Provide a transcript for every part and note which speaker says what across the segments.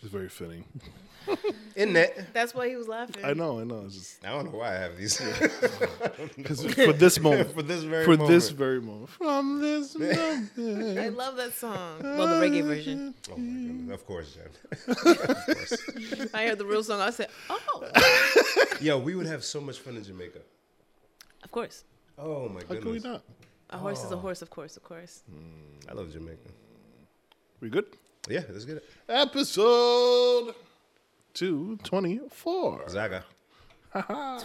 Speaker 1: It's very fitting.
Speaker 2: Isn't it?
Speaker 3: That's why he was laughing.
Speaker 1: I know, I know. It's just
Speaker 2: I don't know why I have these.
Speaker 1: because for this moment,
Speaker 2: for this very
Speaker 1: for
Speaker 2: moment.
Speaker 1: this very moment, from this moment.
Speaker 3: I love that song. Well, the reggae version.
Speaker 2: Oh my goodness. Of course, Jen.
Speaker 3: I heard the real song. I said, "Oh,
Speaker 2: Yo, we would have so much fun in Jamaica.
Speaker 3: of course.
Speaker 2: Oh my
Speaker 1: How
Speaker 2: goodness.
Speaker 1: can we not?
Speaker 3: A horse is a horse, of course, of course."
Speaker 2: I love Jamaica.
Speaker 1: We good?
Speaker 2: Yeah, let's get it.
Speaker 1: Episode two twenty four.
Speaker 2: Zaga.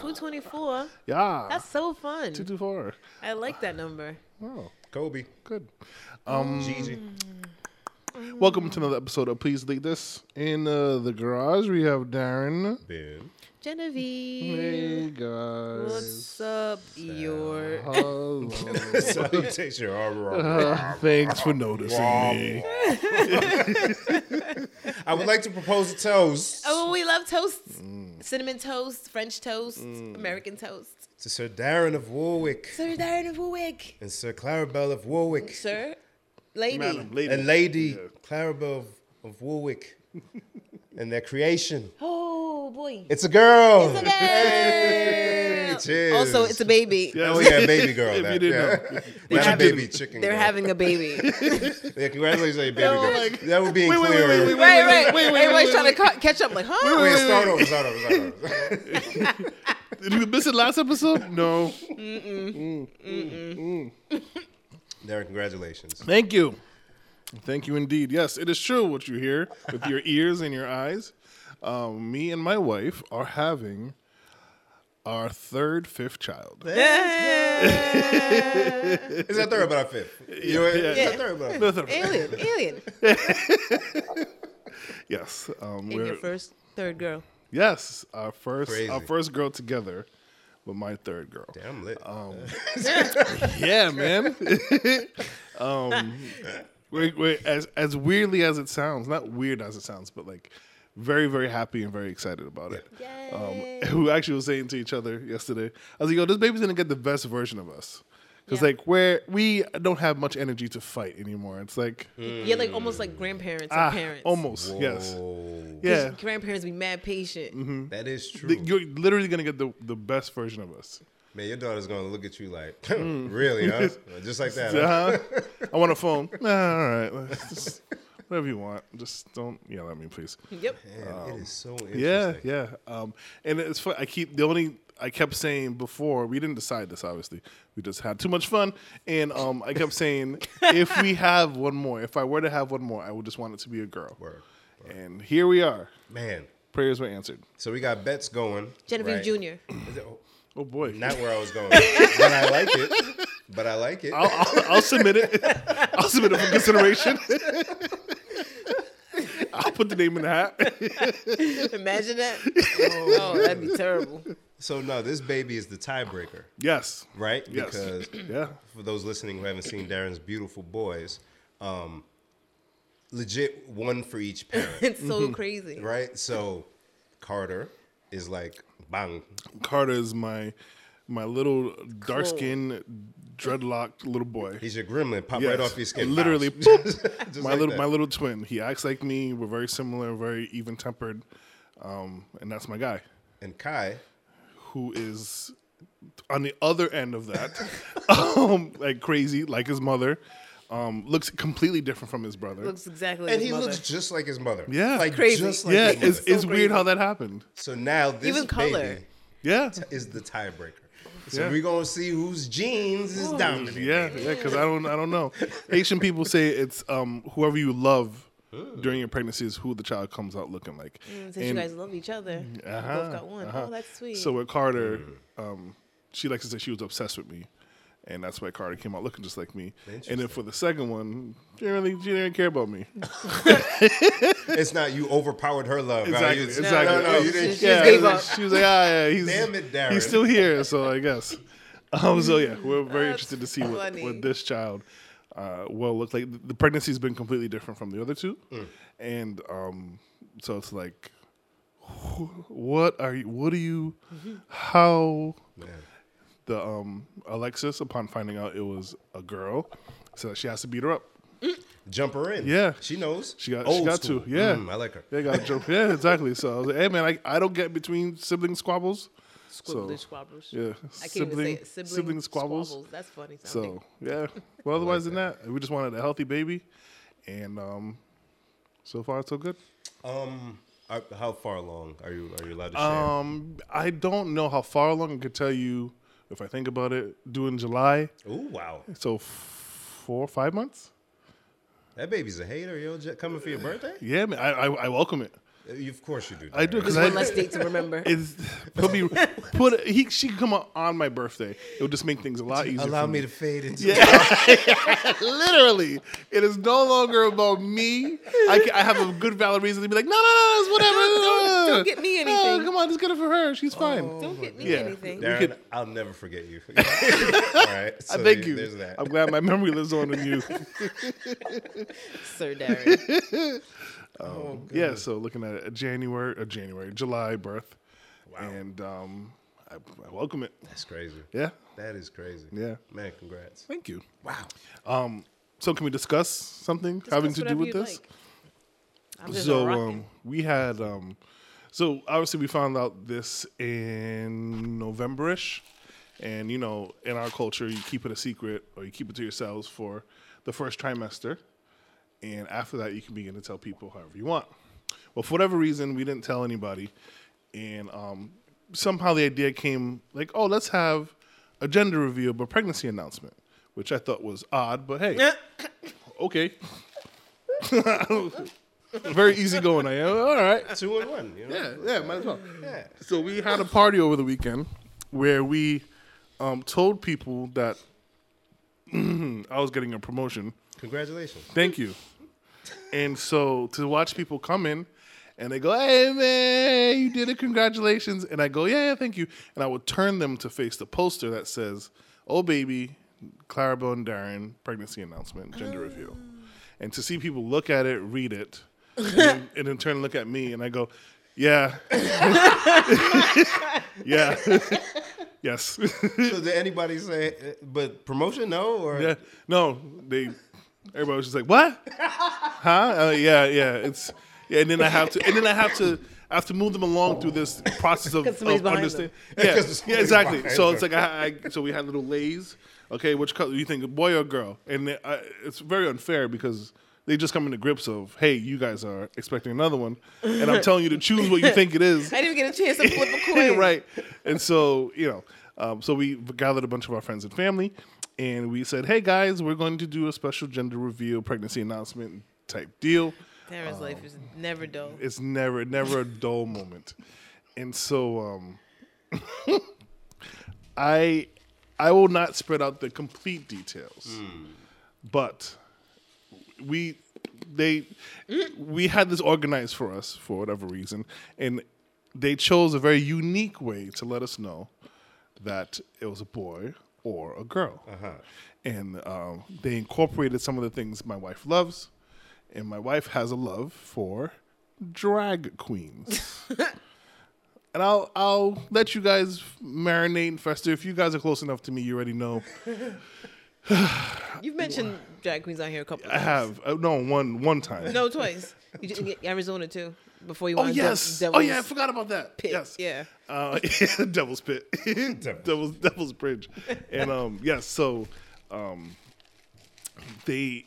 Speaker 3: Two twenty four.
Speaker 1: Yeah,
Speaker 3: That's so fun.
Speaker 1: two two four.
Speaker 3: I like that number.
Speaker 1: Oh,
Speaker 2: Kobe.
Speaker 1: good.
Speaker 2: Jeezy.
Speaker 1: Mm. Welcome to another episode of Please Leak This in uh, the Garage. We have Darren.
Speaker 2: Ben.
Speaker 3: Genevieve.
Speaker 1: Hey guys.
Speaker 3: What's up, Eeyore?
Speaker 1: Hello.
Speaker 2: Salutation.
Speaker 1: Uh, thanks for noticing me.
Speaker 2: I would like to propose a toast
Speaker 3: Oh, we love toasts.
Speaker 2: Mm.
Speaker 3: Cinnamon toast, French toast, American toast.
Speaker 2: to Sir Darren of Warwick
Speaker 3: Sir Darren of Warwick.
Speaker 2: and Sir Clarabelle of Warwick
Speaker 3: Sir, lady.
Speaker 1: lady.
Speaker 2: and Lady Clarabelle of, of Warwick and their creation.
Speaker 3: Oh, boy.
Speaker 2: It's a girl.
Speaker 3: It's a
Speaker 2: Hey,
Speaker 3: girl.
Speaker 2: cheers.
Speaker 3: Also, it's a baby.
Speaker 2: Oh yeah, baby girl.
Speaker 1: If
Speaker 2: that,
Speaker 1: you didn't
Speaker 2: yeah. Not a baby chicken.
Speaker 3: They're
Speaker 2: girl.
Speaker 3: having a baby. right,
Speaker 2: Yeah, congratulations on your baby
Speaker 3: No,
Speaker 2: girl.
Speaker 3: like-
Speaker 2: that would be
Speaker 1: Wait, wait, wait,
Speaker 2: clearer.
Speaker 1: wait, wait, wait.
Speaker 3: right.
Speaker 1: wait, wait,
Speaker 3: Everybody's
Speaker 1: wait,
Speaker 3: trying
Speaker 1: wait.
Speaker 3: to ca- catch up. Like, huh?
Speaker 2: Wait, start over, start over, start over.
Speaker 1: Did we miss it last episode? No.
Speaker 2: Darren, congratulations.
Speaker 1: Thank you. Thank you indeed. Yes, it is true what you hear with your ears and your eyes. Um, me and my wife are having our third, fifth child.
Speaker 2: It's our third, but our fifth. You know what? It's our third, but our fifth.
Speaker 1: The third-
Speaker 3: Alien, alien.
Speaker 1: Yes. Um,
Speaker 3: And your
Speaker 1: we're,
Speaker 3: first, third girl.
Speaker 1: yes, our first, our
Speaker 2: Crazy.
Speaker 1: first girl together with my third girl.
Speaker 2: Damn lit.
Speaker 1: Um, Yeah, man. um, we're, we're, as as weirdly as it sounds, not weird as it sounds, but like very very happy and very excited about it.
Speaker 3: Yay.
Speaker 1: Um, who actually was saying to each other yesterday, I was like, "Yo, this baby's gonna get the best version of us." Because
Speaker 3: Yeah.
Speaker 1: like where we don't have much energy to fight anymore. It's like
Speaker 3: You're like almost like grandparents or
Speaker 1: ah,
Speaker 3: parents.
Speaker 1: almost yes,
Speaker 2: Whoa.
Speaker 1: yeah. Mm-hmm.
Speaker 3: Grandparents be mad patient.
Speaker 2: Oh, That is true.
Speaker 1: Th- You're literally gonna get the, the best version of us.
Speaker 2: Man, your daughter's gonna look at you like,
Speaker 1: Mm.
Speaker 2: really, huh? Just like that. huh?
Speaker 1: Uh-huh. I want a phone. Nah, all right, let's just, whatever you want. Just don't yell at me, please.
Speaker 3: Yep.
Speaker 2: Man, it is so interesting.
Speaker 1: Um, Yeah, yeah. Um, and it's fun. I keep the only I kept saying before we didn't decide this. Obviously, we just had too much fun, and um, I kept saying if we have one more, if I were to have one more, I would just want it to be a girl.
Speaker 2: Word, word.
Speaker 1: And here we are.
Speaker 2: Man,
Speaker 1: Prayers were answered.
Speaker 2: so we got bets going.
Speaker 3: Genevieve
Speaker 2: right?
Speaker 3: Junior.
Speaker 2: Is it- oh,
Speaker 1: Oh boy,
Speaker 2: Not where I was going, but I like it. But I like it.
Speaker 1: I'll, I'll, I'll submit it. I'll submit it for consideration. I'll put the name in the hat.
Speaker 3: Imagine that. Oh, that'd be terrible.
Speaker 2: So no, this baby is the tiebreaker,
Speaker 1: Yes.
Speaker 2: right?
Speaker 1: Yes.
Speaker 2: Because
Speaker 1: Yeah.
Speaker 2: for those listening who haven't seen Darren's beautiful boys, um, legit one for each parent,
Speaker 3: It's
Speaker 1: Mm-hmm.
Speaker 3: so crazy.
Speaker 2: right? So Carter is like bang,
Speaker 1: Carter is my my little dark skinned dreadlocked little boy.
Speaker 2: he's your gremlin, pop right
Speaker 1: Yes.
Speaker 2: off your skin,
Speaker 1: Literally,
Speaker 2: pops.
Speaker 1: boop.
Speaker 2: Just
Speaker 1: my
Speaker 2: like
Speaker 1: little
Speaker 2: that.
Speaker 1: my little twin. He acts like me. We're very similar, very even tempered, um, and that's my guy,
Speaker 2: and Kai,
Speaker 1: who is on the other end of that, um, like crazy, like his mother. Um, looks completely different from his brother.
Speaker 3: Looks exactly like
Speaker 2: and
Speaker 3: his
Speaker 2: he
Speaker 3: mother.
Speaker 2: looks just like his mother.
Speaker 1: Yeah.
Speaker 2: like
Speaker 3: Crazy.
Speaker 2: just like
Speaker 1: yeah,
Speaker 2: his mother.
Speaker 1: it's, it's
Speaker 3: So
Speaker 1: weird
Speaker 3: crazy.
Speaker 1: how that happened.
Speaker 2: so now this
Speaker 3: Even color.
Speaker 2: baby
Speaker 1: Yeah,
Speaker 2: is the tiebreaker. So
Speaker 1: Yeah.
Speaker 2: we're gonna see whose genes is dominant.
Speaker 1: yeah, yeah. Because I don't, I don't know. Haitian people say it's um, whoever you love during your pregnancy is who the child comes out looking like.
Speaker 3: Mm, Since you
Speaker 1: And- Uh-huh,
Speaker 3: guys love each other, you both got one. Oh, that's sweet.
Speaker 1: So with Carter,
Speaker 2: Mm.
Speaker 1: um, she likes to say she was obsessed with me, and that's why Carter came out looking just like me. And then for the second one, she didn't really, she didn't care about me.
Speaker 2: It's not you overpowered her love. right?
Speaker 1: Exactly,
Speaker 2: It's-
Speaker 1: exactly.
Speaker 2: No, no, you didn't.
Speaker 3: She- she just gave
Speaker 1: like-
Speaker 3: up.
Speaker 1: she was like, ah, yeah, he's
Speaker 2: Damn it, Darren.
Speaker 1: he's still here. So I guess. Um, so yeah, we're very
Speaker 3: That's
Speaker 1: interested to see what,
Speaker 3: funny.
Speaker 1: what this child uh, will look like. The pregnancy's been completely different from the other two,
Speaker 2: Mm.
Speaker 1: and um, so it's like, wh- what are you? What are you?
Speaker 3: Mm-hmm.
Speaker 1: How?
Speaker 2: Man.
Speaker 1: the um Alexis upon finding out it was a girl, so she has to beat her up.
Speaker 2: jump her in.
Speaker 1: Yeah.
Speaker 2: she knows.
Speaker 1: She got- she
Speaker 2: Old
Speaker 1: got
Speaker 2: school.
Speaker 1: to, yeah.
Speaker 2: Mm, I like her.
Speaker 1: They got a joke. Yeah, exactly. So I was like, hey, man, I, I don't get between sibling squabbles.
Speaker 3: Squibbly
Speaker 1: So,
Speaker 3: squabbles.
Speaker 1: yeah.
Speaker 3: I can't even say it. Sibling,
Speaker 1: squabbles.
Speaker 3: That's funny. Sounding.
Speaker 1: So, yeah. Well, otherwise than that, we just wanted a healthy baby. And um, so far, it's so good.
Speaker 2: Um, are, how far along are you? Are you allowed to share?
Speaker 1: Um, I don't know how far along I could tell you if I think about it. Due in July.
Speaker 2: Ooh, wow,
Speaker 1: So, f- four, five months?
Speaker 2: that baby's a hater. Yo, Jet, coming for your birthday?
Speaker 1: Yeah, man. I, I, I welcome it.
Speaker 2: You, of course you do.
Speaker 1: I do
Speaker 2: Darren.
Speaker 1: because
Speaker 3: Just
Speaker 1: I.
Speaker 3: one less date to remember.
Speaker 1: Is put me put he she could come out on my birthday. It would just make things a lot easier.
Speaker 2: Allow
Speaker 1: for
Speaker 2: me to fade into.
Speaker 1: Literally, it is no longer about me. I, can, I have a good valid reason to be like, no, no, no, it's whatever.
Speaker 3: Don't- don't get me
Speaker 1: No,
Speaker 3: anything.
Speaker 1: come on, just get it for her. She's fine.
Speaker 2: Oh.
Speaker 3: Don't get me
Speaker 1: Yeah.
Speaker 3: anything.
Speaker 2: Darren,
Speaker 1: could-
Speaker 2: I'll never forget you. All right,
Speaker 1: I
Speaker 2: so
Speaker 1: thank you.
Speaker 2: There's that.
Speaker 1: I'm glad my memory lives on with you.
Speaker 3: Sir Darren.
Speaker 1: yeah. So looking at a January, a January, July birth, and um, I, I welcome it.
Speaker 2: That's crazy.
Speaker 1: Yeah.
Speaker 2: That is crazy.
Speaker 1: Yeah.
Speaker 2: man, congrats.
Speaker 1: Thank you. Wow. Um. So can we discuss something having to do
Speaker 3: Discuss whatever
Speaker 1: with
Speaker 3: you'd
Speaker 1: this?
Speaker 3: like. I'm just
Speaker 1: so
Speaker 3: rocking.
Speaker 1: um, we had um, so obviously we found out this in Novemberish, and you know in our culture you keep it a secret or you keep it to yourselves for the first trimester, and after that you can begin to tell people however you want. Well, for whatever reason, we didn't tell anybody, and um, somehow the idea came like, oh, let's have a gender reveal but pregnancy announcement, which I thought was odd, but hey, okay. Very easy going. I am all right.
Speaker 2: Two and one. You know?
Speaker 1: Yeah, yeah, might as well.
Speaker 2: Yeah.
Speaker 1: So we had a party over the weekend where we um, told people that I was getting a promotion.
Speaker 2: Congratulations.
Speaker 1: Thank you. And so to watch people come in and they go, hey, man, you did it. Congratulations. And I go, yeah, yeah, thank you. And I would turn them to face the poster that says, oh, baby, Clarabelle and Darren, pregnancy announcement, gender reveal. And to see people look at it, read it, and then, and then turn and look at me. And I go, yeah. yeah. yes.
Speaker 2: So did anybody say? uh, But promotion? No. Or
Speaker 1: Yeah. No, they. Everybody was just like, "What? huh? Uh, yeah, yeah. It's yeah." And then I have to, and then I have to, I have to move them along through this process of,
Speaker 3: 'Cause somebody's
Speaker 1: of
Speaker 3: behind
Speaker 1: understanding.
Speaker 2: them.
Speaker 1: Yeah,
Speaker 2: 'Cause somebody's
Speaker 1: yeah, exactly.
Speaker 2: behind
Speaker 1: So it's like I, I, so we had little lays. Okay, which color do you think, boy or girl? And they- I, it's very unfair because they just come into grips of, hey, you guys are expecting another one, and I'm telling you to choose what you think it is.
Speaker 3: I didn't even get a chance to flip a coin.
Speaker 1: right. And so, you know, um, so we gathered a bunch of our friends and family and we said, hey guys, we're going to do a special gender reveal pregnancy announcement type deal.
Speaker 3: Darren's life is never dull.
Speaker 1: It's never, never a dull moment. And so, um, I, I will not spread out the complete details, but we, they, we had this organized for us for whatever reason, and they chose a very unique way to let us know that it was a boy or a girl. And um, they incorporated some of the things my wife loves. And my wife has a love for drag queens. and I'll, I'll let you guys marinate and fester. If you guys are close enough to me, you already know.
Speaker 3: You've mentioned drag queens out here a couple of
Speaker 1: I
Speaker 3: times.
Speaker 1: have. Uh, no, one, one time.
Speaker 3: No, twice. You didn't get Arizona too before you
Speaker 1: Oh,
Speaker 3: went to
Speaker 1: yes.
Speaker 3: Dev-
Speaker 1: Oh, yeah. I
Speaker 3: Devil's
Speaker 1: forgot about that.
Speaker 3: Pit.
Speaker 1: Yes.
Speaker 3: Yeah.
Speaker 1: Uh, Devil's Pit, Devil's Devil's Bridge, and um, yes. So, um, they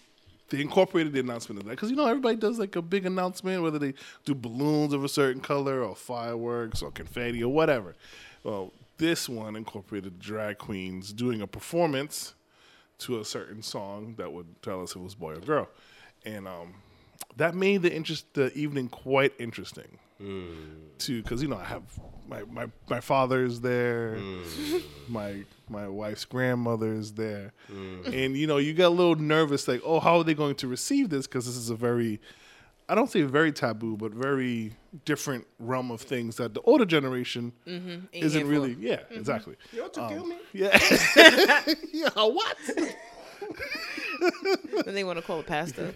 Speaker 1: they incorporated the announcement of that because you know everybody does like a big announcement, whether they do balloons of a certain color or fireworks or confetti or whatever. Well, this one incorporated drag queens doing a performance to a certain song that would tell us it was boy or girl, and um, that made the interest the evening quite interesting too, because you know I have my my my father's there, my my wife's grandmother's there, and you know you get a little nervous, like oh how are they going to receive this? Because this is a very, I don't say very taboo, but very different realm of things that the older generation
Speaker 3: Ain't here
Speaker 1: isn't
Speaker 3: for.
Speaker 1: really. Yeah, exactly.
Speaker 2: You want to kill me?
Speaker 1: Yeah. yeah. What?
Speaker 3: Then they want to call it pasta.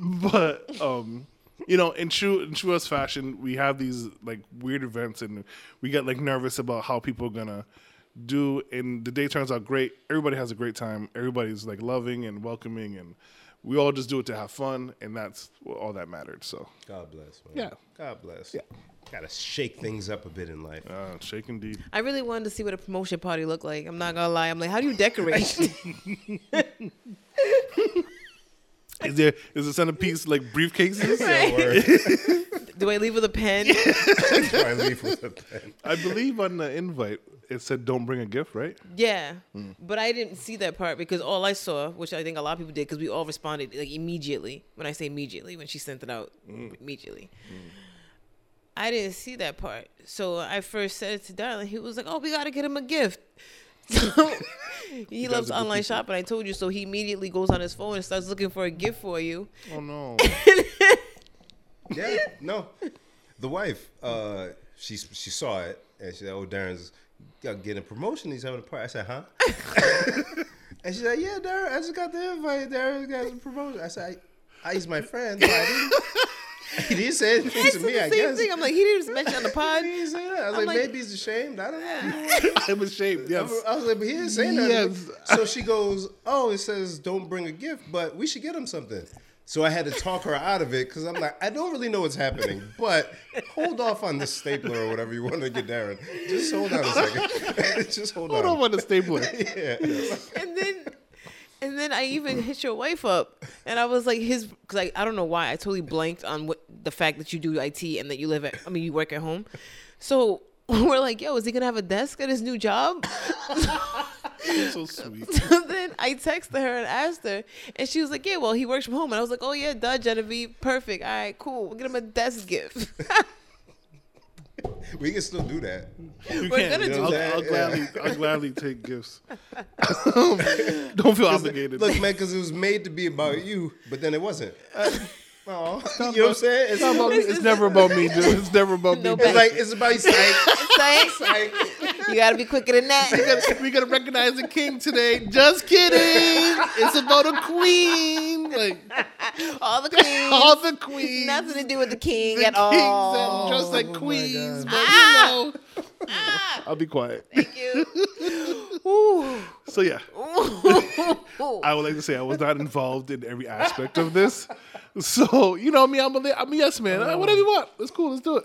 Speaker 1: but um you know in true in true us fashion we have these like weird events and we get like nervous about how people are gonna do and the day turns out great everybody has a great time everybody's like loving and welcoming and We all just do it to have fun, and that's all that mattered. So,
Speaker 2: God bless, man.
Speaker 1: Yeah.
Speaker 2: God bless.
Speaker 1: Yeah.
Speaker 2: Gotta shake things up a bit in life.
Speaker 1: uh, shake indeed.
Speaker 3: I really wanted to see what a promotion party looked like. I'm not gonna lie. I'm like, how do you decorate?
Speaker 1: Is there is the centerpiece like briefcases?
Speaker 2: Don't worry.
Speaker 3: do I leave with a pen?
Speaker 2: Before I leave with a pen.
Speaker 1: I believe on the invite it said don't bring a gift, right?
Speaker 3: Yeah,
Speaker 2: Hmm.
Speaker 3: but I didn't see that part because all I saw, which I think a lot of people did, because we all responded like immediately. When I say immediately, when she sent it out,
Speaker 2: Hmm.
Speaker 3: immediately. I didn't see that part, so I first said it to Darling. He was like, "Oh, we gotta get him a gift." So he loves
Speaker 1: are good
Speaker 3: online shopping. I told you, so he immediately goes on his phone and starts looking for a gift for you.
Speaker 1: Oh no.
Speaker 2: Yeah, no. The wife, uh, she she saw it and she said, "Oh, Darren's got- getting a promotion. He's having a party." I said, "Huh?" and she said, "Yeah, Darren, I just got the invite. Darren got a promotion." I said, I, I, "He's my friend." So I didn't, he didn't say anything
Speaker 3: It's
Speaker 2: to
Speaker 3: the
Speaker 2: me. I
Speaker 3: same
Speaker 2: guess.
Speaker 3: thing. I'm like, he didn't mention on the pod.
Speaker 2: He didn't say that. I was like,
Speaker 3: I'm like-
Speaker 2: maybe he's ashamed. I don't know.
Speaker 1: I'm ashamed. Yes.
Speaker 2: I was like, but he didn't say nothing.
Speaker 1: Yes.
Speaker 2: So she goes, oh, it says don't bring a gift, but we should get him something. So I had to talk her out of it because I'm like, I don't really know what's happening, but hold off on the stapler or whatever you want to get Darren. Just hold on a second. Just hold,
Speaker 1: Hold
Speaker 2: on.
Speaker 1: on on the stapler.
Speaker 2: Yeah. yeah.
Speaker 3: and then and then I even hit your wife up, and I was like, his because I, I don't know why I totally blanked on what the fact that you do IT and that you live at I mean you work at home, so we're like, yo, is he gonna have a desk at his new job?
Speaker 1: so sweet.
Speaker 3: So then I texted her and asked her, and she was like, yeah, well he works from home, and I was like, oh yeah, duh, Genevieve, perfect, all right, cool, we'll get him a desk gift.
Speaker 2: We can still do that.
Speaker 1: You
Speaker 3: We're gonna do
Speaker 1: I'll,
Speaker 2: that,
Speaker 1: I'll
Speaker 2: yeah.
Speaker 1: gladly, I'll gladly take gifts. Don't feel obligated.
Speaker 2: Look, man, because it was made to be about you, but then it wasn't. Oh, you know what I'm saying?
Speaker 1: It's
Speaker 2: It's,
Speaker 1: not about me. It's never about me, dude. It's never about me.
Speaker 3: No
Speaker 2: it's like it's about psych,
Speaker 3: Thanks,
Speaker 2: psych.
Speaker 3: you gotta be quicker than
Speaker 1: we,
Speaker 3: that.
Speaker 1: gotta, we gotta recognize the king today. Just kidding. It's about a queen. Like
Speaker 3: All the queens,
Speaker 1: all the queens.
Speaker 3: nothing to do with the king
Speaker 1: the
Speaker 3: at
Speaker 1: kings
Speaker 3: all.
Speaker 1: that
Speaker 3: Ah!
Speaker 1: dress like queens, but you know. Oh I'll be quiet.
Speaker 3: Thank you. Ooh.
Speaker 1: So yeah,
Speaker 3: Ooh.
Speaker 1: I would like to say I was not involved in every aspect of this. So you know me, I'm a li- I'm a yes man. Uh, Whatever you want, it's cool. Let's do it.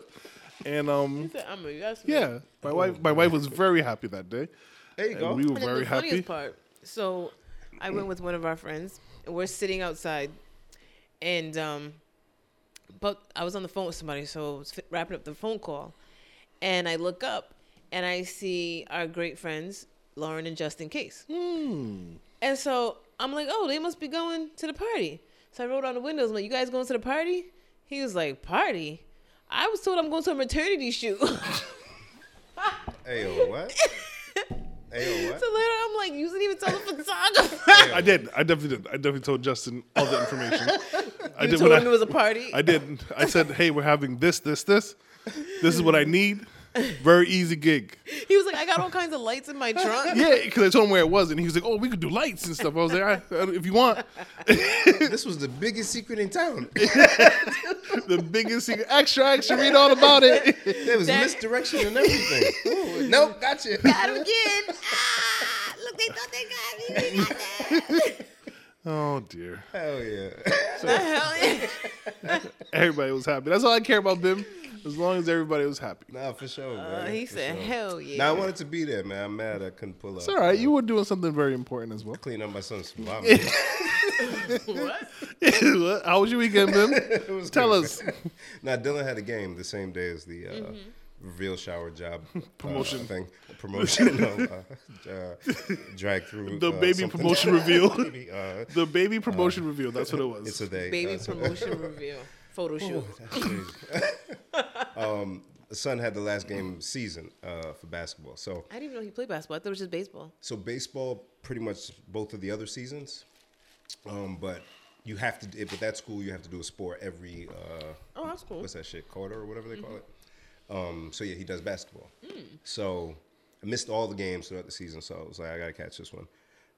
Speaker 1: And um,
Speaker 3: I'm a yes man.
Speaker 1: yeah, my wife my wife was very happy that day.
Speaker 2: There you
Speaker 1: And
Speaker 2: go.
Speaker 1: we were
Speaker 3: And then
Speaker 1: very
Speaker 3: the funniest
Speaker 1: happy.
Speaker 3: part. So, I went with one of our friends, and we're sitting outside, and um, but I was on the phone with somebody, so I was fi- wrapping up the phone call, and I look up, and I see our great friends Lauren and Justin Case,
Speaker 1: Hmm.
Speaker 3: and so I'm like, oh, they must be going to the party. So I wrote on the windows, like, you guys going to the party? He was like, party. I was told I'm going to a maternity shoot.
Speaker 2: Ayo, what? Ayo, what?
Speaker 3: So later, I'm like, you didn't even tell the photographer.
Speaker 1: I did. I definitely did. I definitely told Justin all the information. I
Speaker 3: you
Speaker 1: did
Speaker 3: told
Speaker 1: when
Speaker 3: him it
Speaker 1: I,
Speaker 3: was a party.
Speaker 1: I did. I said, "Hey, we're having this, this, this. This is what I need. Very easy gig."
Speaker 3: he was like, I got all kinds of lights in my trunk.
Speaker 1: Yeah, because I told him where it was, and he was like, "Oh, we could do lights and stuff." I was like, I, "If you want,
Speaker 2: This was the biggest secret in town.
Speaker 1: the biggest secret, extra, extra, read all about it."
Speaker 2: There was
Speaker 3: That-
Speaker 2: misdirection and everything. Ooh, nope, gotcha.
Speaker 3: Got him again. Ah, look, they thought they got me. They got
Speaker 1: Oh dear,
Speaker 2: Hell yeah.
Speaker 3: the hell yeah.
Speaker 1: everybody was happy. That's all I care about, Bim. As long as everybody was happy,
Speaker 2: Nah, for sure,
Speaker 3: Uh,
Speaker 2: man.
Speaker 3: he
Speaker 2: For
Speaker 3: said,
Speaker 2: sure.
Speaker 3: hell yeah.
Speaker 2: Nah, I wanted to be there, man. I'm mad I couldn't pull up.
Speaker 1: it's all right. You were doing something very important as well.
Speaker 2: Clean up my son's mom.
Speaker 3: What?
Speaker 1: How was your weekend, Bim? Tell us.
Speaker 2: Now Dylan had a game the same day as the uh,
Speaker 3: Mm-hmm.
Speaker 2: reveal shower job uh,
Speaker 1: Promotion.
Speaker 2: thing, promotion, no, uh, uh, drag through
Speaker 1: The
Speaker 2: uh,
Speaker 1: baby
Speaker 2: something.
Speaker 1: promotion reveal.
Speaker 2: Baby, uh,
Speaker 1: The baby promotion reveal. That's what it was.
Speaker 2: it's a day.
Speaker 3: Baby
Speaker 2: Uh, so-
Speaker 3: promotion review. Photo shoot.
Speaker 2: the Uh, son had the last game of the season uh, for basketball. So
Speaker 3: I didn't even know he played basketball. I thought it was just baseball.
Speaker 2: so baseball pretty much both of the other seasons, um, but you have to if at that school you have to do a sport every uh,
Speaker 3: Oh, that's cool.
Speaker 2: what's that shit quarter or whatever they call it. Um, so yeah, he does basketball. So I missed all the games throughout the season, so I was like, I gotta catch this one.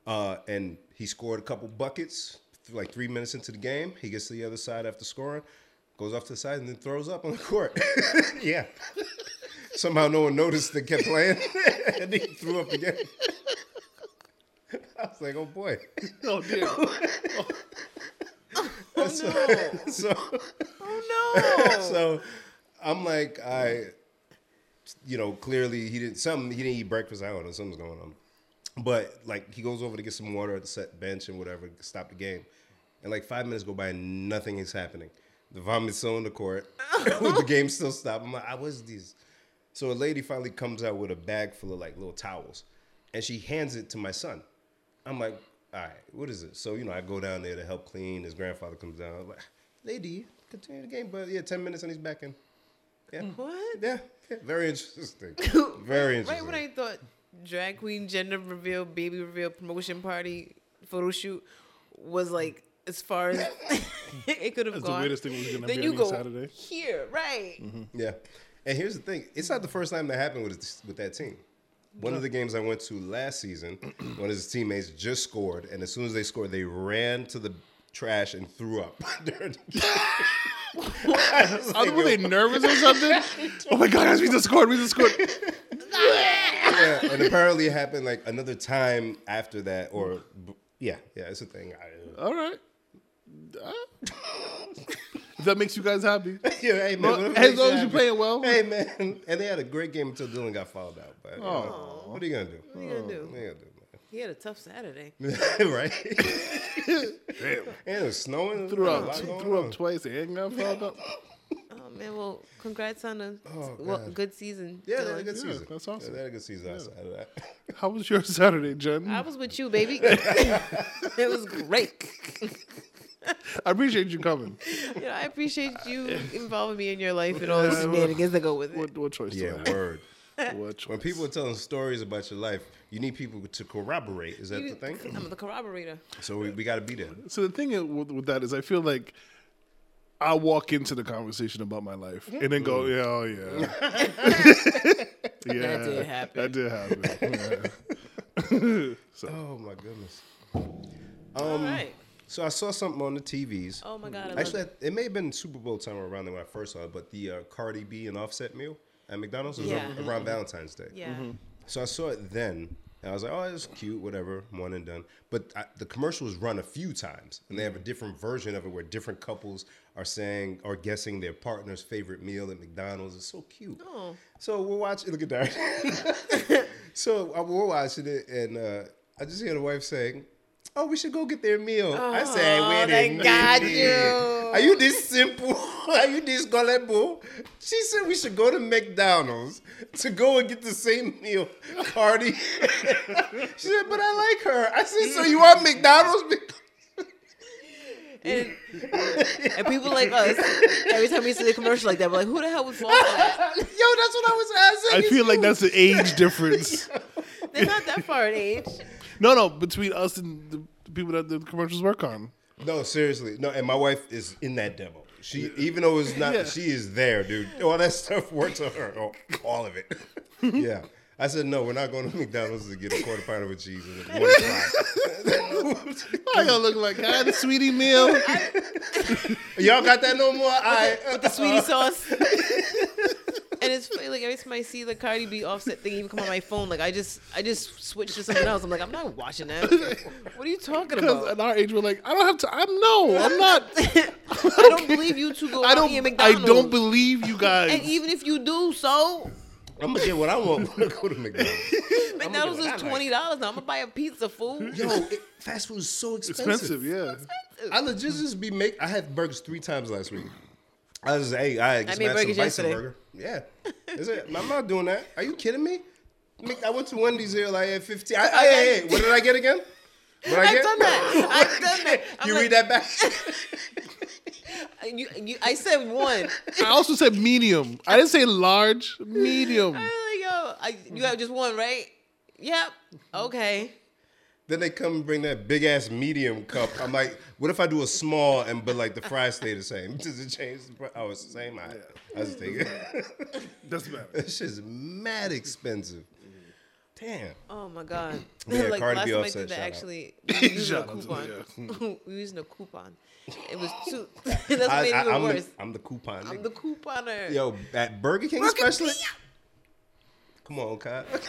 Speaker 2: Uh, and he scored a couple buckets th- like three minutes into the game. He gets to the other side after scoring, goes off to the side, and then throws up on the court. yeah. Somehow no one noticed they kept playing, and he threw up again. I was like, oh boy.
Speaker 1: Oh dear.
Speaker 3: no.
Speaker 2: so
Speaker 3: Oh no.
Speaker 2: so I'm like, I, you know, clearly he didn't. Something he didn't eat breakfast. I don't know. Something's going on. But like, he goes over to get some water at the set bench and whatever. Stop the game. And like five minutes go by and nothing is happening. The vomit's still in the court. the game's still stopped. I'm like, "Ah, I was these. So a lady finally comes out with a bag full of like little towels, and she hands it to my son. I'm like, all right, what is it? So you know, I go down there to help clean. His grandfather comes down. I'm like, lady, continue the game, but yeah, ten minutes and he's back in. Yeah,
Speaker 3: what?
Speaker 2: yeah, yeah. very interesting. Very
Speaker 3: Mm. Right
Speaker 2: interesting.
Speaker 3: when I thought drag queen gender reveal, baby reveal, promotion party, photo shoot was like as far as it could have
Speaker 1: That's the
Speaker 3: gone.
Speaker 1: weirdest thing was gonna
Speaker 3: then
Speaker 1: be
Speaker 3: you
Speaker 1: on
Speaker 3: go
Speaker 1: any Saturday.
Speaker 3: here, right?
Speaker 2: Yeah, and here's the thing: it's not the first time that happened with this- with that team. One of the games I went to last season, one of his teammates just scored, and as soon as they scored, they ran to the trash and threw up. during the game. I was
Speaker 1: Are
Speaker 2: like,
Speaker 1: were they
Speaker 2: yo,
Speaker 1: nervous or something? oh my god, guys, we just scored. We just scored.
Speaker 2: yeah, and apparently it happened like another time after that, or b- yeah, yeah, it's a thing. I,
Speaker 1: All right. Uh, if that makes you guys happy.
Speaker 2: yeah, hey man,
Speaker 1: Well,
Speaker 2: whatever
Speaker 1: as
Speaker 2: makes
Speaker 1: long as you're
Speaker 2: happy.
Speaker 1: playing well.
Speaker 2: Hey man, and they had a great game until Dylan got fouled out. But you know, what are you gonna do?
Speaker 3: What are you gonna
Speaker 2: What
Speaker 3: do?
Speaker 2: are you gonna do, man?
Speaker 3: He had a tough Saturday.
Speaker 2: right?
Speaker 1: Damn.
Speaker 2: And it was snowing.
Speaker 1: Threw
Speaker 2: A
Speaker 1: up,
Speaker 2: lot going
Speaker 1: threw
Speaker 2: on.
Speaker 1: up twice and got fouled up.
Speaker 3: Oh man, well, congrats on a
Speaker 2: Oh,
Speaker 3: well,
Speaker 2: God.
Speaker 3: good season.
Speaker 2: Yeah, they
Speaker 3: Dylan.
Speaker 2: had a good
Speaker 1: Yeah,
Speaker 2: season.
Speaker 1: that's awesome.
Speaker 2: They had a good season outside of that.
Speaker 1: How was your Saturday, Jen?
Speaker 3: I
Speaker 1: I,
Speaker 3: was with you, baby. it was great.
Speaker 1: appreciate you coming.
Speaker 3: You know, I appreciate you involving me in your life and all the
Speaker 1: Yeah, well,
Speaker 3: shenanigans that go with it.
Speaker 1: What, what choice? do I
Speaker 2: Yeah,
Speaker 1: have?
Speaker 2: word.
Speaker 1: What choice?
Speaker 2: When people are telling stories about your life, you need people to corroborate. Is that the
Speaker 3: You-
Speaker 2: thing?
Speaker 3: I'm the corroborator.
Speaker 2: So we, we got to be there.
Speaker 1: so the thing i- with, with that is, I feel like I walk into the conversation about my life and then go, yeah, oh yeah, yeah, that
Speaker 3: did happen.
Speaker 1: That did happen. Yeah.
Speaker 2: Oh my goodness.
Speaker 3: all right.
Speaker 2: So I saw something on the TVs.
Speaker 3: Oh my God. I love
Speaker 2: Actually, it may have been Super Bowl time around there when I first saw it, but the uh, Cardi B and Offset meal at McDonald's was
Speaker 3: Yeah. Mm-hmm.
Speaker 2: ar- around Valentine's Day.
Speaker 3: Yeah.
Speaker 2: So I saw it then, and I was like, "Oh, it's cute, whatever, one and done." But I, the commercial was run a few times, and they have a different version of it where different couples are saying or guessing their partner's favorite meal at McDonald's. It's so cute.
Speaker 3: Oh.
Speaker 2: So we're watching. Look at that. so uh, we're watching it, and uh, I just hear the wife saying. Oh, we should go get their meal. I say, wait a
Speaker 3: thank God
Speaker 2: minute.
Speaker 3: you.
Speaker 2: Are you this simple? Are you this gullible? She said we should go to McDonald's to go and get the same meal, Cardi. she said, but I like her. I said, so you want McDonald's? Mc-
Speaker 3: And, and people like us, every time we see the commercial like that, we're like, who the hell was watching that?
Speaker 2: Yo, that's what I was asking.
Speaker 1: I
Speaker 2: It's
Speaker 1: feel like
Speaker 2: you.
Speaker 1: that's the age difference.
Speaker 3: They're not that far in age.
Speaker 1: No, no, between us and the the people that the commercials work on.
Speaker 2: No, seriously, no. And my wife is in that demo. She, even though it's not,
Speaker 1: Yeah.
Speaker 2: she is there, dude. All that stuff works on her, all, all of it. yeah. I said no. We're not going to McDonald's to get a quarter pounder with cheese and a one fry.
Speaker 1: I gotta look like I had a sweetie meal.
Speaker 2: Y'all got that no more? All right.
Speaker 3: The
Speaker 1: Uh,
Speaker 3: sweetie sauce. and it's funny, like every time I see the Cardi B offset thing even come on my phone, like I just I just switch to something else. I'm like, I'm not watching that. What are you talking
Speaker 1: Because at
Speaker 3: about?
Speaker 1: our age, we're like, I don't have to. I'm no, I'm not.
Speaker 3: I don't believe you two go
Speaker 1: I
Speaker 3: out
Speaker 1: don't.
Speaker 3: and eat
Speaker 1: I
Speaker 3: McDonald's.
Speaker 1: don't believe you
Speaker 3: And
Speaker 1: guys.
Speaker 3: even if you do, so
Speaker 2: I'm gonna get what I want when I go to McDonald's.
Speaker 3: McDonald's
Speaker 2: what I
Speaker 3: is
Speaker 2: like.
Speaker 3: twenty dollars now. I'm gonna buy a pizza, fool.
Speaker 2: Yo, it- fast food is so expensive.
Speaker 1: Expensive, yeah.
Speaker 2: I legit just be make. I had burgers three times last week. I was hey, I, just
Speaker 3: made
Speaker 2: had
Speaker 3: burgers
Speaker 2: some Bison
Speaker 3: yesterday.
Speaker 2: burger. Yeah, That's it. I'm not doing that. Are you kidding me? Mc- I went to Wendy's here like at 15. I, I, hey, hey, what did I get again? What I
Speaker 3: I've
Speaker 2: get?
Speaker 3: done that. I've done that. I'm
Speaker 2: you
Speaker 3: like, uh,
Speaker 2: read that back?
Speaker 3: You, you, I said one.
Speaker 1: I also said medium. I didn't say large. Medium.
Speaker 3: I'm like, yo, I, you have just one, right? Yep. Okay.
Speaker 2: then they come and bring that big ass medium cup. I'm like, what if I do a small and but like the fries stay the same? Does it change? The pri- oh, it's the same. I, I was thinking.
Speaker 1: Doesn't matter.
Speaker 2: This shit's mad expensive. Damn.
Speaker 3: Oh my god.
Speaker 2: Yeah,
Speaker 3: like
Speaker 2: Cardi
Speaker 3: last
Speaker 2: B
Speaker 3: time I
Speaker 2: offset,
Speaker 3: did that,
Speaker 2: shout out.
Speaker 3: actually, we were using a
Speaker 1: Shout out to
Speaker 3: coupon.
Speaker 1: her,
Speaker 3: we were using a coupon. It was two. That's what made it
Speaker 2: I,
Speaker 3: even
Speaker 2: am
Speaker 3: worse.
Speaker 2: The, I'm the coupon.
Speaker 3: I'm
Speaker 2: nigga.
Speaker 3: the couponer.
Speaker 2: Yo, at Burger King
Speaker 3: Burger
Speaker 2: especially.
Speaker 3: King.
Speaker 2: Come on, Kai.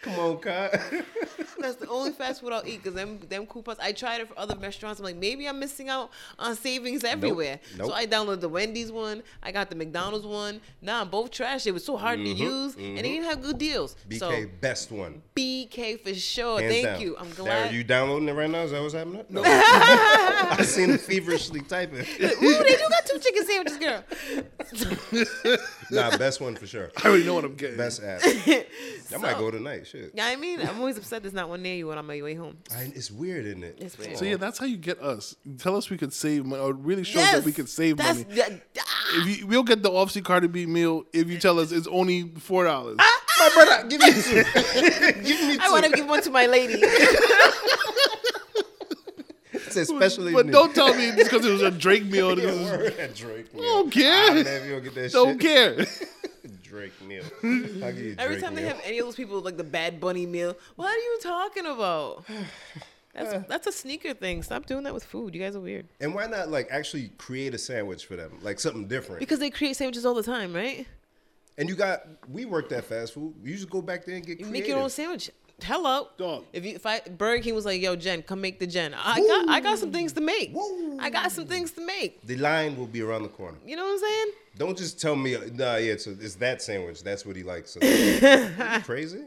Speaker 2: Come on, Kai.
Speaker 3: That's the only fast food I'll eat because them them coupons. I tried it for other restaurants. I'm like, maybe I'm missing out on savings everywhere.
Speaker 2: Nope.
Speaker 3: So I downloaded the Wendy's one. I got the McDonald's one. Nah, both trash. It was so hard
Speaker 2: Mm-hmm.
Speaker 3: to use, and they didn't have good deals.
Speaker 2: BK,
Speaker 3: So
Speaker 2: best one.
Speaker 3: BK for sure.
Speaker 2: Hands
Speaker 3: Thank
Speaker 2: down.
Speaker 3: you. I'm
Speaker 2: Sarah,
Speaker 3: glad.
Speaker 2: you downloading it right now? Is that what's happening? No. I seen it feverishly typing.
Speaker 3: Ooh, they do got two chicken sandwiches, girl.
Speaker 2: nah, best one for sure.
Speaker 1: I already know what I'm getting.
Speaker 2: Best app. That might go tonight. Shit.
Speaker 3: Yeah, I mean, I'm always upset there's not one near you when I'm on my way home.
Speaker 2: I, it's weird, isn't it?
Speaker 3: It's weird.
Speaker 1: so yeah, that's how you get us. Tell us we could save money, or really show us
Speaker 3: Yes,
Speaker 1: that we could save
Speaker 3: that's,
Speaker 1: money.
Speaker 3: that- ah,
Speaker 1: If you, we'll get the off-seat Cardi B meal if you tell us it's only four dollars.
Speaker 3: Ah!
Speaker 2: My brother, give me two. give me two.
Speaker 3: I want to give one to my lady.
Speaker 2: It's especially
Speaker 1: But
Speaker 2: new.
Speaker 1: don't tell me just because it was a Drake meal.
Speaker 2: Yeah,
Speaker 1: this is-
Speaker 2: word, that Drake meal.
Speaker 1: Don't care.
Speaker 2: Ah, man, you don't get that
Speaker 1: don't
Speaker 2: shit.
Speaker 1: care.
Speaker 2: Drake meal. I'll give you Drake
Speaker 3: Every time they
Speaker 2: meal.
Speaker 3: have any of those people with, like the Bad Bunny meal, what are you talking about? That's that's a sneaker thing. Stop doing that with food. You guys are weird.
Speaker 2: And why not like actually create a sandwich for them, like something different?
Speaker 3: Because they create sandwiches all the time, right?
Speaker 2: and you got, we worked at fast food. You just go back there and get
Speaker 3: You
Speaker 2: creative.
Speaker 3: make your own sandwich. Hello.
Speaker 1: Dog.
Speaker 3: If you if I Burger King was like, yo, Jen, come make the Jen. I got I got some things to make.
Speaker 2: Woo.
Speaker 3: I got some things to make.
Speaker 2: the line will be around the corner.
Speaker 3: You know what I'm saying?
Speaker 2: Don't just tell me, nah, yeah, it's, it's that sandwich. That's what he likes. So- Are you crazy?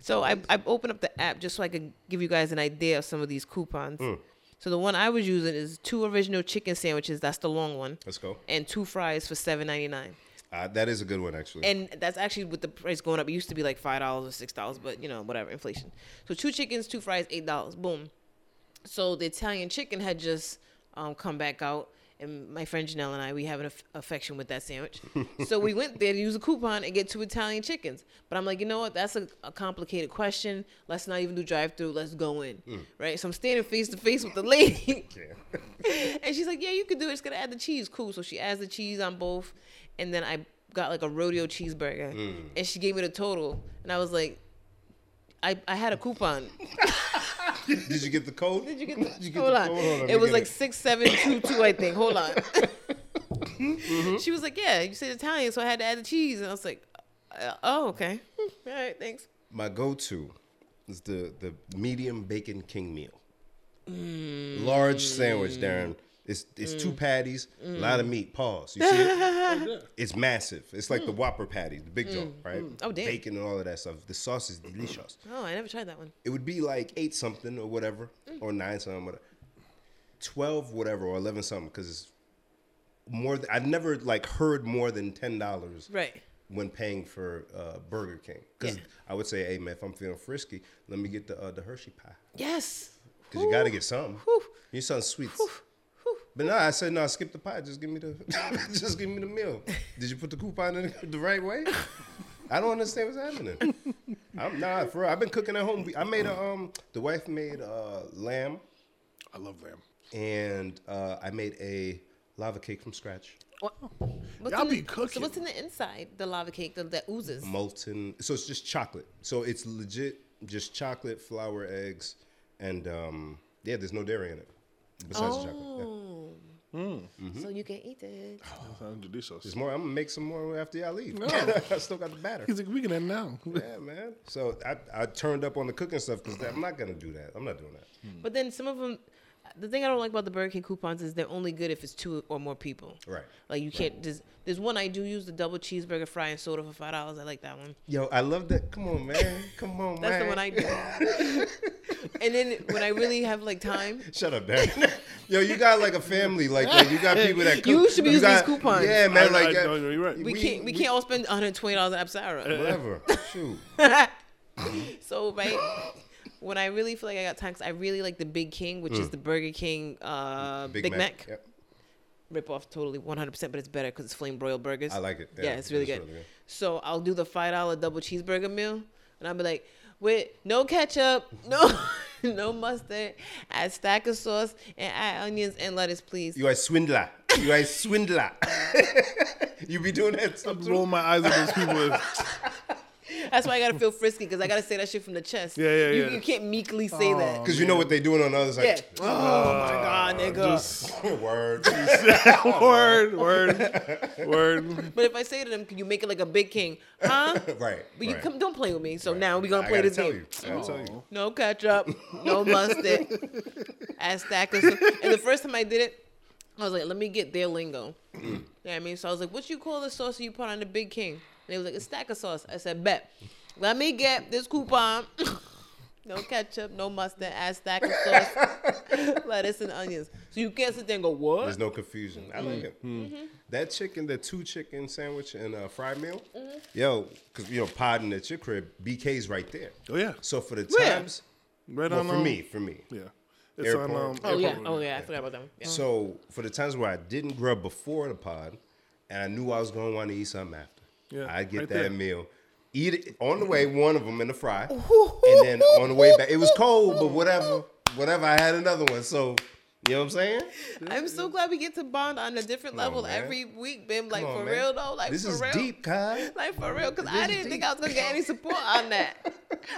Speaker 3: So I I opened up the app just so I could give you guys an idea of some of these coupons. So the one I was using is two original chicken sandwiches. That's the long one.
Speaker 2: Let's go.
Speaker 3: And two fries for seven ninety nine.
Speaker 2: Uh, that is a good one, actually.
Speaker 3: and that's actually with the price going up. It used to be like five dollars or six dollars, but you know whatever inflation. So two chickens, two fries, eight dollars. Boom. So the Italian chicken had just um, come back out, and my friend Janelle and I we have an aff- affection with that sandwich. so we went there to use a coupon and get two Italian chickens. But I'm like, you know what? That's a, a complicated question. Let's not even do drive through. Let's go in, right? So I'm standing face to face with the lady. and she's like, "Yeah, you could do it. Just gotta add the cheese. Cool." So she adds the cheese on both, and then I got like a rodeo cheeseburger,
Speaker 2: Mm.
Speaker 3: and she gave me the total, and I was like, "I I had a coupon.
Speaker 2: Did you get the code?
Speaker 3: Did you get the,
Speaker 2: you get
Speaker 3: hold
Speaker 2: the
Speaker 3: on?
Speaker 2: code? Hold on, let me
Speaker 3: it was
Speaker 2: get
Speaker 3: like
Speaker 2: it.
Speaker 3: six seven two two, I think. Hold on.
Speaker 2: Mm-hmm.
Speaker 3: She was like, "Yeah, you said Italian, so I had to add the cheese," and I was like, uh, "Oh, okay. All right, thanks."
Speaker 2: My go-to is the the medium bacon king meal.
Speaker 3: Mm.
Speaker 2: Large sandwich, Darren. It's it's two patties, a lot
Speaker 3: Mm.
Speaker 2: of meat. Pause. You see
Speaker 3: Oh,
Speaker 2: it? it's massive. It's like the Whopper patties, the big joint, right?
Speaker 3: Mm. Oh, damn.
Speaker 2: Bacon and all of that stuff. The sauce is delicious.
Speaker 3: Oh, I never tried that one.
Speaker 2: It would be like eight something or whatever,
Speaker 3: Mm.
Speaker 2: or nine something, whatever. Twelve whatever or eleven something, because it's more. Th- I've never like heard more than ten dollars
Speaker 3: Right.
Speaker 2: when paying for uh, Burger King. Because
Speaker 3: Yeah.
Speaker 2: I would say, hey man, if I'm feeling frisky, let me get the uh, the Hershey pie.
Speaker 3: Yes.
Speaker 2: Because you got to get something.
Speaker 3: Whew.
Speaker 2: You need something sweets.
Speaker 3: Whew.
Speaker 2: But no, I said no. Skip the pie. Just give me the, just give me the meal. Did you put the coupon in the right way? I don't understand what's happening. I'm not for. Real. I've been cooking at home. We- I made a um. The wife made uh lamb,
Speaker 1: I love lamb.
Speaker 2: and uh, I made a lava cake from scratch.
Speaker 3: What? What's
Speaker 1: Y'all
Speaker 3: in the-
Speaker 1: be cooking.
Speaker 3: So what's in the inside? The lava cake the, that oozes.
Speaker 2: molten. So it's just chocolate. So it's legit just chocolate, flour, eggs, and um, yeah, there's no dairy in it besides the chocolate. Yeah.
Speaker 3: Oh. So you can eat it.
Speaker 1: That sounds delicious.
Speaker 2: There's more. I'm gonna make some more after y'all leave. I still got the batter.
Speaker 1: He's like, we can end now.
Speaker 2: Yeah, man. So I, I turned up on the cooking stuff because I'm not gonna do that. I'm not doing that.
Speaker 3: But then some of them, the thing I don't like about the Burger King coupons is they're only good if it's two or more people.
Speaker 2: Right.
Speaker 3: Like you can't. There's, there's one I do use the double cheeseburger, fry and soda for five dollars. I like that one.
Speaker 2: Yo, I love that. Come on, man. Come on,
Speaker 3: That's
Speaker 2: man.
Speaker 3: the one I do. and then when I really have like time,
Speaker 2: Shut up, man. Yo, you got like a family. Like, like, you got people that cook.
Speaker 3: You should be using these
Speaker 2: got-
Speaker 3: coupons.
Speaker 2: Yeah, man.
Speaker 1: I-
Speaker 2: like, uh,
Speaker 1: I-
Speaker 2: yeah,
Speaker 1: no, no, you're right.
Speaker 3: we,
Speaker 2: We-
Speaker 3: can't we,
Speaker 2: we-
Speaker 3: can't all spend 120 dollars at Absara.
Speaker 2: whatever. Shoot.
Speaker 3: Uh. So right when I really feel like I got time, 'cause I really like the Big King, which is the Burger King uh, Mm. Big, Mac,
Speaker 2: Yep.
Speaker 3: rip off totally 100, percent but it's better because it's flame broiled burgers.
Speaker 2: I like it.
Speaker 3: Yeah, it's really good. So I'll do the five dollar double cheeseburger meal, and I'll be like, with no ketchup, no no mustard, add stack of sauce, and add onions and lettuce, please.
Speaker 2: You are a swindler. You are a swindler. you be doing that stuff too.
Speaker 1: Roll my eyes at those people.
Speaker 3: That's why I gotta feel frisky because I gotta say that shit from the chest.
Speaker 1: Yeah, yeah,
Speaker 3: you,
Speaker 1: yeah.
Speaker 3: You can't meekly say that.
Speaker 2: Because you know what they doing on the other side.
Speaker 3: Yeah. Oh my god, nigga.
Speaker 2: Word.
Speaker 1: word, word, word.
Speaker 3: But if I say to them, "Can you make it like a big king?" Huh?
Speaker 2: Right.
Speaker 3: But you
Speaker 2: right.
Speaker 3: come, don't play with me. So
Speaker 2: Right.
Speaker 3: now we gonna
Speaker 2: I
Speaker 3: play
Speaker 2: gotta
Speaker 3: this
Speaker 2: tell
Speaker 3: game.
Speaker 2: You. I gotta tell you.
Speaker 3: No ketchup, no mustard. Ass stack or something. And the first time I did it, I was like, let me get their lingo. Yeah, I mean? So I was like, what you call the sauce you put on the Big King? And they was like, a stack of sauce. I said, bet. Let me get this coupon. no ketchup, no mustard, ass stack of sauce, lettuce and onions. So you can't sit there and go, what?
Speaker 2: There's no confusion. I
Speaker 3: Hmm.
Speaker 2: like it. That chicken, the two chicken sandwich and a fried meal, yo, because you know, podding at your crib, BK's right there.
Speaker 1: Oh yeah,
Speaker 2: So for the
Speaker 3: Where?
Speaker 2: times,
Speaker 1: right
Speaker 2: well,
Speaker 1: on.
Speaker 2: for
Speaker 1: um,
Speaker 2: me, for me.
Speaker 1: yeah, it's
Speaker 2: Airport.
Speaker 1: on. Um,
Speaker 3: oh, yeah.
Speaker 1: Airport
Speaker 3: Oh,
Speaker 1: Road.
Speaker 3: yeah. I forgot about that one. Yeah.
Speaker 2: So for the times where I didn't grub before the pod, and I knew I was going to want to eat something after,
Speaker 1: Yeah,
Speaker 2: I get
Speaker 1: right
Speaker 2: that
Speaker 1: there.
Speaker 2: meal, eat it on the way, one of them in the fry, and then on the way back, it was cold, but whatever, whatever, I had another one. So you know what I'm saying?
Speaker 3: I'm so glad we get to bond on a different
Speaker 2: Come on,
Speaker 3: level
Speaker 2: man.
Speaker 3: every week, Bim. Like,
Speaker 2: Come on,
Speaker 3: for
Speaker 2: man.
Speaker 3: real, though. Like,
Speaker 2: this
Speaker 3: for
Speaker 2: is
Speaker 3: real.
Speaker 2: deep, Kai.
Speaker 3: Like for real, because I
Speaker 2: This
Speaker 3: didn't think I was gonna get any support on that.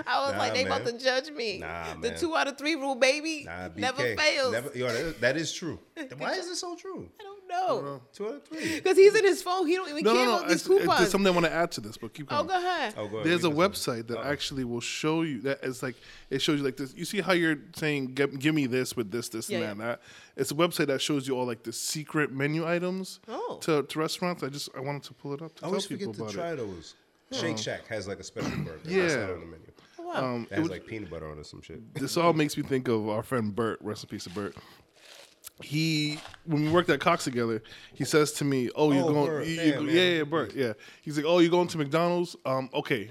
Speaker 3: I was
Speaker 2: Nah,
Speaker 3: like, they about to
Speaker 2: man.
Speaker 3: judge me.
Speaker 2: Nah,
Speaker 3: the
Speaker 2: man.
Speaker 3: two out of three rule, baby,
Speaker 2: Nah, BK.
Speaker 3: never fails.
Speaker 2: Never- yo, that, is, that is true. Why is this so true?
Speaker 3: I don't know,
Speaker 2: Two out of three.
Speaker 3: because he's in his phone. He don't even
Speaker 1: No,
Speaker 3: care
Speaker 1: no, no.
Speaker 3: about these
Speaker 1: it's- it's-
Speaker 3: coupons.
Speaker 1: there's something I want to add to this, but keep
Speaker 3: oh,
Speaker 1: going.
Speaker 3: go ahead.
Speaker 2: Oh, go ahead.
Speaker 1: There's a
Speaker 2: read this one.
Speaker 1: website that actually will show you that it's like it shows you like this. You see how you're saying, "Give, give me this with this, this,
Speaker 3: Yeah,
Speaker 1: and
Speaker 3: yeah.
Speaker 1: that, and that." It's a website that shows you all like the secret menu items
Speaker 3: Oh.
Speaker 1: to, to restaurants. I just I wanted to pull it up to
Speaker 2: I
Speaker 1: tell
Speaker 2: always
Speaker 1: people
Speaker 2: forget to
Speaker 1: about
Speaker 2: try
Speaker 1: it.
Speaker 2: those. Shake Shack has like a special burger. That's
Speaker 1: Yeah.
Speaker 2: not on the menu.
Speaker 3: Oh, wow.
Speaker 1: Um,
Speaker 2: It has like peanut butter on it or some shit.
Speaker 1: this all makes me think of our friend Bert. Rest in peace to Bert. He, when we worked at Cox together, he says to me, "Oh, you're
Speaker 2: Oh,
Speaker 1: going,
Speaker 2: Bert.
Speaker 1: you- you-
Speaker 2: Damn, man.
Speaker 1: yeah, yeah, Bert, yeah." He's like, "Oh, you're going to McDonald's? Um, okay,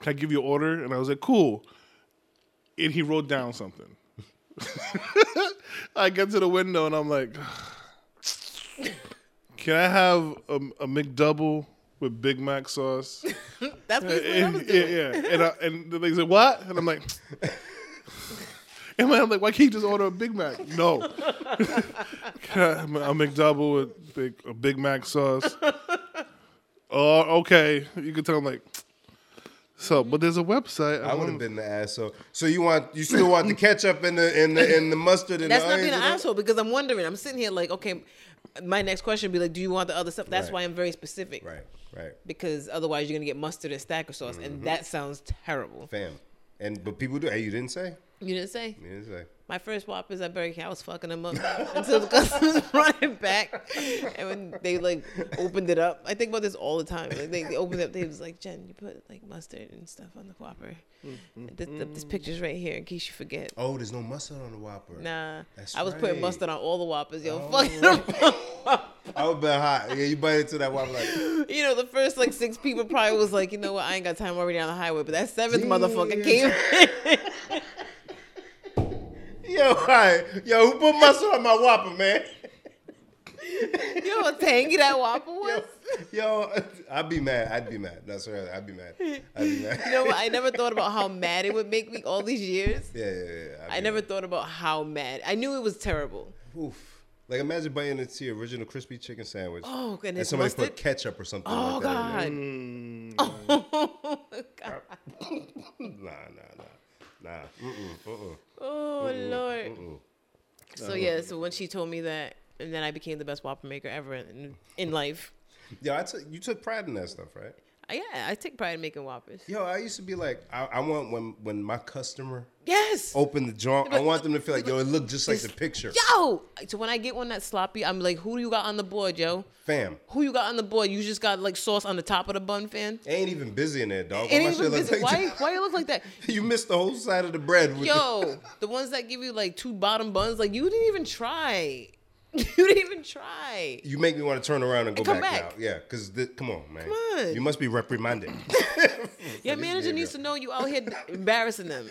Speaker 1: can I give you an order?" And I was like, "Cool." And he wrote down something. I get to the window and I'm like, "Can I have a, a McDouble with Big Mac sauce?"
Speaker 3: That's basically what I
Speaker 1: and,
Speaker 3: was
Speaker 1: yeah,
Speaker 3: doing.
Speaker 1: yeah. And, I, and the lady's like, what? And I'm like, and I'm like, why can't you just order a Big Mac? No. I'm a McDouble with big, a Big Mac sauce. Oh, okay. You can tell I'm like, so, but there's a website.
Speaker 2: I would have
Speaker 3: Mm.
Speaker 1: wanna-
Speaker 2: been the asshole. So you want you still want the ketchup and the and the and the mustard and
Speaker 3: That's
Speaker 2: the
Speaker 3: not
Speaker 2: onions
Speaker 3: being an
Speaker 2: and all-
Speaker 3: asshole because I'm wondering. I'm sitting here like, okay, my next question would be like, do you want the other stuff? That's
Speaker 2: Right.
Speaker 3: why I'm very specific.
Speaker 2: Right, right,
Speaker 3: Because otherwise, you're gonna get mustard and stack of sauce, and
Speaker 2: Mm-hmm.
Speaker 3: that sounds terrible.
Speaker 2: fam. And but people do. Hey, you didn't say.
Speaker 3: You didn't say.
Speaker 2: You didn't say.
Speaker 3: My first whoppers at Burger King, I was fucking them up until the customers brought it back, and when they like opened it up, I think about this all the time. Like they, they opened it up, they was like, "Jen, you put like mustard and stuff on the Whopper." This, this picture's right here in case you forget.
Speaker 2: Mm-hmm. Oh, there's no mustard on the Whopper.
Speaker 3: Nah,
Speaker 2: That's
Speaker 3: I was putting
Speaker 2: right.
Speaker 3: mustard on all the Whoppers, yo.
Speaker 2: Oh.
Speaker 3: Fucking them.
Speaker 2: I would been hot. Yeah, you bite into that Whopper like.
Speaker 3: you know, the first like six people probably was like, "You know what? I ain't got time I'm already on the highway." But that seventh motherfucker came.
Speaker 2: Yo, hi. Yo, who put mustard on my Whopper, man?
Speaker 3: you know how tangy that Whopper was.
Speaker 2: Yo, yo, I'd be mad. I'd be mad. That's right. I'd be mad. I'd be mad.
Speaker 3: You know what? I never thought about how mad it would make me all these years.
Speaker 2: yeah, yeah, yeah. I'd
Speaker 3: I
Speaker 2: be
Speaker 3: never thought about how mad. I knew it was terrible.
Speaker 2: mad. Oof. Like imagine biting into your original crispy chicken sandwich.
Speaker 3: Oh, and
Speaker 2: and
Speaker 3: it's
Speaker 2: somebody
Speaker 3: mustard?
Speaker 2: put ketchup or something.
Speaker 3: Oh
Speaker 2: like that
Speaker 3: God.
Speaker 2: in Mm.
Speaker 3: Oh God.
Speaker 2: there. Nah, nah, nah, nah. Mm-mm, uh-uh,
Speaker 3: Oh Lord.
Speaker 2: mm-mm. Uh-huh.
Speaker 3: So yeah. So when she told me that, and then I became the best Whopper maker ever in, in life.
Speaker 2: Yo, I took you took pride in that stuff, right?
Speaker 3: I- Yeah, I take pride in making Whoppers.
Speaker 2: Yo, I used to be like, I, I want when when my customer
Speaker 3: Yes.
Speaker 2: open the joint, I
Speaker 3: But-
Speaker 2: want them to feel like, yo, it looked just like the picture,
Speaker 3: Yo. So when I get one that's sloppy, I'm like, who do you got on the board, yo?
Speaker 2: fam.
Speaker 3: Who you got on the board? You just got like sauce on the top of the bun, fan.
Speaker 2: It ain't even busy in there, dog.
Speaker 3: It ain't even busy. Why? Why you look like that?
Speaker 2: You missed the whole side of the bread. With
Speaker 3: Yo, the ones that give you like two bottom buns, like you didn't even try. You didn't even try.
Speaker 2: the- you make me want to turn around and go
Speaker 3: And come
Speaker 2: back,
Speaker 3: back.
Speaker 2: now. Yeah, because come on, man.
Speaker 3: on.
Speaker 2: You must be reprimanded.
Speaker 3: Your manager needs to know you out here embarrassing them.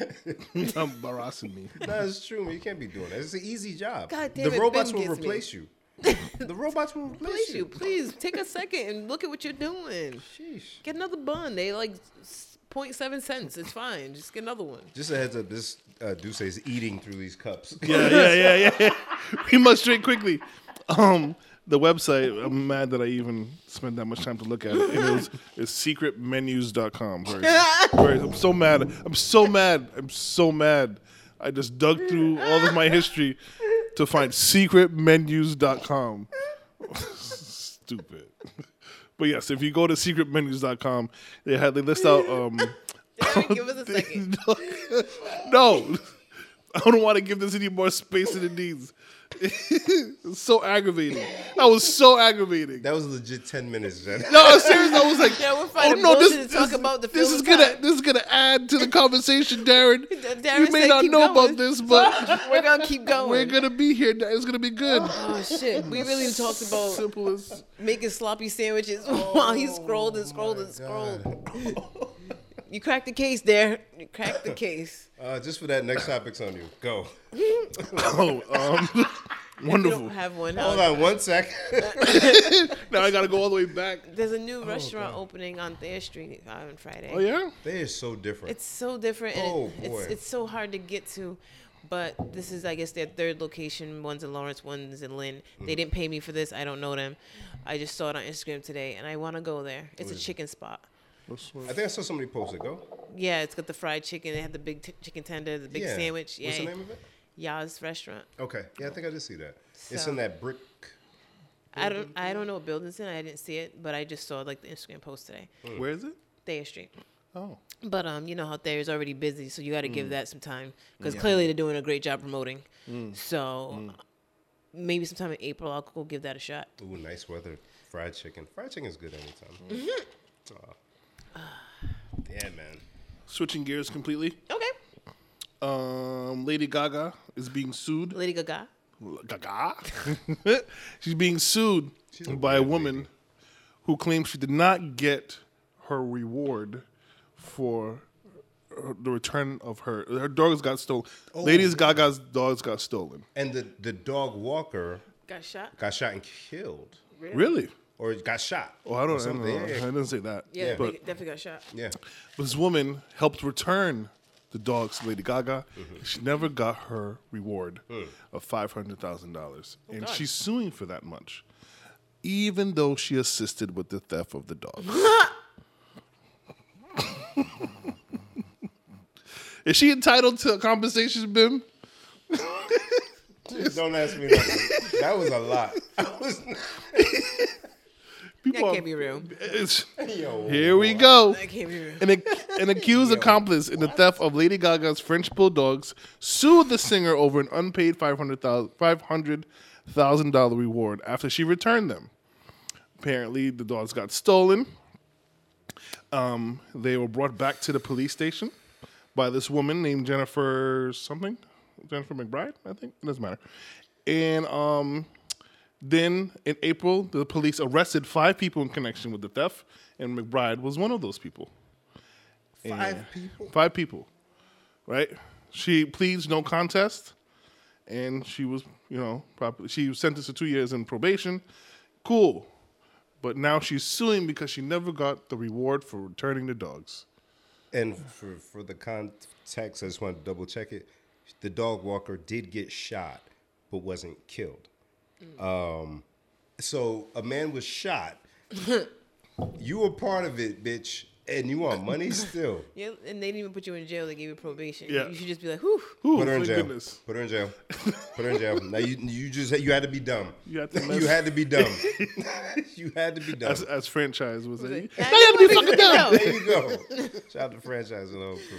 Speaker 1: embarrassing me.
Speaker 2: no, it's true. Man. You can't be doing that. It's an easy job.
Speaker 3: God damn
Speaker 2: the
Speaker 3: it, Ben
Speaker 2: robots will
Speaker 3: gets me.
Speaker 2: replace you. The robots will replace
Speaker 3: Please, you,
Speaker 2: you.
Speaker 3: please take a second and look at what you're doing.
Speaker 2: Sheesh.
Speaker 3: Get another bun. They like s- 0.7 cents. It's fine. Just get another one.
Speaker 2: Just a heads up, this uh, Duce is eating through these cups.
Speaker 1: Yeah, yeah, yeah, yeah. we must drink quickly. Um, the website, I'm mad that I even spent that much time to look at it. And it was it's secretmenus.com. Very, very, I'm so mad. I'm so mad. I'm so mad. I just dug through all of my history to find secretmenus.com. Stupid. But yes, if you go to secretmenus.com, they had they list out um
Speaker 3: Give us a second.
Speaker 1: no, I don't want to give this any more space than it needs. it's so aggravating. That was so aggravating.
Speaker 2: That was legit ten minutes, Jen.
Speaker 1: no, I'm serious. I was like,
Speaker 3: Yeah, we're
Speaker 1: oh
Speaker 3: finding
Speaker 1: no, this,
Speaker 3: bullshit to
Speaker 1: this-
Speaker 3: talk about to
Speaker 1: this
Speaker 3: fill
Speaker 1: is
Speaker 3: the
Speaker 1: gonna
Speaker 3: time.
Speaker 1: this is gonna add to the conversation, Darren.
Speaker 3: Darren
Speaker 1: you may
Speaker 3: said
Speaker 1: not
Speaker 3: keep
Speaker 1: know
Speaker 3: going.
Speaker 1: about this, but
Speaker 3: We're gonna keep going.
Speaker 1: we're gonna be here. It's gonna be good.
Speaker 3: Oh shit! We really talked about
Speaker 1: Simple as
Speaker 3: making sloppy sandwiches while he scrolled and scrolled and scrolled. You cracked the case there. You cracked the case.
Speaker 2: Uh, just for that, next topic's on you. Go.
Speaker 1: oh, um,
Speaker 3: We don't
Speaker 1: wonderful.
Speaker 3: have one.
Speaker 2: Hold
Speaker 3: Uh,
Speaker 2: on one sec.
Speaker 1: Now I gotta go all the way back.
Speaker 3: There's a new restaurant opening on Thayer Street on Friday.
Speaker 1: Oh yeah.
Speaker 2: they are so different.
Speaker 3: It's so different. And
Speaker 2: Oh,
Speaker 3: it, It's,
Speaker 2: boy.
Speaker 3: it's so hard to get to. But this is, I guess, their third location. One's in Lawrence, one's in Lynn.
Speaker 2: Mm-hmm.
Speaker 3: They didn't pay me for this. I don't know them. I just saw it on Instagram today, and I want to go there. It's a chicken spot.
Speaker 2: I think I saw somebody post it. Go.
Speaker 3: Yeah, it's got the fried chicken. They had the big t- chicken tender, the big
Speaker 2: Yeah.
Speaker 3: sandwich. Yeah,
Speaker 2: What's the name of it?
Speaker 3: Yaz Restaurant.
Speaker 2: Okay. Yeah, I think I did see that. It's
Speaker 3: So-
Speaker 2: in that brick.
Speaker 3: I don't, I don't know what building's in. I didn't see it, but I just saw like the Instagram post today.
Speaker 1: Where is it?
Speaker 3: Thayer Street.
Speaker 1: Oh. Mm.
Speaker 3: But um, you know how Thayer's already busy, so you got to give that some time because clearly they're doing a great job promoting.
Speaker 1: Mm.
Speaker 3: So uh, maybe sometime in April I'll go give that a shot.
Speaker 2: Ooh, nice weather. Fried chicken. Fried chicken's good anytime.
Speaker 3: Mm-hmm.
Speaker 2: Aw. Yeah, man.
Speaker 1: Switching gears completely.
Speaker 3: Okay,
Speaker 1: Um, Lady Gaga is being sued.
Speaker 3: Lady Gaga.
Speaker 1: Gaga. She's being sued
Speaker 2: a
Speaker 1: by a
Speaker 2: weird
Speaker 1: woman who claims she did not get her reward for her- the return of her her dogs got stolen. Ladies Gaga's dogs got stolen.
Speaker 2: And the, the dog walker
Speaker 3: Got shot.
Speaker 2: got shot and killed.
Speaker 1: Really?
Speaker 2: Or got shot.
Speaker 1: Oh, I
Speaker 2: Or
Speaker 1: don't, I don't know.
Speaker 2: something.
Speaker 1: I
Speaker 2: Yeah, yeah,
Speaker 1: didn't say that.
Speaker 3: Yeah,
Speaker 1: but
Speaker 3: they definitely got shot.
Speaker 2: yeah.
Speaker 1: this woman helped return the dogs to Lady Gaga. She never got her reward of five hundred thousand dollars, and she's suing for that much, even though she assisted with the theft of the dogs. Is she entitled to compensation, Bim?
Speaker 2: Don't ask me nothing. that was a lot. I was
Speaker 1: People
Speaker 3: That
Speaker 1: are-
Speaker 3: can't be real.
Speaker 1: It's-
Speaker 2: Yo.
Speaker 1: here we go.
Speaker 3: That can't be real.
Speaker 1: An, ac- an accused accomplice in the theft of Lady Gaga's French bulldogs sued the singer over an unpaid $500,000 dollar reward after she returned them. Apparently, the dogs got stolen. Um, they were brought back to the police station by this woman named Jennifer something, Jennifer McBride, I think. It doesn't matter. And um, then in April, the police arrested five people in connection with the theft, and McBride was one of those people.
Speaker 2: Five
Speaker 1: And-
Speaker 2: people.
Speaker 1: Five people, right? She pleads no contest, and she was, you know, properly. She was sentenced to two years in probation. Cool, but now she's suing because she never got the reward for returning the dogs.
Speaker 2: And for, for the context, I just want to double check it. The dog walker did get shot, but wasn't killed.
Speaker 1: Mm.
Speaker 2: Um, so a man was shot. you were part of it, bitch, and you want money still.
Speaker 3: Yeah, and they didn't even put you in jail. They gave you probation.
Speaker 1: Yeah.
Speaker 3: You should just be like, whew.
Speaker 1: Ooh,
Speaker 2: Put her
Speaker 1: thank
Speaker 2: in jail.
Speaker 1: goodness.
Speaker 2: Put her in jail. Put her in jail. Now you you just you had to be dumb.
Speaker 1: You had to
Speaker 2: you
Speaker 1: mess-
Speaker 2: had to be dumb. you had to be dumb.
Speaker 1: As, as franchise was it?
Speaker 3: Now
Speaker 1: Now you have to be
Speaker 3: you
Speaker 1: fucking
Speaker 3: wanna-
Speaker 1: down.
Speaker 2: There you go. Shout out to franchise and all crew.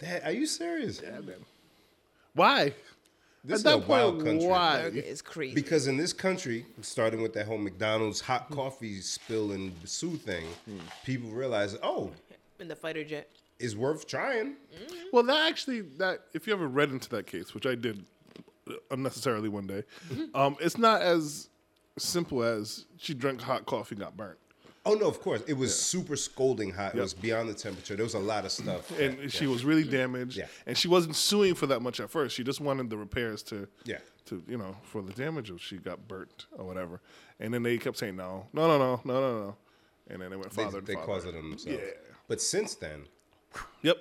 Speaker 2: That, are you serious?
Speaker 1: Why?
Speaker 2: This
Speaker 1: At that
Speaker 2: is a wild
Speaker 1: point,
Speaker 2: country.
Speaker 1: why?
Speaker 3: America is crazy.
Speaker 2: Because in this country, starting with that whole McDonald's hot coffee spill and sue thing, people realize, oh,
Speaker 3: in the fighter jet.
Speaker 2: it's worth trying.
Speaker 1: Well, that actually, that if you ever read into that case, which I did unnecessarily one day,
Speaker 2: Mm-hmm.
Speaker 1: um, it's not as simple as she drank hot coffee, got burnt,
Speaker 2: Oh no, of course. It was super scolding hot. It was beyond the temperature. There was a lot of stuff.
Speaker 1: and she was really damaged,
Speaker 2: Yeah.
Speaker 1: and she wasn't suing for that much at first. She just wanted the repairs to,
Speaker 2: Yeah.
Speaker 1: to you know, for the damage if she got burnt or whatever. And then they kept saying no, no, no, no, no, no, no, and then they went
Speaker 2: they,
Speaker 1: father.
Speaker 2: they
Speaker 1: to
Speaker 2: caused
Speaker 1: father.
Speaker 2: it on themselves.
Speaker 1: Yeah.
Speaker 2: But since then,
Speaker 1: Yep.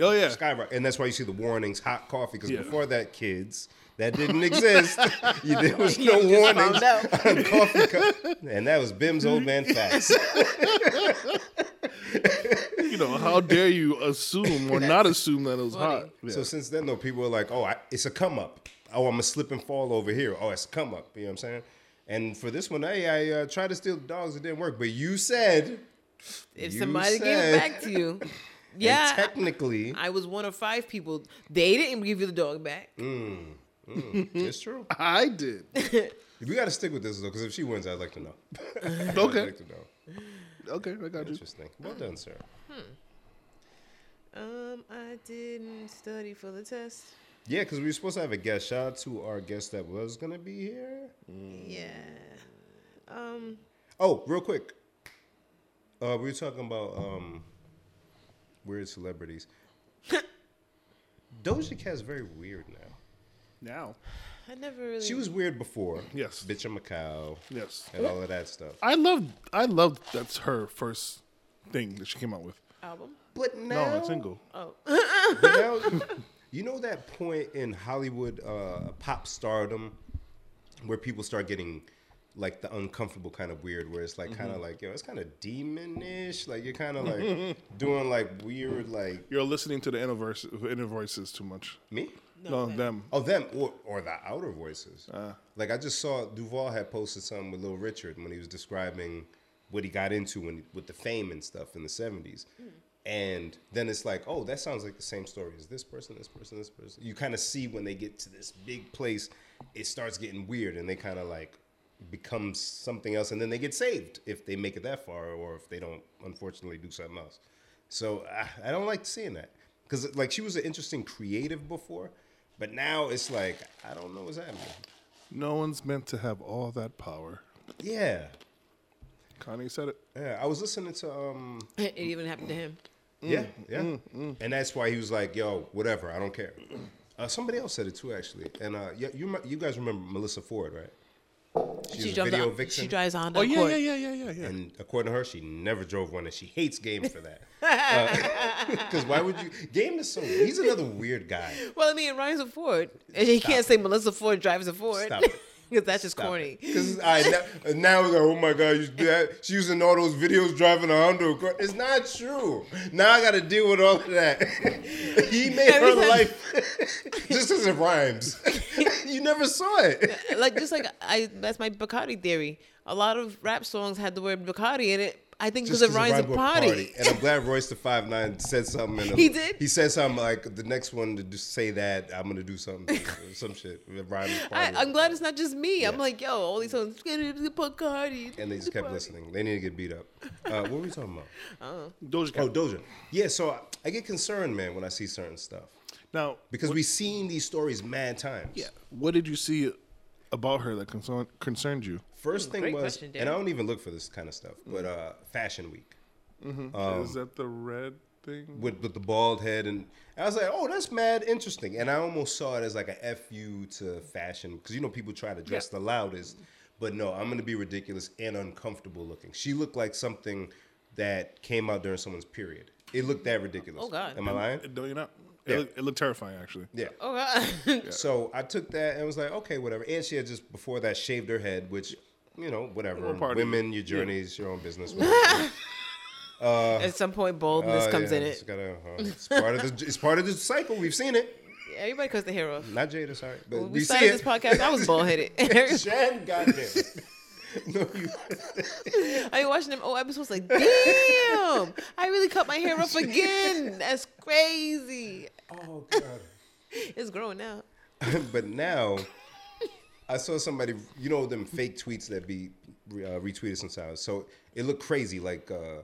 Speaker 1: Oh yeah.
Speaker 2: skyrocket. And that's why you see the warnings, hot coffee. Because
Speaker 1: Yeah.
Speaker 2: before that, kids, That didn't exist. You- there was no
Speaker 3: You just
Speaker 2: warning.
Speaker 3: found out.
Speaker 2: Coffee cup. And that was Bim's old man facts.
Speaker 1: You know, how dare you assume or not assume that it was hot? Yeah.
Speaker 2: So since then, though, people are like, oh, I, it's a come up. Oh, I'm a slip and fall over here. Oh, it's a come up. You know what I'm saying? And for this one, hey, I uh, tried to steal the dogs. It didn't work. But you said,
Speaker 3: If
Speaker 2: You
Speaker 3: somebody
Speaker 2: said-
Speaker 3: gives back to you,
Speaker 2: yeah,
Speaker 3: yeah,
Speaker 2: technically,
Speaker 1: Uh,
Speaker 3: I was one of five people. They didn't give you the dog back.
Speaker 2: it's true.
Speaker 1: I did.
Speaker 2: We got to stick with this, though, because if she wins, I'd like to know. I'd
Speaker 1: Okay.
Speaker 2: like to know.
Speaker 1: Okay, I got you.
Speaker 2: Interesting. Well done, sir.
Speaker 3: Um, I didn't study for the test.
Speaker 2: Yeah, because we were supposed to have a guest. Shout out to our guest that was going to be here.
Speaker 3: Yeah. Um,
Speaker 2: Oh, real quick. Uh, we were talking about um, weird celebrities. Doja Cat's very weird now.
Speaker 1: Now,
Speaker 3: I never really.
Speaker 2: She was weird before.
Speaker 1: Yes.
Speaker 2: Bitch, I'm a cow.
Speaker 1: yes,
Speaker 2: And all of that stuff.
Speaker 1: I love. I love that's her first thing that she came out with.
Speaker 3: album.
Speaker 2: But now.
Speaker 1: No, a single.
Speaker 2: But now, you know that point in Hollywood uh, pop stardom where people start getting like the uncomfortable kind of weird, where it's like kind
Speaker 1: Mm-hmm.
Speaker 2: of like yo, it's kind of demonish. Like you're kind of like doing like weird, like
Speaker 1: You're listening to the inner, verse, inner voices too much.
Speaker 2: me.
Speaker 1: No, them.
Speaker 2: Oh, them or, or the outer voices. like I just saw Duvall had posted something with Little Richard when he was describing what he got into when, with the fame and stuff in the seventies, and then it's like, oh, that sounds like the same story as this person, this person, this person. You kind of see when they get to this big place, it starts getting weird, and they kind of like become something else, and then they get saved if they make it that far, or if they don't, unfortunately, do something else. So I, I don't like seeing that because like she was an interesting creative before. But now it's like I don't know what's happening.
Speaker 1: No one's meant to have all that power.
Speaker 2: Yeah.
Speaker 1: Kanye said it.
Speaker 2: Yeah. I was listening to um
Speaker 3: It even happened to him.
Speaker 2: Yeah, yeah. And that's why he was like, yo, whatever, I don't care. Uh, somebody else said it too, actually. And uh, you, you rem- you guys remember Melissa Ford, right? She's
Speaker 3: She
Speaker 2: a
Speaker 3: drives.
Speaker 2: video
Speaker 3: a,
Speaker 2: vixen.
Speaker 3: She drives a Honda
Speaker 1: Oh yeah,
Speaker 3: Accord.
Speaker 1: yeah, yeah, yeah, yeah, yeah.
Speaker 2: and according to her, she never drove one, and she hates Game for that. Because why would you? Game is so. He's another weird guy.
Speaker 3: Well, I mean, it rhymes with Ford, and you can't say Melissa Ford drives a Ford
Speaker 2: Stop it.
Speaker 3: because that's just corny.
Speaker 2: Because I now, now it's like, oh my god, you, that, she's using all those videos driving a Honda Accord. It's not true. Now I got to deal with all of that. he made
Speaker 3: Every
Speaker 2: her
Speaker 3: time-
Speaker 2: life just as it rhymes. you never saw it.
Speaker 3: like just like I, that's my Bacardi theory. A lot of rap songs had the word Bacardi in it. I think because
Speaker 2: Just
Speaker 3: it rhymes with
Speaker 2: with
Speaker 3: party.
Speaker 2: And I'm glad Royce the Five Nine said something. In a-
Speaker 3: He did?
Speaker 2: He said something like, "The next one to do, say that, I'm gonna do something, or some shit." It rhymes with
Speaker 3: I,
Speaker 2: party.
Speaker 3: I'm glad it's not just me. I'm
Speaker 2: Yeah.
Speaker 3: like, yo, all these songs Bacardi.
Speaker 2: And they just kept listening. They need to get beat up. Uh, what were we talking about?
Speaker 1: Doja Cat.
Speaker 2: Oh, Doja. Yeah, so I, I get concerned, man, when I see certain stuff
Speaker 1: now,
Speaker 2: because we've seen these stories mad times.
Speaker 1: yeah, what did you see about her that concern, concerned you?
Speaker 2: First thing
Speaker 3: Hmm, great
Speaker 2: was,
Speaker 3: question, Dan.
Speaker 2: and I don't even look for this kind of stuff, but uh, Fashion Week
Speaker 1: Is that the red thing?
Speaker 2: with, with the bald head, and I was like, oh, that's mad interesting, and I almost saw it as like a fu to fashion because you know people try to dress the loudest, but no, I'm gonna be ridiculous and uncomfortable looking. She looked like something that came out during someone's period. It looked that ridiculous.
Speaker 3: Oh, God.
Speaker 2: Am I lying?
Speaker 1: Uh, No, you're not. It,
Speaker 2: Yeah.
Speaker 1: look- it looked terrifying, actually.
Speaker 2: Yeah.
Speaker 3: Oh God.
Speaker 2: So I took that and was like, okay, whatever. And she had just before that shaved her head, which you know, whatever.
Speaker 1: part of
Speaker 2: Women, your journeys, your own business. whatever.
Speaker 3: At some point, boldness
Speaker 2: Uh,
Speaker 3: comes
Speaker 2: yeah,
Speaker 3: in
Speaker 2: it's
Speaker 3: it.
Speaker 2: gotta- uh, it's part of the. It's part of the cycle. We've seen it.
Speaker 3: Everybody cuts their hair off.
Speaker 2: Not Jada, sorry, but
Speaker 3: When
Speaker 2: we,
Speaker 3: we
Speaker 2: see
Speaker 3: started
Speaker 2: it.
Speaker 3: this podcast, I was bald headed.
Speaker 2: Shan, goddamn. it. no, you.
Speaker 3: I be watching them old episodes like, damn, I really cut my hair off again. That's crazy.
Speaker 2: Oh god.
Speaker 3: It's growing now.
Speaker 2: but now I saw somebody, you know, them fake tweets that be uh, retweeted sometimes. So it looked crazy. Like uh,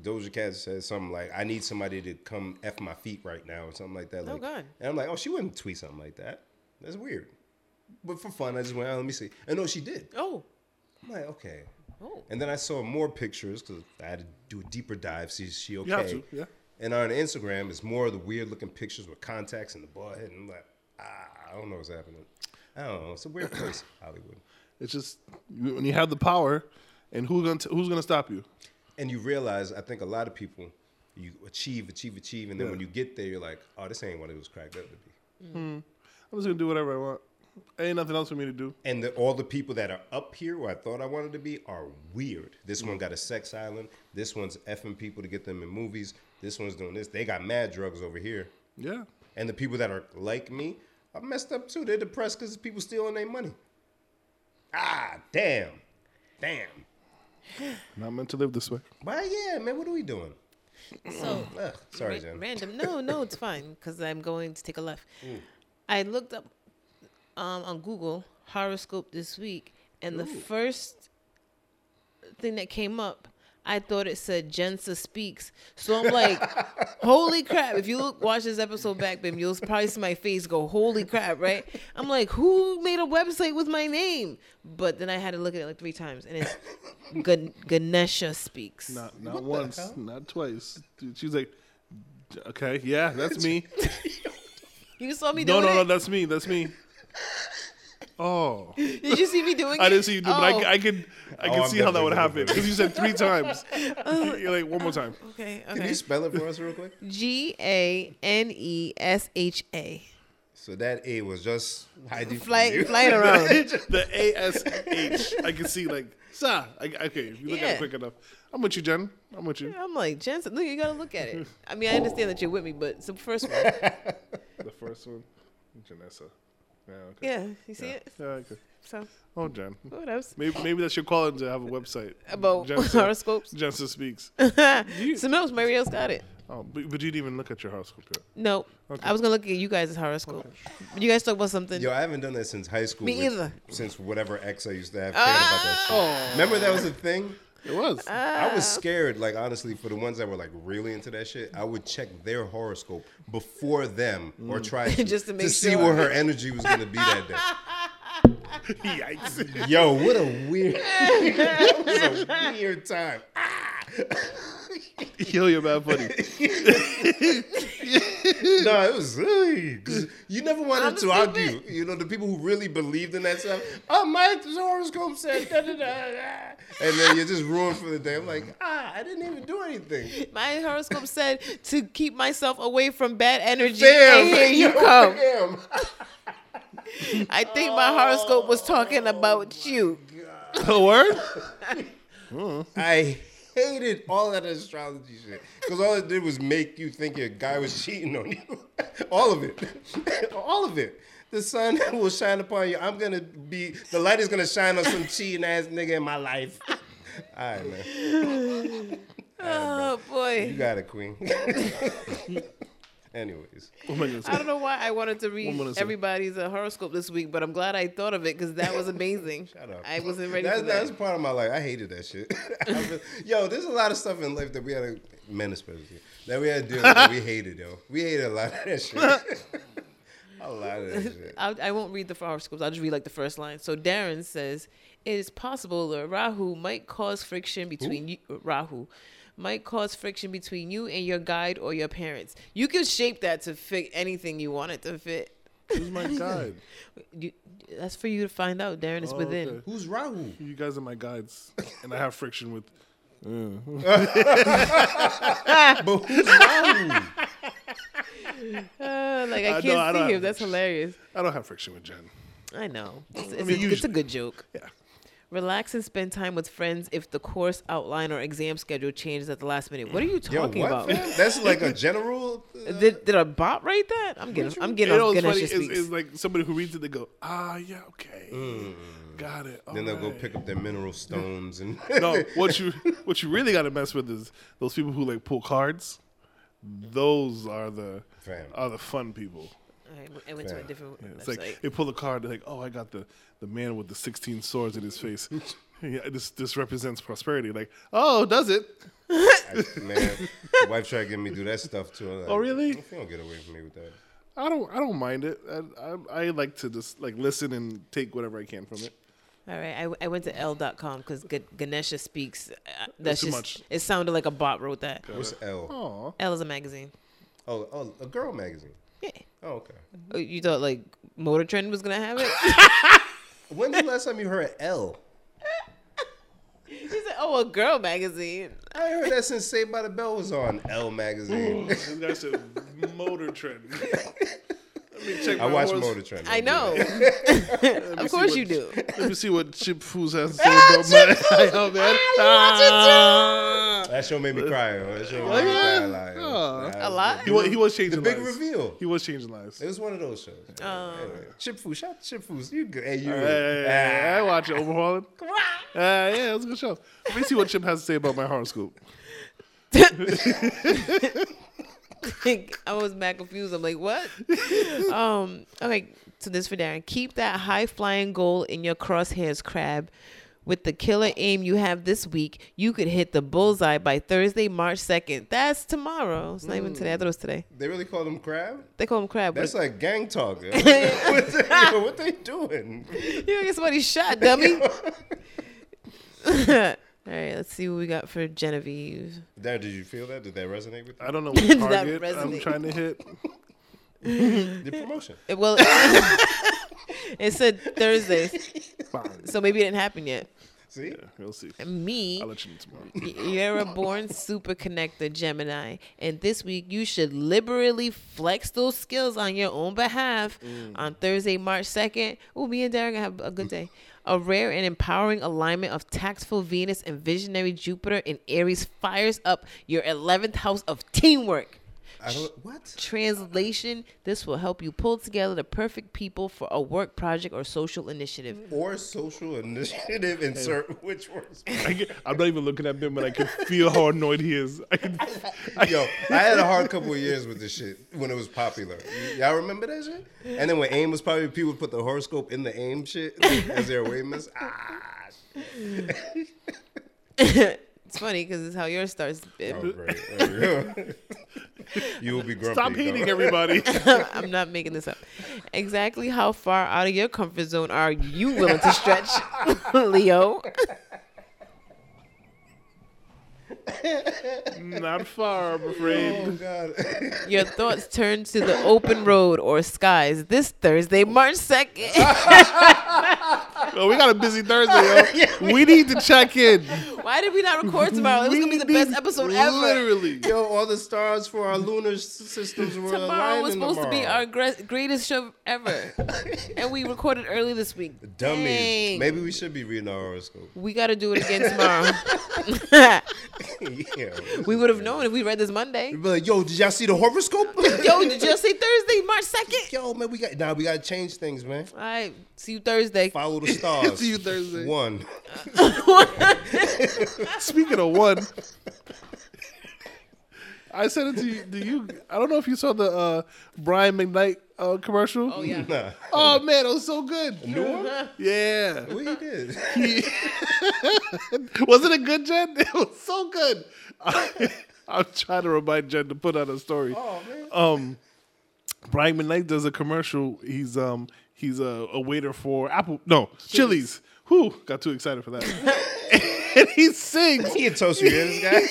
Speaker 2: Doja Cat said something like, "I need somebody to come f my feet right now" or something like that.
Speaker 3: Oh,
Speaker 2: Like,
Speaker 3: God.
Speaker 2: And I'm like, "Oh, she wouldn't tweet something like that. That's weird." But for fun, I just went, oh, "Let me see." And no, she did.
Speaker 3: Oh,
Speaker 2: I'm like, "Okay."
Speaker 3: oh.
Speaker 2: And then I saw more pictures because I had to do a deeper dive. See, is she okay?
Speaker 1: have to, yeah.
Speaker 2: And on Instagram, it's more of the weird looking pictures with contacts and the bald head. And I'm like, ah, I don't know what's happening. I don't know. It's a weird place, Hollywood.
Speaker 1: It's just you- when you have the power, and who's gonna t- who's gonna stop you?
Speaker 2: And you realize, I think a lot of people, you achieve, achieve, achieve. And then when you get there, you're like, oh, this ain't what it was cracked up to be.
Speaker 1: I'm just gonna do whatever I want. Ain't nothing else for me to do.
Speaker 2: And the, all the people that are up here where I thought I wanted to be are weird. This one got a sex island. This one's effing people to get them in movies. This one's doing this. They got mad drugs over here.
Speaker 1: Yeah.
Speaker 2: And the people that are like me are messed up too. They're depressed because people stealing their money. Ah, damn. Damn.
Speaker 1: Not meant to live this way.
Speaker 2: But yeah, man, what are we doing?
Speaker 3: So
Speaker 2: Ugh, sorry,
Speaker 3: ra-
Speaker 2: Jen. Mm.
Speaker 3: random. No, no, it's fine because I'm going to take a left. I looked up um, on Google horoscope this week, and the first thing that came up, I thought it said Jensa speaks. So I'm like, holy crap! If you look, watch this episode back, Bim, you'll probably see my face go, holy crap, right? I'm like, who made a website with my name? But then I had to look at it like three times, and it's Gan- Ganesha speaks.
Speaker 1: Not not once, not twice. Dude, She's like, okay, yeah, that's me.
Speaker 3: You saw me
Speaker 1: no,
Speaker 3: doing
Speaker 1: no, no,
Speaker 3: it.
Speaker 1: that's me. That's me. Oh,
Speaker 3: Did you see me doing it?
Speaker 1: I didn't see you do, but I,
Speaker 3: Oh.
Speaker 1: c- I can, I can
Speaker 2: Oh, I'm
Speaker 1: see how that would happen
Speaker 2: definitely
Speaker 1: because you said three times. You're like one more time.
Speaker 3: Okay,
Speaker 2: Can
Speaker 3: okay.
Speaker 2: you spell it for us real quick?
Speaker 3: G A N E S H A.
Speaker 2: So that A was just hiding from you.
Speaker 3: Flight, flight around.
Speaker 1: the A E S H. I can see like sa. I, okay, if you look at
Speaker 3: Yeah.
Speaker 1: it quick enough, I'm with you, Jen. I'm with you.
Speaker 3: I'm like Jensen. Look, you gotta look at it. I mean, I understand that you're with me, but so first one,
Speaker 1: The first one, Janessa. Yeah. Okay.
Speaker 3: yeah, you see it.
Speaker 1: Yeah, okay.
Speaker 3: So
Speaker 1: Oh, Jen.
Speaker 3: what else
Speaker 1: Maybe maybe that's your calling to have a website
Speaker 3: about
Speaker 1: Jensen,
Speaker 3: horoscopes?
Speaker 1: Jensen speaks. you-
Speaker 3: Something else, Mary else got it.
Speaker 1: Oh, but, but you didn't even look at your horoscope yet.
Speaker 3: No,
Speaker 1: Okay.
Speaker 3: I was gonna look at you guys' horoscope. You guys talk about something.
Speaker 2: Yo, I haven't done that since high school.
Speaker 3: Me
Speaker 2: which-
Speaker 3: either. Oh.
Speaker 2: Since whatever ex I used to have. Cared about that shit. Remember that was a thing?
Speaker 1: It was.
Speaker 3: Uh, Ah,
Speaker 2: I was scared, like honestly, for the ones that were like really into that shit. I would check their horoscope before them, or try to,
Speaker 3: Mm. Just to make
Speaker 2: see
Speaker 3: sure.
Speaker 2: where her energy was gonna be that day.
Speaker 1: Yikes.
Speaker 2: Yo, what a weird, that was a weird time.
Speaker 1: Yo, you're bad funny.
Speaker 2: No, it was really. 'cause You never wanted
Speaker 3: I'm
Speaker 2: to
Speaker 3: stupid.
Speaker 2: argue. You know, the people who really believed in that stuff. Oh, my horoscope said da da da da. And then you're just ruined for the day. I'm like, ah, I didn't even do anything.
Speaker 3: My horoscope said to keep myself away from bad energy.
Speaker 2: Damn.
Speaker 3: and here you
Speaker 2: Yo,
Speaker 3: come.
Speaker 2: Damn.
Speaker 3: I think my horoscope was talking about you.
Speaker 1: The word?
Speaker 2: I hated all that astrology shit. Because all it did was make you think your guy was cheating on you. all of it. all of it. The sun will shine upon you. I'm going to be, the light is going to shine on some cheating ass nigga in my life. All right, man.
Speaker 3: Oh
Speaker 2: You
Speaker 3: boy.
Speaker 2: got it, Queen. Anyways,
Speaker 1: What am I gonna say?
Speaker 3: I don't know why I wanted to read
Speaker 1: minute, sir.
Speaker 3: everybody's uh, horoscope this week, but I'm glad I thought of it because that was amazing.
Speaker 2: shut up.
Speaker 3: I wasn't ready
Speaker 2: that's,
Speaker 3: for that.
Speaker 2: That's part of my life. I hated that shit. I was- yo, there's a lot of stuff in life that we had to, men especially, that we had to deal with that we hated, yo. We hated a lot of that shit. a lot of that shit.
Speaker 3: I, I won't read the horoscopes. I'll just read like the first line. So Darren says, "It is possible that Rahu might cause friction between you. uh, Rahu might cause friction between you and your guide or your parents. You can shape that to fit anything you want it to fit.
Speaker 1: Who's my guide?
Speaker 3: You, that's for you to find out, Darren. It's
Speaker 1: Oh,
Speaker 3: within.
Speaker 1: okay.
Speaker 2: Who's Rahu?
Speaker 1: You guys are my guides, and I have friction with.
Speaker 2: But who's Rahu?
Speaker 3: Uh, like
Speaker 1: I
Speaker 3: I
Speaker 1: know, I
Speaker 3: can't
Speaker 1: don't
Speaker 3: see
Speaker 1: have
Speaker 3: him. That's hilarious.
Speaker 1: I don't have friction with Jen.
Speaker 3: I know. It's, it's
Speaker 1: mean,
Speaker 3: a,
Speaker 1: you
Speaker 3: it's a
Speaker 1: sh-
Speaker 3: good joke.
Speaker 1: Yeah.
Speaker 3: Relax and spend time with friends if the course outline or exam schedule changes at the last minute. What are you
Speaker 2: Yo,
Speaker 3: talking
Speaker 2: what?
Speaker 3: about?
Speaker 2: fam? That's like a general. uh,
Speaker 3: Did, did a bot write that? I'm getting I'm
Speaker 1: You
Speaker 3: getting
Speaker 1: know
Speaker 3: off
Speaker 1: what's
Speaker 3: Ganesha
Speaker 1: funny is,
Speaker 3: speaks.
Speaker 1: is like somebody who reads it, they go, ah, yeah, okay, got it.
Speaker 2: Then they'll go
Speaker 1: alright."
Speaker 2: pick up their mineral stones and
Speaker 1: No, what you what you really got to mess with is those people who like pull cards. Those are the
Speaker 2: Fam.
Speaker 1: are the fun people.
Speaker 3: All right, I went to a
Speaker 2: Yeah.
Speaker 3: different
Speaker 1: It's
Speaker 3: website.
Speaker 1: like they pull a card. They're like, "Oh, I got the the man with the sixteen swords in his face. yeah, this this represents prosperity." Like, "Oh, does it?
Speaker 2: I- man, wife tried to get me to do that stuff too. I'm Like,
Speaker 1: Oh, really?
Speaker 2: You don't get away from me with that.
Speaker 1: I don't I don't mind it. I, I I like to just like listen and take whatever I can from it.
Speaker 3: All right, I, I went to L.com because G- Ganesha speaks. Uh, that's
Speaker 1: too
Speaker 3: just
Speaker 1: much.
Speaker 3: it sounded like a bot wrote that.
Speaker 2: What's L?
Speaker 1: Aw,
Speaker 3: L is a magazine.
Speaker 2: Oh, oh, a girl magazine.
Speaker 3: Yeah.
Speaker 2: Oh, okay.
Speaker 3: Oh, You thought like Motor Trend was gonna have it?
Speaker 2: When's the last time you heard L?
Speaker 3: she said, "Oh, a girl magazine."
Speaker 1: Oh,
Speaker 2: I ain't heard that since Saved by the
Speaker 1: Mm.
Speaker 2: Bell was on L magazine.
Speaker 1: this guy's a motor trend. Check my
Speaker 2: I watch
Speaker 1: horse.
Speaker 2: Motor Trend.
Speaker 3: I
Speaker 2: don't do
Speaker 3: know.
Speaker 2: that.
Speaker 1: Let me
Speaker 3: of
Speaker 1: see
Speaker 3: course
Speaker 1: what-
Speaker 3: you do.
Speaker 1: Let me see what Chip Foos has to say about my oh, man.
Speaker 2: Ah,
Speaker 1: Ah.
Speaker 2: That show made me cry. yo. That show made me
Speaker 1: yeah?
Speaker 2: cry a lot. yo.
Speaker 1: Oh.
Speaker 2: That
Speaker 3: A
Speaker 2: was
Speaker 3: lot?
Speaker 1: He was, he was
Speaker 2: ah. The
Speaker 1: changing
Speaker 2: big
Speaker 1: lives.
Speaker 2: reveal.
Speaker 1: He was changing lives.
Speaker 2: It was one of those shows. Anyway, Chip Foo, shout out to Chip Foo's. You good? Hey, you.
Speaker 1: Hey,
Speaker 2: Ah.
Speaker 1: I watch it overhauling. Uh, yeah, it was a good show. Let me see what Chip has to say about my horoscope.
Speaker 3: I was mad confused. I'm like, what? um, okay, so this for Darren. Keep that high flying goal in your crosshairs, crab. With the killer aim you have this week, you could hit the bullseye by Thursday, March 2nd. That's tomorrow. It's not even today. I thought it was today.
Speaker 2: Ah. They really call him Crab?
Speaker 3: They call him crab.
Speaker 2: That's
Speaker 3: But
Speaker 2: like gang talk. yo. what, they, yo, what they doing?
Speaker 3: you gonna get somebody shot, dummy. All right, let's see what we got for Genevieve.
Speaker 2: Dad, did you feel that? Did that resonate with you?
Speaker 1: I don't know what
Speaker 3: Does that
Speaker 1: target I'm
Speaker 3: resonate?
Speaker 1: trying to hit.
Speaker 2: The promotion.
Speaker 3: It, Eh, well, it said Thursday,
Speaker 1: Fine.
Speaker 3: so maybe it didn't happen yet.
Speaker 2: See?
Speaker 1: Yeah, we'll see.
Speaker 3: And me,
Speaker 1: I'll let you know tomorrow.
Speaker 3: You're a born super connector, Gemini. And this week, you should liberally flex those skills on your own behalf. On Thursday, March 2nd, ooh, me and Darren gonna have a good day. A rare and empowering alignment of tactful Venus and visionary Jupiter in Aries fires up your 11th house of teamwork.
Speaker 2: I don't. What?
Speaker 3: Translation This will help you pull together the perfect people for a work project or social initiative.
Speaker 2: Or social initiative insert which words.
Speaker 1: I get, I'm not even looking at him, but I can feel how annoyed he is. I can, I,
Speaker 2: Yo, I had a hard couple of years with this shit when it was popular. Y- Y'all remember that shit? And then when AIM was popular, people would put the horoscope in the AIM shit like, as their weightness. Ah,
Speaker 3: It's funny because it's how yours starts. babe.
Speaker 2: oh, great. Oh, yeah. you will be grumpy.
Speaker 1: stop
Speaker 2: though.
Speaker 1: hating everybody.
Speaker 3: I'm not making this up. Exactly how far out of your comfort zone are you willing to stretch, Leo?
Speaker 1: Mm, Not far, I'm afraid.
Speaker 2: Oh, God.
Speaker 3: Your thoughts turn to the open road or skies this Thursday, March 2nd.
Speaker 1: Yo, Oh, we got a busy Thursday, yo. we need to check in.
Speaker 3: Why did we not record tomorrow? It was
Speaker 1: We
Speaker 3: going to be the
Speaker 1: need-
Speaker 3: best episode ever.
Speaker 1: Literally.
Speaker 2: Yo, all the stars for our lunar s- systems were
Speaker 3: Tomorrow
Speaker 2: aligned
Speaker 3: was supposed to be
Speaker 2: tomorrow.
Speaker 3: our gre- greatest show ever. and we recorded early this week.
Speaker 2: dummies.
Speaker 3: Dang.
Speaker 2: Maybe we should be reading our horoscope.
Speaker 3: We got to do it again tomorrow.
Speaker 2: yeah.
Speaker 3: we would have known if we read this Monday.
Speaker 2: Be like, yo, did y'all see the horoscope?
Speaker 3: Yo, did you say Thursday, March 2nd?
Speaker 2: yo, man, we got now we gotta change things, man.
Speaker 3: All right. See you Thursday.
Speaker 2: Follow the stars.
Speaker 1: See you Thursday.
Speaker 2: One.
Speaker 1: Speaking of one, I sent it to you. Do you? I don't know if you saw the uh, Brian McKnight uh, commercial.
Speaker 3: Oh, yeah.
Speaker 2: Nah.
Speaker 1: Oh man, it was so good.
Speaker 2: New one?
Speaker 1: Yeah.
Speaker 2: What he did?
Speaker 1: Was it a good Jen? It was so good. I, am trying to remind Jen to put out a story.
Speaker 2: Oh man.
Speaker 1: Um, Brian McKnight does a commercial. He's um he's a, a waiter for Apple no Chili's. Who got too excited for that? and he sings
Speaker 2: He a toast you hear this guy.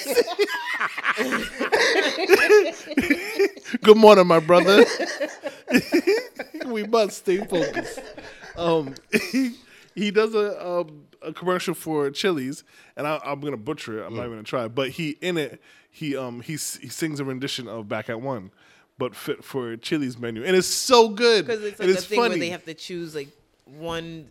Speaker 1: Good morning, my brother. we must stay focused. Um, he, he does a, um a commercial for Chili's, and I, I'm gonna butcher it.
Speaker 2: Mm.
Speaker 1: I'm not even gonna try. But he in it, he um he s- he sings a rendition of "Back at One," but fit for Chili's menu, and it's so good.
Speaker 3: Because it's like
Speaker 1: and
Speaker 3: the
Speaker 1: it's
Speaker 3: thing
Speaker 1: funny.
Speaker 3: where they have to choose like one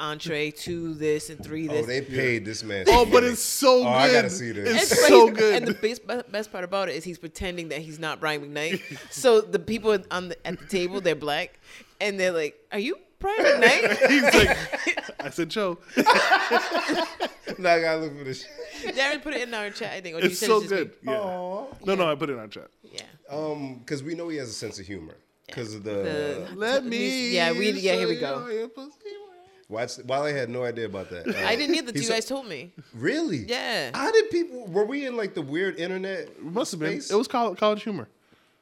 Speaker 3: entree, two this, and three this.
Speaker 2: Oh, they paid this man.
Speaker 1: oh,
Speaker 2: some
Speaker 1: but
Speaker 2: money.
Speaker 1: it's so good.
Speaker 2: Oh, I gotta see this.
Speaker 1: It's
Speaker 3: It's crazy.
Speaker 1: so good.
Speaker 3: And the best, be- best part about it is he's pretending that he's not Brian McKnight. so the people on the, at the table, they're black, and they're like, "Are you Brian McKnight?"
Speaker 1: He's like, I said, Joe.
Speaker 2: now I gotta look for this shit.
Speaker 3: Darren put it in our chat, I think. Or you
Speaker 1: It's
Speaker 3: said
Speaker 1: so
Speaker 3: just me.
Speaker 1: good. Yeah. No, no, I put it in our chat.
Speaker 3: Yeah.
Speaker 2: Um, because we know he has a sense of humor. Because of the, Oh,
Speaker 3: The-
Speaker 1: Let me.
Speaker 3: me Yeah, we- yeah, here we
Speaker 1: show
Speaker 3: go.
Speaker 1: you your pussy.
Speaker 2: watch. While I had no idea about that, uh,
Speaker 3: I didn't hear that
Speaker 2: he's
Speaker 3: you
Speaker 2: a-
Speaker 3: guys told me.
Speaker 2: Really?
Speaker 3: Yeah.
Speaker 2: How did people? Were we in like the weird internet?
Speaker 1: Must have been.
Speaker 2: space?
Speaker 1: It was college, college humor.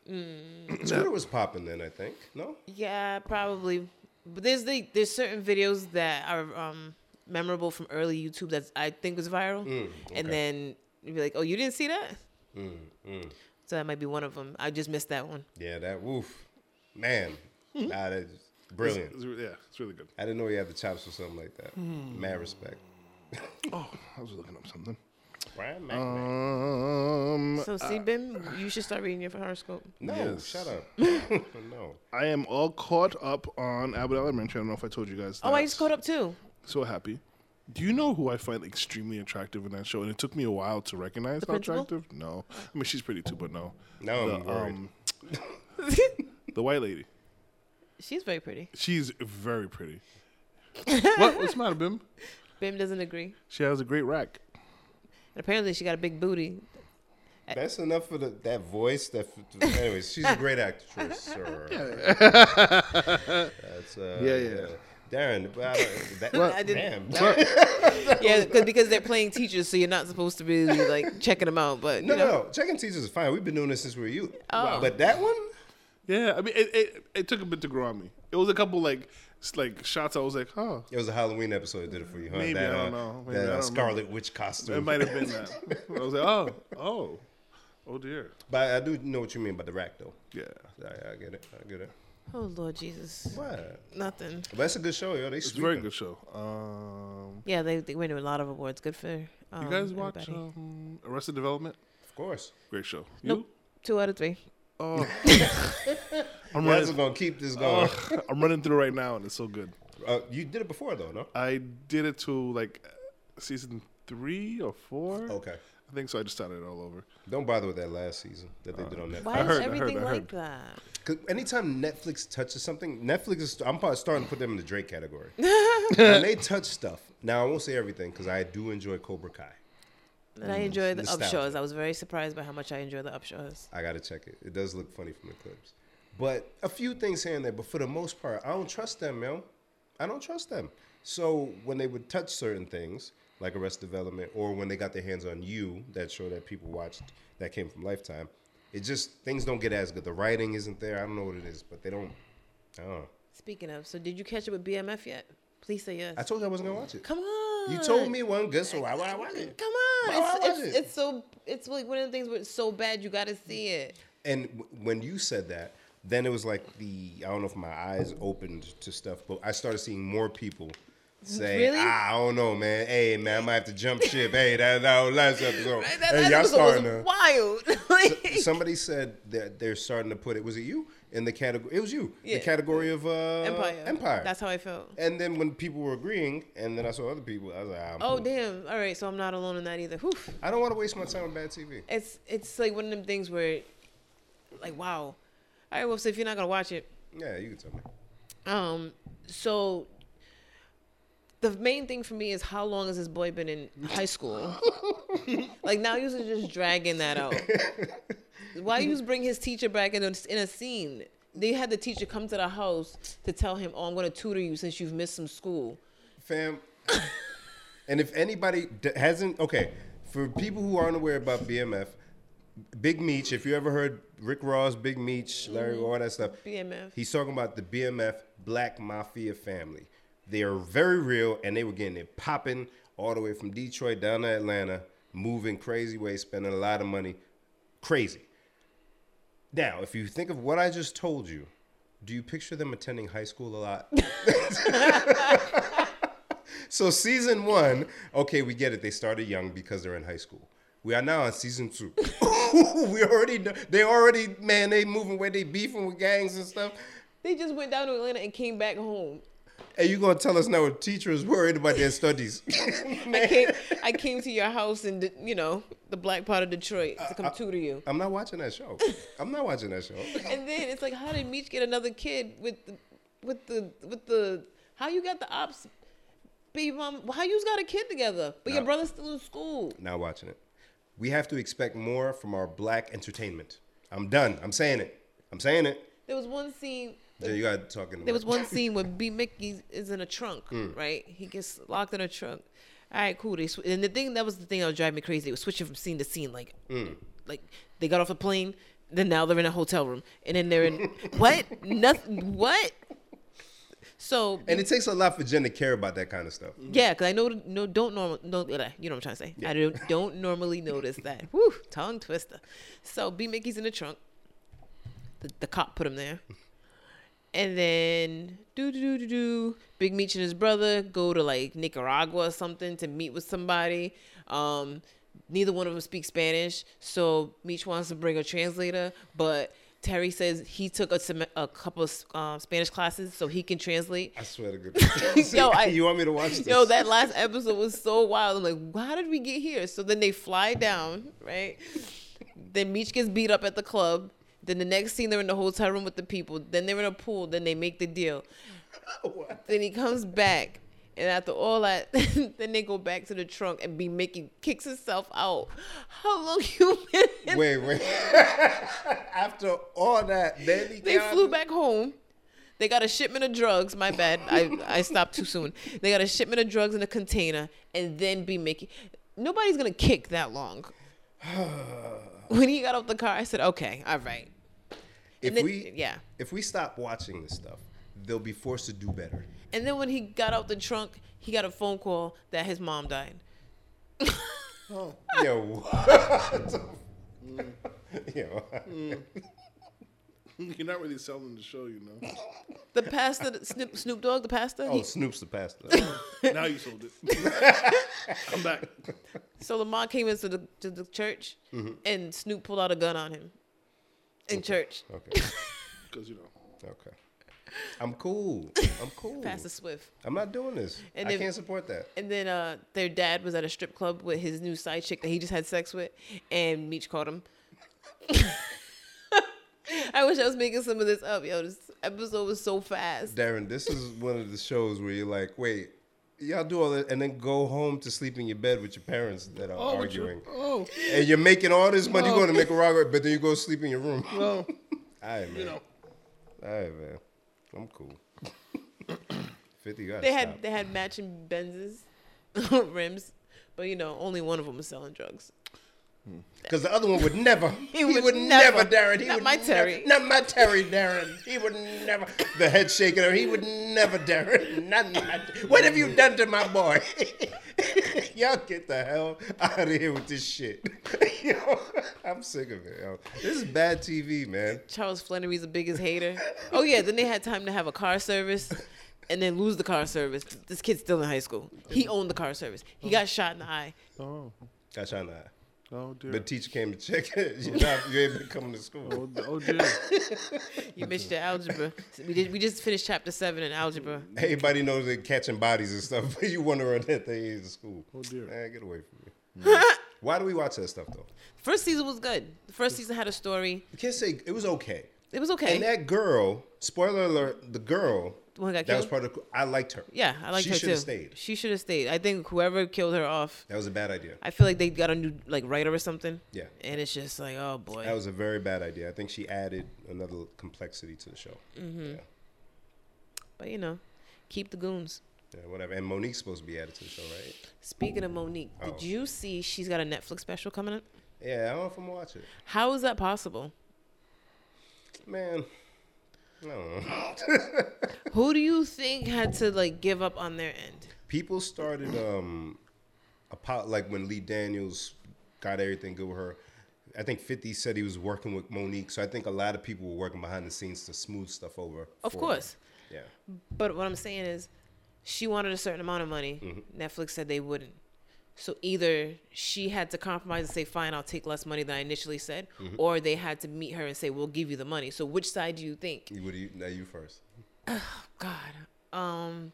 Speaker 2: Twitter was popping then. I think. No.
Speaker 3: Yeah, probably. But there's the there's certain videos that are um memorable from early YouTube that I think was viral,
Speaker 2: Mm,
Speaker 3: and then you'd be like, "Oh, you didn't see that?"
Speaker 2: mm.
Speaker 3: So that might be one of them. I just missed that one.
Speaker 2: Yeah, that woof, man. Nah, that's
Speaker 1: It's-
Speaker 2: brilliant.
Speaker 1: it's re- yeah, it's really good.
Speaker 2: I didn't know he had the chops for something like that. Mad respect. Um,
Speaker 1: Oh, I was looking up something.
Speaker 2: Brian
Speaker 1: Um,
Speaker 3: So, see, Ben, you should start reading your horoscope.
Speaker 2: No,
Speaker 1: Yes.
Speaker 2: shut up. no.
Speaker 1: I am all caught up on Abbott Elementary. I don't know if I told you guys.
Speaker 3: Oh, I
Speaker 1: that.
Speaker 3: just caught up too.
Speaker 1: so happy. Do you know who I find extremely attractive in that show? And it took me a while to recognize how
Speaker 3: principal?
Speaker 1: attractive. No, I mean she's pretty too, but no, um,
Speaker 2: Now I'm worried.
Speaker 1: the white lady.
Speaker 3: She's very pretty.
Speaker 1: She's very pretty. what? What's the matter, Bim?
Speaker 3: Ben doesn't agree.
Speaker 1: She has a great rack.
Speaker 3: And apparently, she got a big booty.
Speaker 2: That's enough for the, that voice. That anyways, she's a great actress, sir. That's, uh,
Speaker 1: Yeah, yeah.
Speaker 2: Darren, but I don't- that,
Speaker 3: I didn't-
Speaker 2: damn.
Speaker 3: Yeah, cause, because they're playing teachers, so you're not supposed to be like checking them out. But you
Speaker 2: No,
Speaker 3: know,
Speaker 2: no, no. Checking teachers is fine. We've been doing this since we were youth.
Speaker 3: Oh.
Speaker 2: But that one,
Speaker 1: Yeah, I mean, it, it, it took a bit to grow on me. It was a couple like s- like shots. I was like, huh,
Speaker 2: it was a Halloween episode that did it for you, huh?
Speaker 1: Maybe,
Speaker 2: that,
Speaker 1: I don't
Speaker 2: uh,
Speaker 1: know. Maybe,
Speaker 2: that
Speaker 1: I
Speaker 2: uh,
Speaker 1: don't know.
Speaker 2: Scarlet Witch costume.
Speaker 1: it might have been that. I was like, oh, oh, oh dear.
Speaker 2: But I do know what you mean by the rack, though.
Speaker 1: Yeah,
Speaker 2: I, I get it. I get it.
Speaker 3: oh Lord Jesus,
Speaker 2: What?
Speaker 3: nothing.
Speaker 2: But that's a good show, yo. They
Speaker 1: it's a very good show. Um,
Speaker 3: Yeah, they they win a lot of awards. Good for um,
Speaker 1: you guys watch
Speaker 3: everybody.
Speaker 1: um, Arrested Development?
Speaker 2: Of course.
Speaker 1: Great show. You?
Speaker 3: Nope. two out of three.
Speaker 1: Oh. I'm
Speaker 2: That's
Speaker 1: running.
Speaker 2: gonna keep this going.
Speaker 1: oh, I'm running through right now, and it's so good.
Speaker 2: Uh, you did it before, though, no?
Speaker 1: I did it to like season three or four.
Speaker 2: Okay.
Speaker 1: I think so. I just started it all over.
Speaker 2: Don't bother with that last season that they did on Netflix.
Speaker 3: Why
Speaker 1: heard,
Speaker 3: is
Speaker 1: I heard,
Speaker 3: everything
Speaker 1: I
Speaker 3: like that?
Speaker 2: 'Cause anytime Netflix touches something, Netflix is. I'm probably starting to put them in the Drake category. when they touch stuff, now I won't say everything because I do enjoy Cobra Kai.
Speaker 3: And I enjoy the
Speaker 2: Mm, nostalgia.
Speaker 3: upshaws. I was very surprised by how much I enjoy the upshaws.
Speaker 2: I gotta check it. It does look funny from the clips, but a few things here and there. But for the most part, I don't trust them, yo. I don't trust them. So when they would touch certain things like Arrest Development, or when they got their hands on You, that show that people watched that came from Lifetime, it just things don't get as good. The writing isn't there. I don't know what it is, but they don't. I don't know.
Speaker 3: Speaking of, so did you catch up with BMF yet? Please say yes.
Speaker 2: I told you I wasn't gonna watch it.
Speaker 3: Come on.
Speaker 2: You told me one good, so why would I watch it?
Speaker 3: Come on.
Speaker 2: Why would I watch
Speaker 3: It's, it's,
Speaker 2: it?
Speaker 3: it's so it's like one of the things where it's so bad you got to see it.
Speaker 2: And w- when you said that, then it was like the I don't know if my eyes opened to stuff, but I started seeing more people say,
Speaker 3: Mm, Really?
Speaker 2: ah, "I don't know, man. Hey, man, I might have to jump ship. hey, that that was last episode.
Speaker 3: Right? That,
Speaker 2: hey,
Speaker 3: that
Speaker 2: y'all
Speaker 3: episode
Speaker 2: starting to."
Speaker 3: was wild. like,
Speaker 2: Somebody said that they're starting to put it. Was it you in the category? It was you.
Speaker 3: Yeah.
Speaker 2: The category of uh,
Speaker 3: Empire.
Speaker 2: Empire.
Speaker 3: That's how I felt.
Speaker 2: and then when people were agreeing, and then I saw other people, I was like, "Ah, I'm
Speaker 3: Oh
Speaker 2: cool.
Speaker 3: damn! All right, so I'm not alone in that either. Whew.
Speaker 2: I don't want to waste my time on bad TV.
Speaker 3: It's it's like one of them things where, like, wow. All right, well, so if you're not gonna watch it,
Speaker 2: Yeah, you can tell me.
Speaker 3: Um, so the main thing for me is how long has this boy been in high school? like now you're just dragging that out. Why you bring his teacher back in a, in a scene? They had the teacher come to the house to tell him, "Oh, I'm going to tutor you since you've missed some school."
Speaker 2: fam. and if anybody d- hasn't, okay, for people who aren't aware about BMF, Big Meech, if you ever heard Rick Ross, Big Meech, Larry, all that stuff,
Speaker 3: BMF.
Speaker 2: he's talking about the BMF Black Mafia family. They are very real, and they were getting it popping all the way from Detroit down to Atlanta, moving crazy ways, spending a lot of money, crazy. Now, if you think of what I just told you, do you picture them attending high school a lot? So season one, okay, we get it. They started young because they're in high school. We are now on season two. we already know they already man, they moving where they beefing with gangs and stuff.
Speaker 3: They just went down to Atlanta and came back home.
Speaker 2: And you gonna tell us now a teacher is worried about their studies.
Speaker 3: I came, I came to your house in you know the black part of Detroit to come tutor you.
Speaker 2: I'm not watching that show. I'm not watching that show.
Speaker 3: And then it's like, how did Meech get another kid with, the, with the, with the, how you got the ops, baby mom? How you got a kid together, but your
Speaker 2: No.
Speaker 3: brother's still in school?
Speaker 2: Not watching it. We have to expect more from our black entertainment. I'm done. I'm saying it. I'm saying it.
Speaker 3: There was one scene.
Speaker 2: Jay, you got talking. Mm.
Speaker 3: There was one scene where B Mickey is in a trunk, right? He gets locked in a trunk. All right, cool. They sw- and the thing that was the thing that was driving me crazy. It was switching from scene to scene, like,
Speaker 2: Mm.
Speaker 3: like they got off a plane, then now they're in a hotel room, and then they're in what? Nothing. What? So
Speaker 2: and it takes a lot for Jen to care about that kind of stuff.
Speaker 3: Yeah, because I know no don't normal no bleh, you know what I'm trying to say. I don't don't normally notice that. Woo, tongue twister. So B Mickey's in the trunk. The, the cop put him there, and then do do do do do. Big Meech and his brother go to like Nicaragua or something to meet with somebody. Um, Neither one of them speak Spanish, so Meech wants to bring a translator, but Terry says he took a, sem- a couple of um, Spanish classes so he can translate.
Speaker 2: I swear to goodness.
Speaker 3: Yo, I-
Speaker 2: you want me to watch this?
Speaker 3: Yo, that last episode was so wild. I'm like, why did we get here? So then they fly down, right? Then Meech gets beat up at the club. Then the next scene, they're in the hotel room with the people. Then they're in a pool. Then they make the deal.
Speaker 2: What?
Speaker 3: Then he comes back, and after all that, then they go back to the trunk and be making kicks himself out. How long you been? in-
Speaker 2: Wait, wait. After all that, then he
Speaker 3: They
Speaker 2: got-
Speaker 3: flew back home. They got a shipment of drugs. My bad. I, I stopped too soon. They got a shipment of drugs in a container and then be making. Nobody's going to kick that long. when he got off the car, I said, okay, all right.
Speaker 2: If
Speaker 3: then-
Speaker 2: we
Speaker 3: yeah.
Speaker 2: if we stop watching this stuff, they'll be forced to do better.
Speaker 3: And then when he got out the trunk, he got a phone call that his mom died.
Speaker 2: Yo, what?
Speaker 3: Mm.
Speaker 2: Yo,
Speaker 1: You're not really selling the show, you know.
Speaker 3: The pastor, Snoop, Snoop Dogg, the pastor,
Speaker 2: oh,
Speaker 3: he,
Speaker 2: Snoop's the pastor.
Speaker 1: now you sold it. I'm back.
Speaker 2: Oh.
Speaker 3: So Lamar came into the to the church, and Snoop pulled out a gun on him in church.
Speaker 2: Mm-hmm. Okay,
Speaker 1: Because, you know.
Speaker 2: okay. I'm cool. I'm cool.
Speaker 3: Pastor Swift,
Speaker 2: I'm not doing this.
Speaker 3: And
Speaker 2: I
Speaker 3: if-
Speaker 2: can't support that.
Speaker 3: and then uh, their dad was at a strip club with his new side chick that he just had sex with, and Meech caught him. I wish I was making some of this up, yo. This episode was so fast.
Speaker 2: Darren, this is one of the shows where you're like, wait, y'all do all that and then go home to sleep in your bed with your parents that are
Speaker 1: Oh, but you-
Speaker 2: arguing.
Speaker 1: Oh,
Speaker 2: And you're making all this money,
Speaker 1: No.
Speaker 2: you're going to Nicaragua, but then you go sleep in your room. all
Speaker 1: no.
Speaker 2: right, man.
Speaker 1: You know.
Speaker 2: All right, man. I'm cool. 50 you gotta
Speaker 3: They had
Speaker 2: stop.
Speaker 3: they had matching Benzes, rims, but you know only one of them was selling drugs.
Speaker 2: Because the other one would never. he
Speaker 3: would
Speaker 2: would,
Speaker 3: never.
Speaker 2: never, Darren. He
Speaker 3: Not
Speaker 2: would
Speaker 3: my
Speaker 2: nev-
Speaker 3: Terry.
Speaker 2: not my Terry, Darren. He would never. The head shaking. her. He would never, Darren. Not my. What have you done to my boy? Y'all get the hell out of here with this shit. Yo, I'm sick of it. Yo. This is bad TV, man.
Speaker 3: Charles Flannery's the biggest hater. Oh yeah, then they had time to have a car service and then lose the car service. This kid's still in high school. He owned the car service. He got shot in the eye.
Speaker 1: Oh,
Speaker 2: That's trying to.
Speaker 1: oh dear.
Speaker 2: The teacher came to check it. You're not, you ain't been coming to
Speaker 1: oh,
Speaker 2: school.
Speaker 1: oh dear.
Speaker 3: You missed your algebra. We did we just finished chapter seven in algebra.
Speaker 2: Everybody knows they're catching bodies and stuff, but you wonder on that they ain't in school.
Speaker 1: Oh, dear.
Speaker 2: Man, get away from me. Why do we watch that stuff though?
Speaker 3: First season was good. The first season had a story.
Speaker 2: You can't say it was okay.
Speaker 3: It was okay.
Speaker 2: And that girl, spoiler alert, the girl
Speaker 3: The one who got
Speaker 2: that was
Speaker 3: killed?
Speaker 2: part of the, I liked her.
Speaker 3: yeah, I liked
Speaker 2: she
Speaker 3: her too.
Speaker 2: should have stayed.
Speaker 3: She should have stayed. I think whoever killed her off,
Speaker 2: That was a bad idea.
Speaker 3: I feel like they got a new like writer or something.
Speaker 2: Yeah.
Speaker 3: And it's just like, oh boy.
Speaker 2: That was a very bad idea. I think she added another complexity to the show. Yeah.
Speaker 3: but you know, keep the goons.
Speaker 2: yeah, whatever. And Monique's supposed to be added to the show, right?
Speaker 3: Speaking of Monique,
Speaker 2: Oh.
Speaker 3: did you see she's got a Netflix special coming up?
Speaker 2: Yeah, I don't know if I'm gonna watch it,
Speaker 3: How is that possible?
Speaker 2: man. I don't know.
Speaker 3: Who do you think had to like give up on their end?
Speaker 2: people started um apo- like when Lee Daniels got everything good with her. I think 50 said he was working with Monique, so I think a lot of people were working behind the scenes to smooth stuff over.
Speaker 3: Of
Speaker 2: for her.
Speaker 3: course.
Speaker 2: Yeah.
Speaker 3: But what I'm saying is she wanted a certain amount of money.
Speaker 2: Mm-hmm.
Speaker 3: Netflix said they wouldn't. So either she had to compromise and say, "Fine, I'll take less money than I initially said,"
Speaker 2: Mm-hmm.
Speaker 3: or they had to meet her and say, "We'll give you the money." So which side do you think?
Speaker 2: You, what do you, now you first.
Speaker 3: God, um,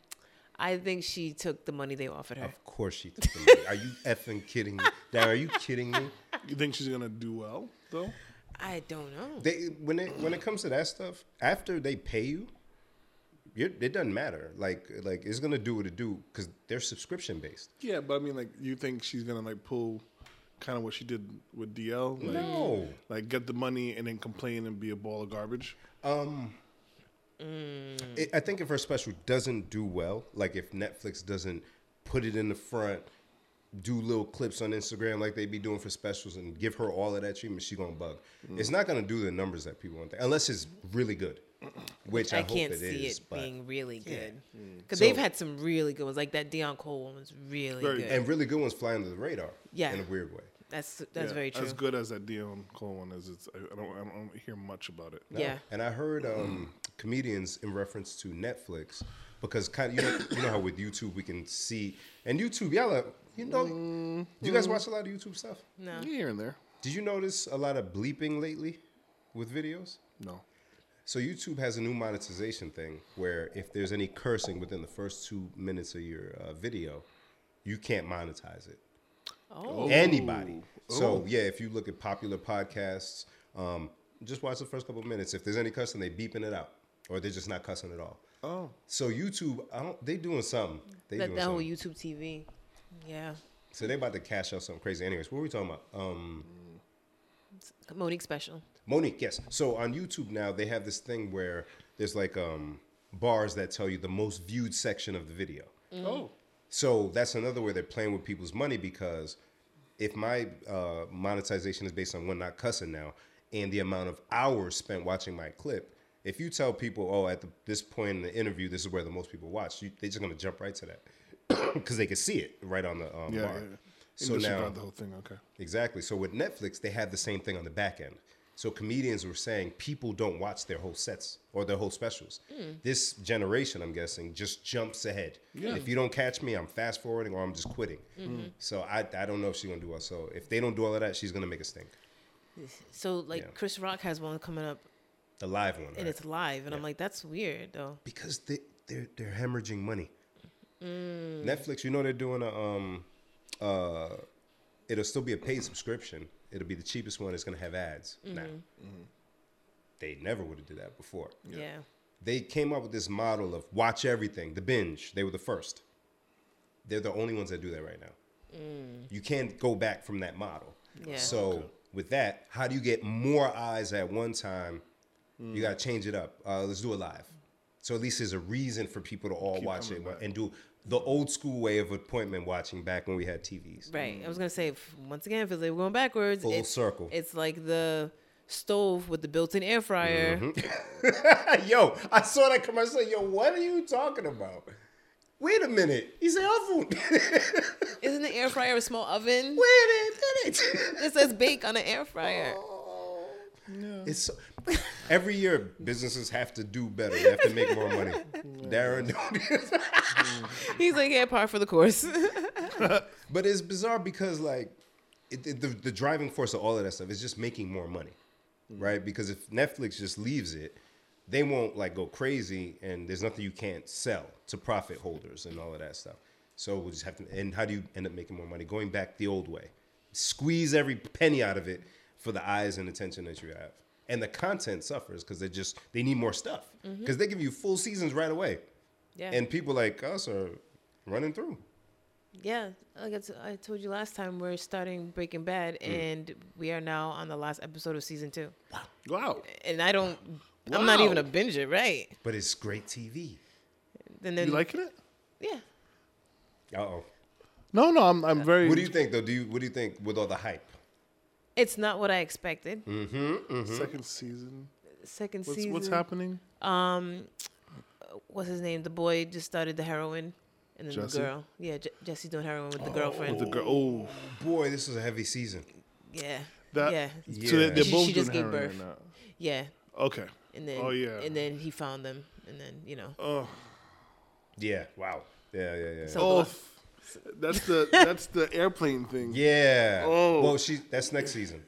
Speaker 3: I think she took the money they offered her.
Speaker 2: Of course she took the money. Are you effing kidding me? Dad, are you kidding me?
Speaker 1: You think she's gonna do well though?
Speaker 3: I don't know.
Speaker 2: They when it when it comes to that stuff, after they pay you, you're, it doesn't matter. Like like it's gonna do what it do because they're subscription based.
Speaker 1: Yeah, but I mean, like, you think she's gonna like pull kind of what she did with DL? Like,
Speaker 2: No.
Speaker 1: Like, get the money and then complain and be a ball of garbage.
Speaker 2: Um, it, I think if her special doesn't do well, like if Netflix doesn't put it in the front, do little clips on Instagram like they be doing for specials, and give her all of that treatment, she gonna bug.
Speaker 3: Mm-hmm.
Speaker 2: It's not gonna do the numbers that people want, to- unless it's really good, which I,
Speaker 3: I,
Speaker 2: hope
Speaker 3: can't
Speaker 2: it
Speaker 3: see
Speaker 2: is,
Speaker 3: it
Speaker 2: but,
Speaker 3: being really good
Speaker 1: Mm.
Speaker 3: because
Speaker 2: So-
Speaker 3: they've had some really good ones, like that Dion Cole one was really
Speaker 1: Very
Speaker 3: good.
Speaker 2: and really good ones fly under the radar,
Speaker 3: Yeah.
Speaker 2: in a weird way.
Speaker 3: That's that's
Speaker 1: Yeah,
Speaker 3: very true.
Speaker 1: As good as that Dion Cole one is, it's I I don't I don't hear much about it.
Speaker 3: Yeah.
Speaker 2: And I heard um, comedians in reference to Netflix because kind of, you know you know how with YouTube we can see and YouTube y'all are You know, do you guys
Speaker 3: Mm-hmm.
Speaker 2: watch a lot of YouTube stuff?
Speaker 3: No.
Speaker 1: Here and there.
Speaker 2: Did you notice a lot of bleeping lately with videos?
Speaker 1: No.
Speaker 2: So YouTube has a new monetization thing where if there's any cursing within the first two minutes of your uh, video, you can't monetize it.
Speaker 3: Oh.
Speaker 2: Anybody. So yeah, if you look at popular podcasts, um, just watch the first couple of minutes. If there's any cussing, they beeping it out, or they're just not cussing at all.
Speaker 1: Oh.
Speaker 2: So YouTube, I don't. They doing something. They
Speaker 3: That,
Speaker 2: doing
Speaker 3: that whole
Speaker 2: something.
Speaker 3: YouTube TV. Yeah.
Speaker 2: so they about to cash out something crazy. Anyways, what were we talking about? Um,
Speaker 3: Monique special.
Speaker 2: Monique, yes. So on YouTube now they have this thing where there's like um bars that tell you the most viewed section of the video.
Speaker 1: Oh.
Speaker 2: So that's another way they're playing with people's money because if my uh, monetization is based on one not cussing now and the amount of hours spent watching my clip, if you tell people, oh, at the, this point in the interview, this is where the most people watch, you, they're just gonna jump right to that because they can see it right on the um,
Speaker 1: Yeah.
Speaker 2: bar.
Speaker 1: yeah, yeah.
Speaker 2: So
Speaker 1: Industry
Speaker 2: now
Speaker 1: brought the whole thing. Okay.
Speaker 2: Exactly. So with Netflix, they have the same thing on the back end. So comedians were saying people don't watch their whole sets or their whole specials. This generation, I'm guessing, just jumps ahead. If you don't catch me, I'm fast forwarding or I'm just quitting. So I, I don't know if she's gonna do well. So if they don't do all of that, she's gonna make a stink.
Speaker 3: So like
Speaker 2: Yeah.
Speaker 3: Chris Rock has one coming up
Speaker 2: The live one,
Speaker 3: and
Speaker 2: right?
Speaker 3: it's live, and I'm like, that's weird though.
Speaker 2: because they they're they're hemorrhaging money. Netflix, you know they're doing a um uh it'll still be a paid subscription. It'll be the cheapest one. It's gonna have ads now. They never would have did that before.
Speaker 3: Yeah.
Speaker 2: They came up with this model of watch everything, the binge. They were the first. They're the only ones that do that right now. You can't go back from that model.
Speaker 3: Yeah.
Speaker 2: So with that, how do you get more eyes at one time? You gotta change it up. Uh, let's do it live. So at least there's a reason for people to all watch it and do the old school way of appointment watching back when we had TVs.
Speaker 3: Right. I was gonna say f- once again, because they were going backwards.
Speaker 2: Mm. Full
Speaker 3: it's,
Speaker 2: circle.
Speaker 3: It's like the stove with the built-in air fryer.
Speaker 2: Mm-hmm. yo, I saw that commercial. Yo, what are you talking about? Wait a minute. "Oh, He's awful. Wait
Speaker 3: Isn't the air fryer a small oven?
Speaker 2: a minute.
Speaker 3: It says bake on an air fryer.
Speaker 2: It's so, every year businesses have to do better. They have to make more money. Darren, don't. Oh.
Speaker 3: He's like, yeah, par for the course.
Speaker 2: but it's bizarre because like it, it- the the driving force of all of that stuff is just making more money, right? Because if Netflix just leaves it, they won't like go crazy, and there's nothing you can't sell to profit holders and all of that stuff. So we'll just have to. And how do you end up making more money? Going back the old way, squeeze every penny out of it for the eyes and attention that you have, and the content suffers because they just they need more stuff because they give you full seasons right away,
Speaker 3: yeah.
Speaker 2: and people like us are running through.
Speaker 3: yeah. Like I, t- I told you last time, we're starting Breaking Bad,
Speaker 2: Mm.
Speaker 3: and we are now on the last episode of season two.
Speaker 1: Wow.
Speaker 3: And I don't. I'm not
Speaker 1: Wow.
Speaker 3: even a binger, right?
Speaker 2: But it's great TV.
Speaker 3: Then, then
Speaker 1: You liking it?
Speaker 3: yeah.
Speaker 2: Uh oh.
Speaker 1: No, no. I'm. I'm very.
Speaker 2: What do you think though? Do you what do you think with all the hype?
Speaker 3: It's not what I expected.
Speaker 2: Mm-hmm.
Speaker 1: Second season.
Speaker 3: Second
Speaker 1: What's,
Speaker 3: season.
Speaker 1: what's happening?
Speaker 3: what's his name? The boy just started the heroin, and then
Speaker 1: Jesse?
Speaker 3: the girl. Yeah, Je- Jesse's doing heroin with the girlfriend.
Speaker 1: The girl. Oh,
Speaker 2: Boy, this is a heavy season.
Speaker 3: yeah,
Speaker 1: that.
Speaker 3: yeah,
Speaker 1: So
Speaker 2: Yeah.
Speaker 1: they, they're
Speaker 3: She-
Speaker 1: both
Speaker 3: she
Speaker 1: doing
Speaker 3: just gave
Speaker 1: heroin
Speaker 3: birth.
Speaker 1: right
Speaker 3: yeah.
Speaker 1: now. Okay.
Speaker 3: And then,
Speaker 1: Oh, yeah. Oh,
Speaker 3: And then he found them, and then you know.
Speaker 2: Yeah. Wow. Yeah, yeah, yeah.
Speaker 3: so the
Speaker 1: Oh,
Speaker 3: la-
Speaker 1: f- that's the that's the airplane thing.
Speaker 2: yeah.
Speaker 1: Oh.
Speaker 2: Well, she that's next season.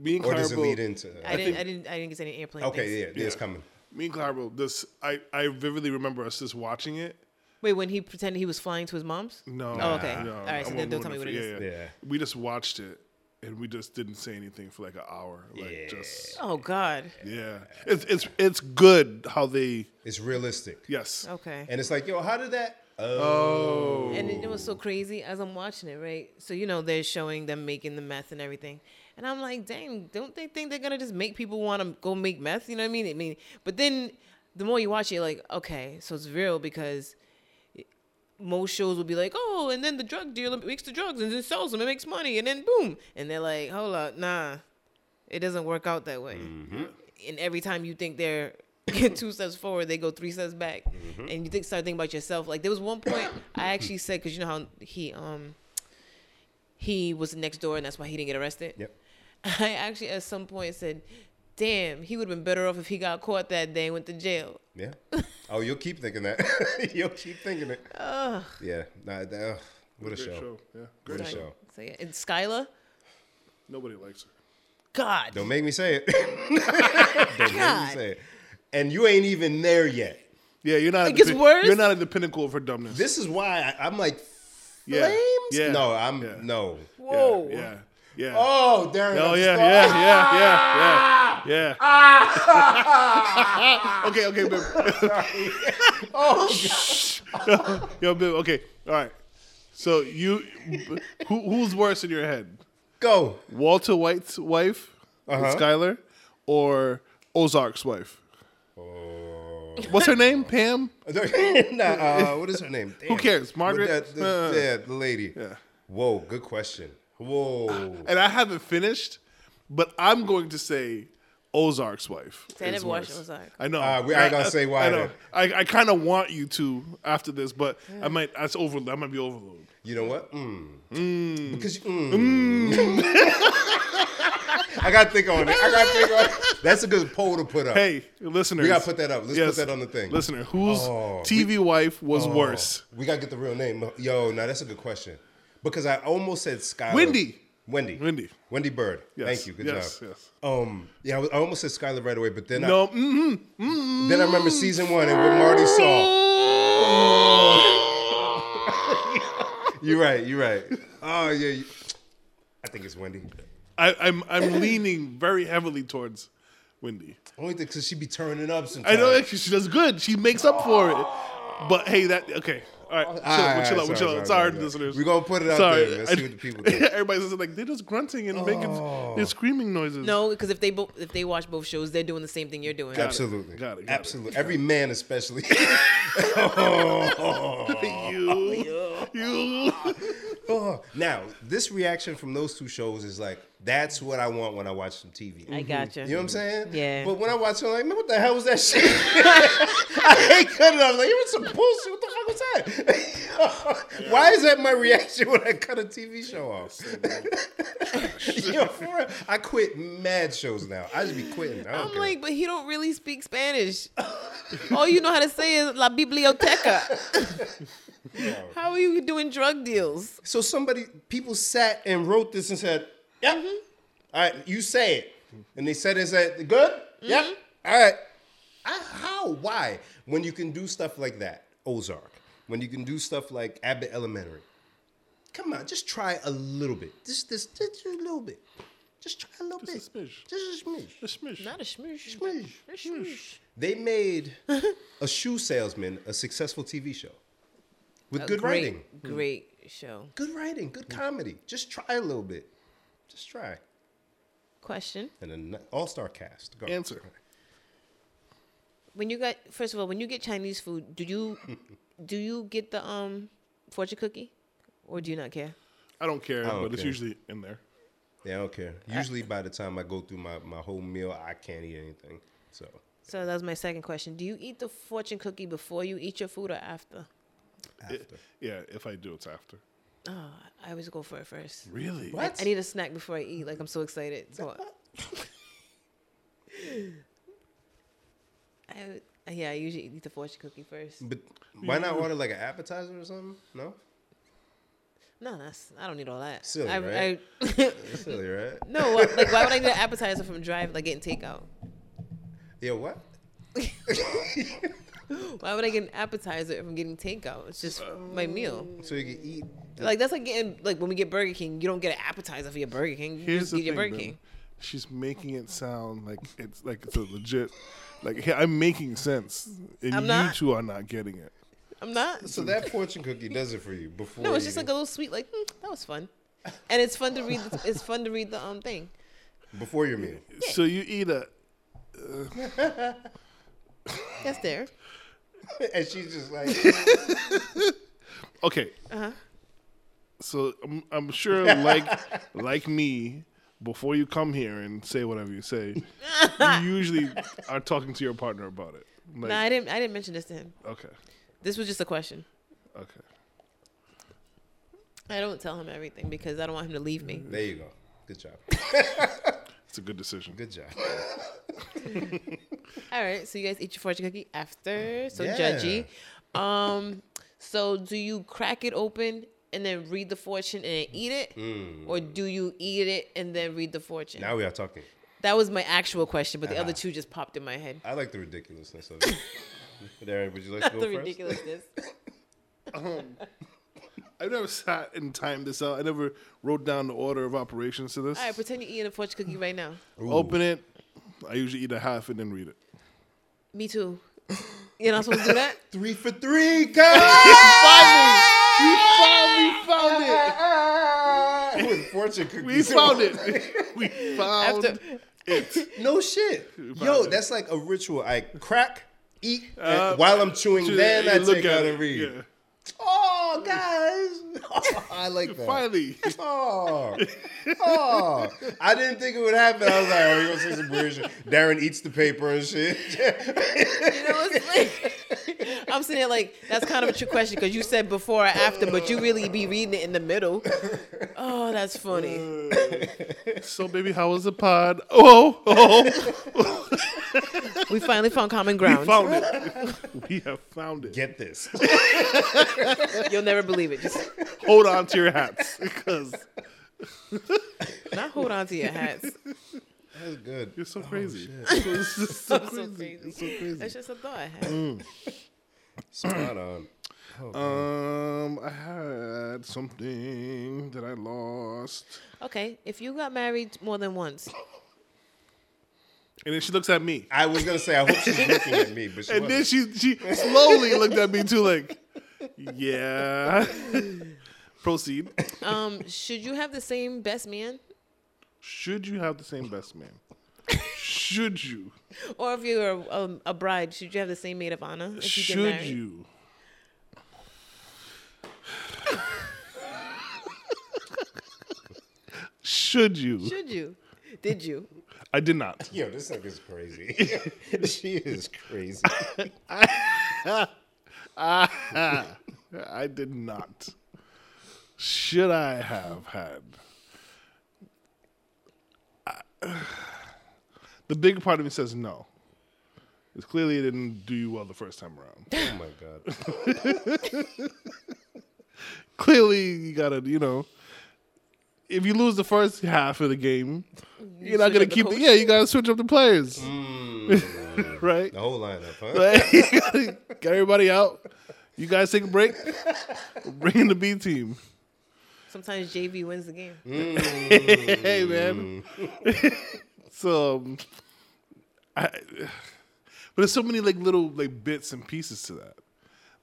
Speaker 1: Me and
Speaker 2: Or
Speaker 1: Clara
Speaker 2: does it
Speaker 1: both-
Speaker 2: lead into uh,
Speaker 3: I, didn't, I didn't, I didn't get any airplane.
Speaker 2: Okay,
Speaker 3: things.
Speaker 2: yeah, yeah, it's coming.
Speaker 1: Me and Clara both- this. I I vividly remember us just watching it.
Speaker 3: Wait, when he pretended he was flying to his mom's.
Speaker 1: No.
Speaker 3: Oh, okay.
Speaker 1: no,
Speaker 3: All
Speaker 1: I
Speaker 3: right, so
Speaker 1: won't
Speaker 3: then don't
Speaker 1: ruin
Speaker 3: tell me what
Speaker 1: for-
Speaker 3: it is.
Speaker 1: Yeah, yeah.
Speaker 2: Yeah.
Speaker 1: We just watched it and we just didn't say anything for like an hour. Like
Speaker 2: Yeah.
Speaker 1: just
Speaker 3: Oh God.
Speaker 1: yeah. It's it's it's good how they
Speaker 2: It's realistic.
Speaker 1: yes.
Speaker 3: Okay.
Speaker 2: And it's like, yo, how did that uh, Oh,
Speaker 3: And it, it was so crazy as I'm watching it, right? So you know they're showing them making the meth and everything, and I'm like, dang, don't they think they're gonna just make people want to go make meth? You know what I mean? I mean, but then the more you watch it, you're like, okay, so it's real because most shows will be like, oh, and then the drug dealer makes the drugs and then sells them and makes money, and then boom, and they're like, hold up, nah, it doesn't work out that way.
Speaker 2: Mm-hmm.
Speaker 3: And every time you think they're two steps forward, they go three steps back,
Speaker 2: Mm-hmm.
Speaker 3: and you think start thinking about yourself. Like there was one point I actually said because you know how he um he was next door and that's why he didn't get arrested.
Speaker 2: Yep.
Speaker 3: I actually at some point said, "Damn, he would have been better off if he got caught that day and went to jail."
Speaker 2: Yeah. Oh, you'll keep thinking that. you'll keep thinking it. Yeah. Nah, that, ugh. What a
Speaker 1: Great
Speaker 2: show.
Speaker 1: show. Yeah.
Speaker 2: What
Speaker 1: Great.
Speaker 2: a
Speaker 3: So,
Speaker 2: show.
Speaker 3: so yeah, and Skyla,
Speaker 1: Nobody likes her.
Speaker 3: God,
Speaker 2: Don't make me say it. Don't make me
Speaker 3: God.
Speaker 2: say it. And you ain't even there yet.
Speaker 1: Yeah, you're not. at
Speaker 3: It
Speaker 1: the
Speaker 3: gets
Speaker 1: pin-
Speaker 3: worse?
Speaker 1: You're not at the pinnacle of her dumbness.
Speaker 2: This is why I, I'm like,
Speaker 1: yeah.
Speaker 2: flames?
Speaker 1: Yeah.
Speaker 2: No, I'm,
Speaker 1: Yeah.
Speaker 2: no.
Speaker 3: whoa,
Speaker 1: Yeah. Yeah. yeah.
Speaker 2: Oh, Darren.
Speaker 1: Oh
Speaker 2: I just
Speaker 1: yeah,
Speaker 2: thought-
Speaker 1: yeah, yeah, yeah, yeah, yeah. okay, okay, babe. oh, yo, babe. Okay, all right. So you, who, who's worse in your head,
Speaker 2: Go.
Speaker 1: Walter White's wife,
Speaker 2: Uh-huh.
Speaker 1: Skylar, or Ozark's wife? What's her name? Pam.
Speaker 2: nah, uh, what is her name? Damn.
Speaker 1: cares? Margaret?
Speaker 2: That, the,
Speaker 1: Uh.
Speaker 2: yeah, the lady. Whoa, good question. Whoa.
Speaker 1: And I haven't finished, but I'm going to say Ozark's wife.
Speaker 3: See, I
Speaker 1: is
Speaker 3: never watched
Speaker 1: worse.
Speaker 3: Ozark.
Speaker 1: I know.
Speaker 2: Uh, we- I ain't gonna say why
Speaker 1: I know.
Speaker 2: then.
Speaker 1: I, I kind of want you to after this, but I might. That's over. I might be overloaded.
Speaker 2: You know what? Mm. Because you, mm. I gotta think on it. I gotta think on it. That's a good poll to put up.
Speaker 1: Hey, listeners,
Speaker 2: We gotta put that up. Let's put that on the thing.
Speaker 1: Listener, whose
Speaker 2: Oh,
Speaker 1: TV wife was worse?
Speaker 2: We gotta get the real name. Yo, now that's a good question. Because I almost said Skylar.
Speaker 1: Wendy.
Speaker 2: Wendy.
Speaker 1: Wendy.
Speaker 2: Wendy Bird.
Speaker 1: Yes,
Speaker 2: Thank you. Good
Speaker 1: yes,
Speaker 2: job.
Speaker 1: yes.
Speaker 2: Um, yeah, I, was, I almost said Skylar right away, but then I,
Speaker 1: No, mm-hmm.
Speaker 2: Then I remember season one and what Marty saw. you're right. You're right. Oh yeah. you- I think it's Wendy.
Speaker 1: I, I'm I'm leaning very heavily towards Wendy.
Speaker 2: Only thing because she be turning up sometimes.
Speaker 1: I know that she does good. She makes up for it. But hey, that okay. All right, chill out, chill out, chill out. Sorry, listeners.
Speaker 2: We're gonna put it out
Speaker 1: Sorry.
Speaker 2: there. Let's see what the people Oh. do.
Speaker 1: Everybody's just like they're just grunting and making they're screaming noises.
Speaker 3: no, because if they both if they watch both shows, they're doing the same thing you're doing.
Speaker 2: Absolutely.
Speaker 1: Got it, got it.
Speaker 2: Absolutely. Every man, especially.
Speaker 1: you, you.
Speaker 2: Oh. Now, this reaction from those two shows is like, that's what I want when I watch some TV.
Speaker 3: I gotcha.
Speaker 2: You know what I'm saying?
Speaker 3: Yeah.
Speaker 2: But when I watch it, I'm like, man, what the hell was that shit? I hate cutting. I'm like, it was some bullshit. What the fuck was that? Why is that my reaction when I cut a TV show off? Yo, for real, I quit mad shows now. I just be quitting. I don't
Speaker 3: I'm
Speaker 2: care.
Speaker 3: like, but he don't really speak Spanish. All you know how to say is la biblioteca. how are you doing drug deals?
Speaker 2: so somebody, people sat and wrote this and said, "Yep,
Speaker 1: Mm-hmm.
Speaker 2: all right, you say it," and they said, "Is that good?
Speaker 1: Mm-hmm.
Speaker 2: Yep, all right." I, how? Why? When you can do stuff like that, Ozark. When you can do stuff like Abbott Elementary. Come on, just try a little bit. Just this, just a little bit. Just try a little
Speaker 1: Just a
Speaker 2: bit.
Speaker 1: smidge.
Speaker 2: Just a smidge.
Speaker 3: Not a smoosh.
Speaker 2: Smidge. They made a shoe salesman a successful TV show with good
Speaker 3: great,
Speaker 2: writing
Speaker 3: Great show.
Speaker 2: good writing, good comedy. Just try a little bit. Just try.
Speaker 3: Question.
Speaker 2: And an all star cast. Go.
Speaker 1: Answer.
Speaker 3: When you got first of all, when you get Chinese food, do you do you get the um fortune cookie? Or do you not care?
Speaker 1: I don't care,
Speaker 2: don't
Speaker 1: but it's
Speaker 2: care.
Speaker 1: usually in there.
Speaker 2: Yeah, I don't care. Usually by the time I go through my, my whole meal, I can't eat anything. So
Speaker 3: So that was my second question. Do you eat the fortune cookie before you eat your food or after?
Speaker 1: It- yeah, if I do, it's after.
Speaker 3: Oh, I always go for it first.
Speaker 1: Really?
Speaker 2: what?
Speaker 3: I need a snack before I eat. Like I'm so excited. So I, I- yeah, I usually eat the fortune cookie first.
Speaker 2: but why not order like an appetizer or something? No?
Speaker 3: No, that's I don't need all that.
Speaker 2: Silly,
Speaker 3: I,
Speaker 2: right?
Speaker 3: I,
Speaker 2: That's silly, right?
Speaker 3: no, why- like why would I need an appetizer from drive like getting takeout?
Speaker 2: Yeah, what?
Speaker 3: Why would I get an appetizer if I'm getting takeout? It's just my meal.
Speaker 2: So you can eat.
Speaker 3: Like that's like getting like when we get Burger King, you don't get an appetizer for your Burger King. You
Speaker 1: Here's
Speaker 3: just
Speaker 1: the
Speaker 3: get your
Speaker 1: thing,
Speaker 3: Burger
Speaker 1: Ben.
Speaker 3: King.
Speaker 1: She's making it sound like it's like it's a legit. Like hey, I'm making sense, and
Speaker 3: I'm
Speaker 1: you
Speaker 3: not.
Speaker 1: two are not getting it.
Speaker 3: I'm not.
Speaker 2: So that fortune cookie does it for you before.
Speaker 3: No, it's just like
Speaker 2: eating-
Speaker 3: a little sweet. Like "Hmm, that was fun, and it's fun to read. The, it's fun to read the um thing.
Speaker 2: before your meal.
Speaker 1: So you eat a.
Speaker 3: That's there.
Speaker 2: and she's just like,
Speaker 1: Okay. So I'm, I'm sure, like like me, before you come here and say whatever you say, you usually are talking to your partner about it. Like,
Speaker 3: No, I didn't. I didn't mention this to him.
Speaker 1: okay,
Speaker 3: This was just a question.
Speaker 1: okay.
Speaker 3: I don't tell him everything because I don't want him to leave me.
Speaker 2: there you go. Good job.
Speaker 1: It's a good decision.
Speaker 2: Good job.
Speaker 3: All right, so you guys eat your fortune cookie after. So
Speaker 2: Yeah.
Speaker 3: judgy. Um, so do you crack it open and then read the fortune and then eat it, or do you eat it and then read the fortune?
Speaker 2: Hmm. Now Uh-huh. we are talking.
Speaker 3: That was my actual question, but the other two just popped in my head.
Speaker 2: I like the ridiculousness of it. Darren, would you like to go
Speaker 3: the
Speaker 2: first?
Speaker 3: ridiculousness.
Speaker 1: I've never sat and timed this out. I never wrote down the order of operations to this.
Speaker 3: All right, pretend you're eating a fortune cookie right now.
Speaker 1: Open it. I usually eat a half and then read it.
Speaker 3: Me too. You're not supposed to do that.
Speaker 2: Three for three, guys.
Speaker 1: Finally, we found it.
Speaker 2: With fortune cookies.
Speaker 1: We found it. We found
Speaker 3: After-
Speaker 1: it.
Speaker 2: No shit. Yo,
Speaker 1: found it.
Speaker 2: that's like a ritual. I crack, eat, and
Speaker 1: Uh,
Speaker 2: while I'm chewing,
Speaker 1: Just-
Speaker 2: then
Speaker 1: you
Speaker 2: I take out
Speaker 1: it.
Speaker 2: and read.
Speaker 1: Yeah.
Speaker 2: Oh, guys. I like that.
Speaker 1: Finally,
Speaker 2: Oh, oh! I didn't think it would happen. I was like, "Oh, you gonna say some weird shit?" Darren eats the paper and shit.
Speaker 3: You know, it's like I'm sitting there like that's kind of a trick question because you said before or after, but you really be reading it in the middle. Oh, that's funny.
Speaker 1: so baby, how was the pod? Oh, oh,
Speaker 3: We finally found common ground.
Speaker 1: found it. We have found it.
Speaker 2: Get this.
Speaker 3: You'll never believe it. Just
Speaker 1: Hold on to your hats because
Speaker 3: not hold on to your hats.
Speaker 2: That's good.
Speaker 1: you're so crazy. It's just so
Speaker 3: I'm so
Speaker 1: crazy. Mm.
Speaker 3: crazy.
Speaker 1: It's so crazy.
Speaker 3: That's just a thought I had.
Speaker 2: Spot on.
Speaker 1: Um, I had something that I lost,
Speaker 3: Okay, if you got married more than once,
Speaker 1: and then she looks at me,
Speaker 2: I was gonna say I hope she's looking at me, but she
Speaker 1: and then
Speaker 2: wasn't.
Speaker 1: she she slowly looked at me too, like, yeah. Proceed.
Speaker 3: um, should you have the same best man,
Speaker 1: Should you have the same best man? Should you?
Speaker 3: or if you're a, um, a bride, should you have the same maid of honor? If you get
Speaker 1: Should
Speaker 3: married?
Speaker 1: you? Should you?
Speaker 3: Should you? Did you?
Speaker 1: I did not.
Speaker 2: Yo, this nigga's crazy. she is crazy.
Speaker 1: I did not. Should I have had? I- the big part of me says no. It's clearly it didn't do you well the first time around.
Speaker 2: Oh my god.
Speaker 1: clearly, you gotta, you know, if you lose the first half of the game, you're not
Speaker 3: switch
Speaker 1: gonna
Speaker 3: up the
Speaker 1: keep. The
Speaker 3: coach?
Speaker 1: yeah, you gotta switch up the players, right?
Speaker 2: The whole lineup, huh?
Speaker 1: Like, you gotta get everybody out. You guys take a break. Bring in the B team.
Speaker 3: Sometimes JV wins the game.
Speaker 1: hey man. so um, I but there's so many like little like bits and pieces to that.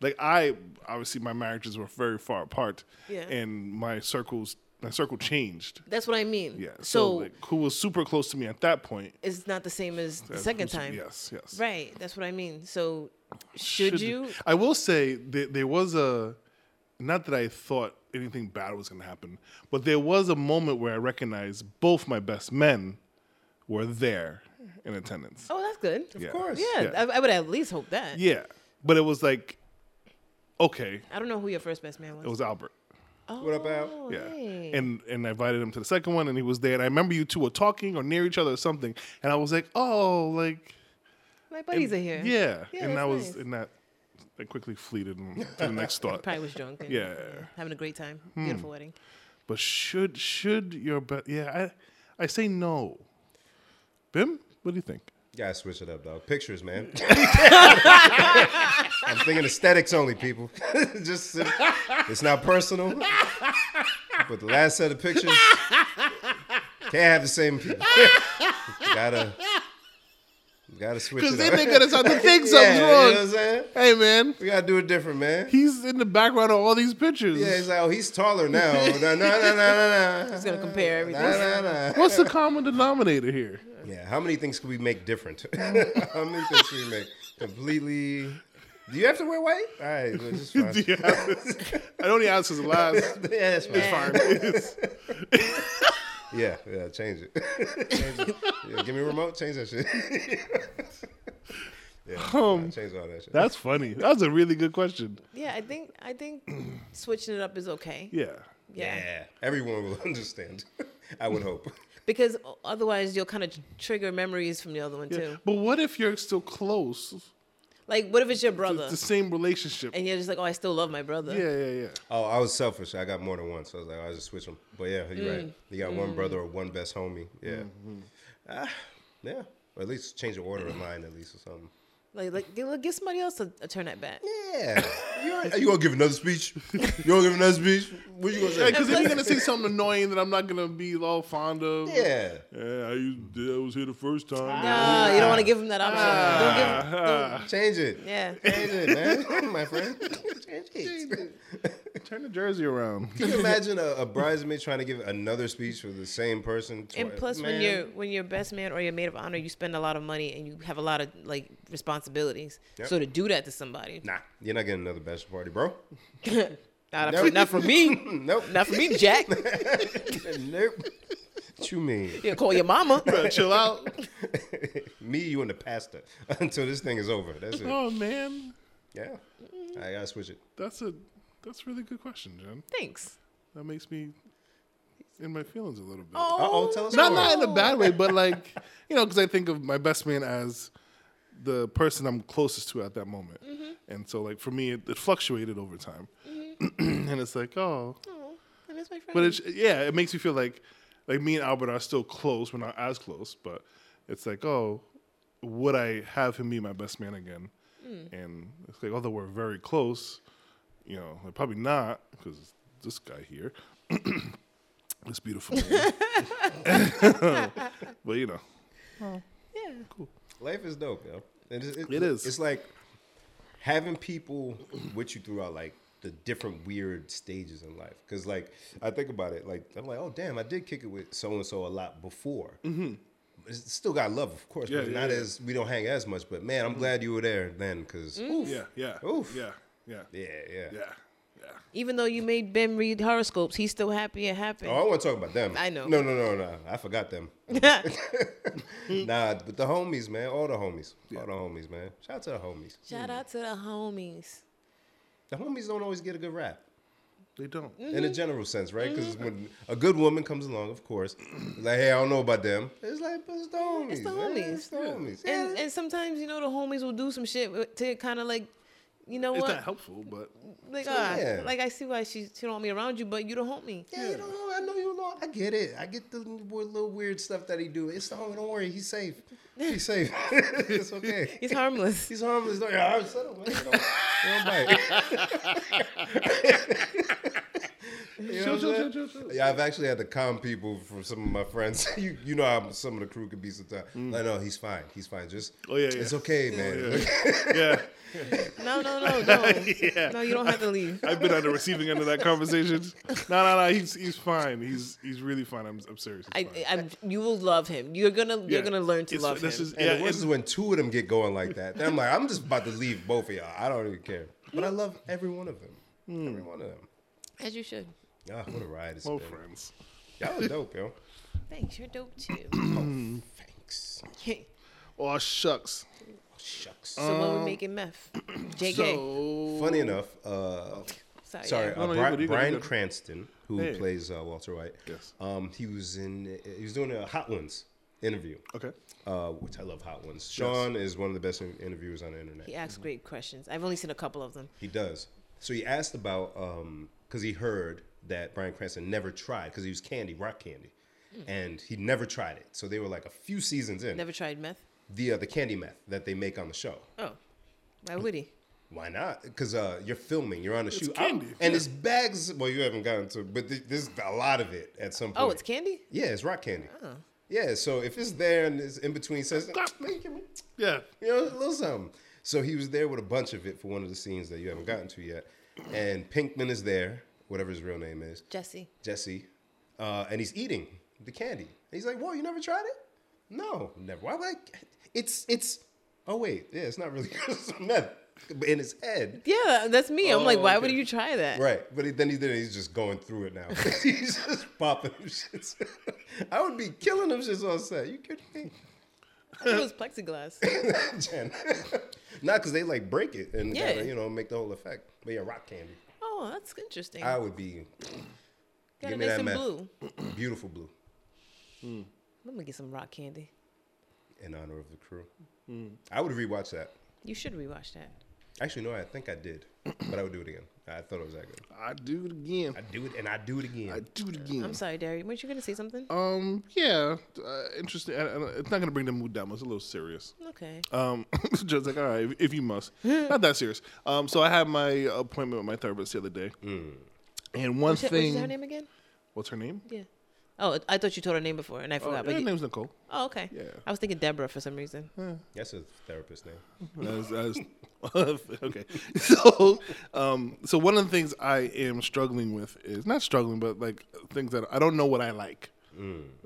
Speaker 1: Like I obviously my marriages were very far apart
Speaker 3: Yeah.
Speaker 1: and my circles my circle changed.
Speaker 3: That's what I mean.
Speaker 1: Yeah. So,
Speaker 3: So,
Speaker 1: like who was super close to me at that point.
Speaker 3: it's not the same as the
Speaker 1: as who's-
Speaker 3: second time.
Speaker 1: Yes, yes.
Speaker 3: Right. That's what I mean. So should, you?
Speaker 1: I will say that there was a not that I thought anything bad was going to happen, but there was a moment where I recognized both my best men were there in attendance.
Speaker 3: Oh, that's good.
Speaker 1: yeah.
Speaker 2: Of course.
Speaker 3: Yeah,
Speaker 1: Yeah.
Speaker 3: I, I would at least hope that.
Speaker 1: Yeah, but it was like okay,
Speaker 3: I don't know who your first best man was.
Speaker 1: it was Albert.
Speaker 3: oh,
Speaker 2: What up, Al?
Speaker 3: Al?
Speaker 1: Yeah,
Speaker 3: Hey.
Speaker 1: and and I invited him to the second one, and he was there. And I remember you two were talking or near each other or something, and I was like, oh, like
Speaker 3: my buddies are here.
Speaker 1: yeah,
Speaker 3: Yeah,
Speaker 1: and
Speaker 3: that's
Speaker 1: I was
Speaker 3: nice.
Speaker 1: and that I quickly fleeted to the next thought.
Speaker 3: Probably was drunk. And
Speaker 1: Yeah. Hmm.
Speaker 3: Having a great time. Beautiful wedding.
Speaker 1: But should should your bet? Yeah, I I say no. Bim, what do you think?
Speaker 2: Gotta switch it up, dog. Pictures, man. I'm thinking aesthetics only, people. Just uh, it's not personal. But the last set of pictures can't have the same people. gotta gotta switch
Speaker 1: Because
Speaker 2: it
Speaker 1: they
Speaker 2: up.
Speaker 1: make us out to think
Speaker 2: yeah,
Speaker 1: something's
Speaker 2: you know what I'm
Speaker 1: wrong.
Speaker 2: saying?
Speaker 1: Hey man,
Speaker 2: We gotta do it different, man.
Speaker 1: he's in the background of all these pictures.
Speaker 2: Yeah, he's like, oh, he's taller now. No, no, no, no, no, no.
Speaker 3: Just gonna compare everything.
Speaker 2: No, no, no.
Speaker 1: What's the common denominator here?
Speaker 2: Yeah, how many things could we make different? how many things could we make completely? Do you have to wear white? All right, well, just fine.
Speaker 1: Do you have this? I only asked his last.
Speaker 2: yeah, that's fine.
Speaker 1: It's fine. It's-
Speaker 2: Yeah, yeah, change it. change it. Yeah, give me a remote. Change that shit. yeah,
Speaker 1: Um,
Speaker 2: nah, change all that shit.
Speaker 1: that's funny. That's a really good question.
Speaker 3: Yeah, I think I think switching it up is okay.
Speaker 1: Yeah.
Speaker 3: Yeah.
Speaker 2: yeah, everyone will understand. I would hope.
Speaker 3: Because o- otherwise you'll kind of trigger memories from the other one too.
Speaker 1: But what if you're still close?
Speaker 3: Like, what if it's your brother?
Speaker 1: It's the same relationship.
Speaker 3: and you're just like, oh, I still love my brother.
Speaker 1: Yeah, yeah, yeah.
Speaker 2: Oh, I was selfish. I got more than one, so I was like, I just switch them. But yeah, you're right. You got one brother or one best homie. Yeah, ah, yeah. Or at least change the order of mine, at least or something.
Speaker 3: Like, like, give, give somebody else a, a turn at bat.
Speaker 2: Yeah, you're, you gonna give another speech? You gonna give another speech? What you gonna say?
Speaker 1: Because if you're gonna say something annoying that I'm not gonna be all fond of,
Speaker 2: yeah,
Speaker 1: yeah, I, used, I was here the first time.
Speaker 3: Nah, Ah, you don't want to give him that option.
Speaker 2: Ah.
Speaker 3: Don't give. Don't,
Speaker 2: change it.
Speaker 3: yeah.
Speaker 2: Change it, man. My friend. Change it.
Speaker 1: Turn the jersey around.
Speaker 2: Can you imagine a, a bridesmaid trying to give another speech for the same person?
Speaker 3: And
Speaker 2: twice?
Speaker 3: plus, when
Speaker 2: Man.
Speaker 3: you're when you're best man or your maid of honor, you spend a lot of money and you have a lot of like responsibilities.
Speaker 2: Yep.
Speaker 3: So to do that to somebody,
Speaker 2: nah, you're not getting another bachelor party, bro.
Speaker 3: not,
Speaker 2: Nope.
Speaker 3: for, not for me,
Speaker 2: nope,
Speaker 3: not for me, Jack.
Speaker 2: nope. What you mean?
Speaker 3: You call your mama.
Speaker 1: Chill out.
Speaker 2: Me, you, and the pastor until this thing is over. That's it.
Speaker 1: Oh man,
Speaker 2: Yeah, I gotta switch it.
Speaker 1: that's a that's a really good question, Jen.
Speaker 3: Thanks.
Speaker 1: That makes me in my feelings a little bit.
Speaker 2: Uh-oh, tell us
Speaker 1: not
Speaker 2: more.
Speaker 1: not in a bad way, but like you know, because I think of my best man as the person I'm closest to at that moment, and so like for me, it, it fluctuated over time, and it's like oh,
Speaker 3: Oh, I miss my friend.
Speaker 1: but it's yeah, it makes me feel like like me and Albert are still close. We're not as close, but it's like oh, would I have him be my best man again? And it's like although we're very close, you know, like, probably not because this guy here, this beautiful man. but you know,
Speaker 3: yeah.
Speaker 2: Life is dope, yo. It is.
Speaker 1: It is.
Speaker 2: It's like having people with you throughout like the different weird stages in life. Because like I think about it, like I'm like, oh damn, I did kick it with so and so a lot before. Mm-hmm. Still got love, of course,
Speaker 1: Yeah,
Speaker 2: but
Speaker 1: yeah,
Speaker 2: not
Speaker 1: yeah. Mm-hmm.
Speaker 2: as we don't hang as much. But man, I'm glad you were there then, because
Speaker 1: yeah, yeah,
Speaker 2: Oof.
Speaker 1: yeah, yeah,
Speaker 2: yeah, yeah,
Speaker 1: yeah, yeah.
Speaker 3: Even though you made Ben read horoscopes, he's still happy it happened.
Speaker 2: Oh, I want to talk about them.
Speaker 3: I know.
Speaker 2: No, no, no, no. I forgot them. nah, but the homies, man. All the homies. All the homies, man. Shout out to the homies.
Speaker 3: Shout out to the homies.
Speaker 2: The homies don't always get a good rap.
Speaker 1: They don't.
Speaker 2: in a
Speaker 3: Mm-hmm.
Speaker 2: general sense, right? Because when a good woman comes along, of course, like, hey, I don't know about them. It's like, but it's the homies.
Speaker 3: It's the
Speaker 2: man.
Speaker 3: homies.
Speaker 2: It's the homies. Yeah.
Speaker 3: And and sometimes you know the homies will do some shit to kind of like, you know
Speaker 1: It's
Speaker 3: what?
Speaker 1: not helpful, but
Speaker 3: Like,
Speaker 2: So,
Speaker 3: ah,
Speaker 2: yeah.
Speaker 3: like I see why she she don't want me around you, but you the homie.
Speaker 2: yeah, you know, I know you know. I get it. I get the little little weird stuff that he do. It's the homie. Don't worry. He's safe. He's safe. it's okay.
Speaker 3: He's harmless.
Speaker 2: He's harmless. Don't, yeah, I'm settled, man. Don't, don't bite. You
Speaker 1: Chill,
Speaker 2: know what I'm
Speaker 1: chill,
Speaker 2: saying?
Speaker 1: chill, chill, chill.
Speaker 2: Yeah, I've actually had to calm people from some of my friends. you, you know how some of the crew could be sometimes. Like, no, he's fine. He's fine. Just,
Speaker 1: Oh, yeah, yeah.
Speaker 2: it's okay, man.
Speaker 1: yeah,
Speaker 3: No, no, no, no. No, you don't have to leave.
Speaker 1: I've been on the receiving end of that conversation. No, no, no. He's he's fine. He's he's really fine. I'm I'm serious.
Speaker 3: I,
Speaker 1: He's fine.
Speaker 3: I'm, you will love him. You're gonna, you're
Speaker 1: Yeah.
Speaker 3: gonna learn to
Speaker 1: It's-
Speaker 3: love
Speaker 1: this
Speaker 3: him.
Speaker 1: Is,
Speaker 2: And
Speaker 1: yeah,
Speaker 2: the worst
Speaker 1: it's-
Speaker 2: is when two of them get going like that. Then I'm like, I'm just about to leave both of y'all. I don't even care. But I love every one of them. Every one of them.
Speaker 3: As you should.
Speaker 2: Ah, what a ride it's
Speaker 1: no
Speaker 2: been.
Speaker 1: friends.
Speaker 2: Y'all are dope, yo.
Speaker 3: Thanks, you're dope too.
Speaker 2: Thanks.
Speaker 3: Okay,
Speaker 1: Oh shucks.
Speaker 2: Shucks.
Speaker 3: so what we making meth? JK.
Speaker 1: Um, So
Speaker 2: Funny enough, uh,
Speaker 3: sorry.
Speaker 2: sorry,
Speaker 3: yeah.
Speaker 1: No, no,
Speaker 2: uh, Bri-
Speaker 1: you're good, you're good,
Speaker 2: Brian
Speaker 1: you're good.
Speaker 2: Cranston, who
Speaker 1: Hey.
Speaker 2: plays uh, Walter White.
Speaker 1: Yes.
Speaker 2: Um, he was in. He was doing a Hot Ones interview,
Speaker 1: Okay.
Speaker 2: uh, which I love. Hot Ones. Sean is one of the best in- interviewers on the internet.
Speaker 3: He asks great questions. I've only seen a couple of them.
Speaker 2: He does. So he asked about because he heard that Brian Cranston never tried because he was candy, rock candy, and he never tried it. So they were like a few seasons in
Speaker 3: Mm. Never tried meth.
Speaker 2: the uh, the candy meth that they make on the show.
Speaker 3: Oh, why would he?
Speaker 2: Why not? Because uh, you're filming, you're on a shoot, I'm-
Speaker 1: candy,
Speaker 2: and it's bags. Well, you haven't gotten to, but th- there's a lot of it at some point.
Speaker 3: Oh, it's candy.
Speaker 2: Yeah, it's rock candy. Yeah, so if it's there and it's in between sessions,
Speaker 1: Yeah.
Speaker 2: you know, a little something. So he was there with a bunch of it for one of the scenes that you haven't gotten to yet. And Pinkman is there, whatever his real name is,
Speaker 3: Jesse.
Speaker 2: Jesse, uh, and he's eating the candy. And he's like, "Whoa, you never tried it? No, never. Why would I? It's it's. Oh wait, yeah, it's not really meth, but in his head,
Speaker 3: Yeah, that's me. I'm like,
Speaker 2: Oh,
Speaker 3: why
Speaker 2: okay.
Speaker 3: would you try that?
Speaker 2: Right, but he, then he did it. He's just going through it now. he's just popping them shits. I would be killing them shits on set. You kidding me,
Speaker 3: I thought it was plexiglass.
Speaker 2: Jen? Not because they like break it and
Speaker 3: Yeah.
Speaker 2: gotta, you know make the whole effect. But yeah, rock candy.
Speaker 3: Oh, that's interesting.
Speaker 1: Uh,
Speaker 2: I would be give
Speaker 3: Got it
Speaker 2: me
Speaker 3: nice
Speaker 2: that
Speaker 3: and
Speaker 2: meth.
Speaker 3: blue.
Speaker 2: beautiful blue
Speaker 3: Let me get some rock candy.
Speaker 2: in honor of the crew. I would rewatch that.
Speaker 3: You should rewatch that.
Speaker 2: Actually, no, I think I did, but I would do it again. I thought it was that good.
Speaker 1: I do it again.
Speaker 2: I do it and I do it again.
Speaker 1: I do it again.
Speaker 3: I'm sorry, Derry. Weren't you gonna say something?
Speaker 1: Um, yeah, uh, interesting. I, I, it's not gonna bring the mood down. but It's a little serious.
Speaker 3: Okay.
Speaker 1: Um, Joe's like, all right, if, if you must, not that serious. Um, so I had my appointment with my therapist the other day, and one
Speaker 3: What's her-
Speaker 1: thing.
Speaker 3: What's her name again?
Speaker 1: What's her name?
Speaker 3: Yeah. Oh, I thought you told her name before, and I
Speaker 1: Oh,
Speaker 3: forgot.
Speaker 1: her
Speaker 3: but you,
Speaker 1: name's Nicole.
Speaker 3: oh, okay.
Speaker 1: Yeah.
Speaker 3: I was thinking Deborah for some reason.
Speaker 2: That's a therapist name.
Speaker 1: As- as- okay. So, um, so one of the things I am struggling with is not struggling, but like things that I don't know what I like.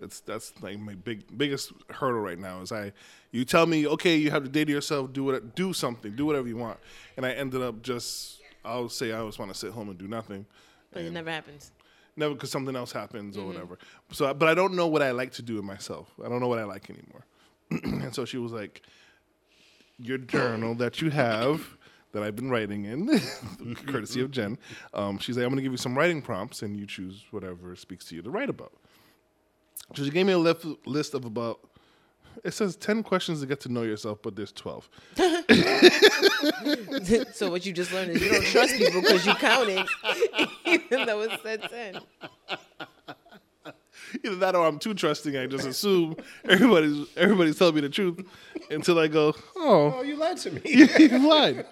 Speaker 1: It's that's like my big biggest hurdle right now is I. You tell me, okay, you have to date yourself, do what, do something, do whatever you want, and I ended up just. I'll say I just want to sit home and do nothing.
Speaker 3: But it never happens.
Speaker 1: Never, because something else happens or whatever. So, I- but I don't know what I like to do in myself. I don't know what I like anymore. and so she was like, "Your journal that you have that I've been writing in, courtesy of Jen." Um, she's like, "I'm going to give you some writing prompts, and you choose whatever speaks to you to write about." So she gave me a lef- list of about. It says ten questions to get to know yourself, but there's twelve.
Speaker 3: so what you just learned is you don't trust people because you counted, even though it said ten.
Speaker 1: Either that or I'm too trusting. I just assume everybody's everybody's telling me the truth until I go, oh,
Speaker 2: Oh, you lied to me.
Speaker 1: you lied.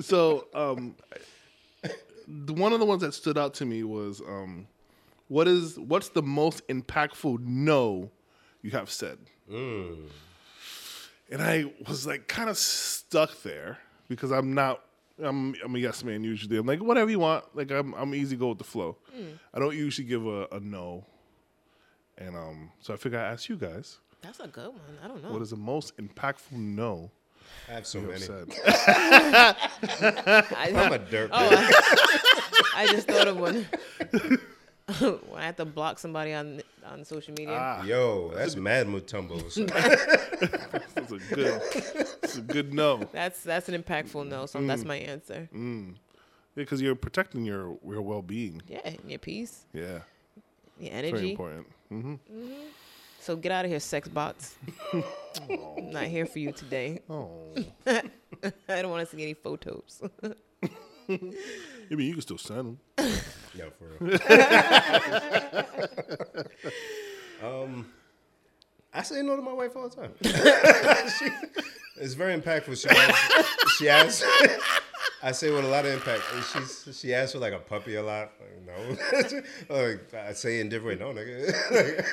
Speaker 1: So, um, the, one of the ones that stood out to me was, um, what is what's the most impactful no you have said? And I was like kind of stuck there because I'm not. I'm, I'm a yes man usually. I'm like whatever you want. Like I'm I'm easy go with the flow. I don't usually give a, a no. And um, so I figure I ask you guys,
Speaker 3: That's a good one. I don't know.
Speaker 1: what is the most impactful no
Speaker 2: I have so
Speaker 1: you have
Speaker 2: many.
Speaker 1: said?
Speaker 3: I,
Speaker 2: I'm a dirtbag.
Speaker 3: I just thought of one. when I had to block somebody on on social media.
Speaker 2: Yo, that's mad Mutombo. So
Speaker 1: That's a good. That's a good no.
Speaker 3: That's that's an impactful no. So
Speaker 1: Mm.
Speaker 3: that's my answer.
Speaker 1: because you're protecting your your well being.
Speaker 3: Yeah, and your peace,
Speaker 1: Yeah, it's
Speaker 3: your
Speaker 1: very
Speaker 3: energy.
Speaker 1: important. hmm
Speaker 3: So get out of here, sex bots. I'm not here for you today.
Speaker 1: Oh,
Speaker 3: I don't want to see any photos.
Speaker 1: I mean, you can still send them.
Speaker 2: Yo, for real. um, I say no to my wife all the time. She- it's very impactful. She asks, she asks I say with a lot of impact. And She's, she asks for like a puppy a lot. Like, no. like, I say in different ways, no, nigga.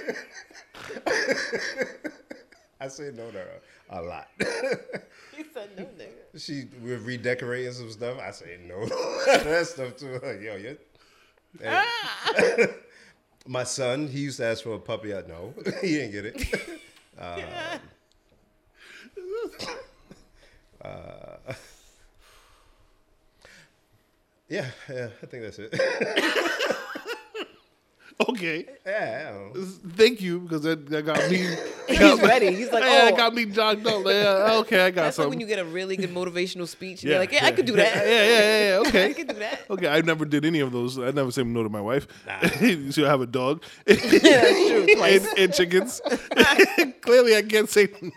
Speaker 2: I say no to her a lot.
Speaker 3: he said no, nigga.
Speaker 2: She we're redecorating some stuff. I say no, that stuff too. Like, yo, you
Speaker 3: Ah!
Speaker 2: my son, he used to ask for a puppy. I know he didn't get it. Um, uh, Yeah, yeah, I think that's it.
Speaker 1: Okay,
Speaker 2: yeah, I don't know.
Speaker 1: thank you because that, that got me.
Speaker 3: He's ready. He's like,
Speaker 1: yeah,
Speaker 3: oh,
Speaker 1: that got me jogged up. Like, yeah, okay, I got
Speaker 3: That's like
Speaker 1: something.
Speaker 3: when you get a really good motivational speech and you're like, yeah, I could do that.
Speaker 1: Yeah, yeah, yeah, yeah.
Speaker 3: I
Speaker 1: Okay.
Speaker 3: could do that.
Speaker 1: Okay, I never did any of those. I never said no to my wife. so I have a dog
Speaker 3: That's true.
Speaker 1: and,
Speaker 3: Twice.
Speaker 1: and chickens. Clearly, I can't say no.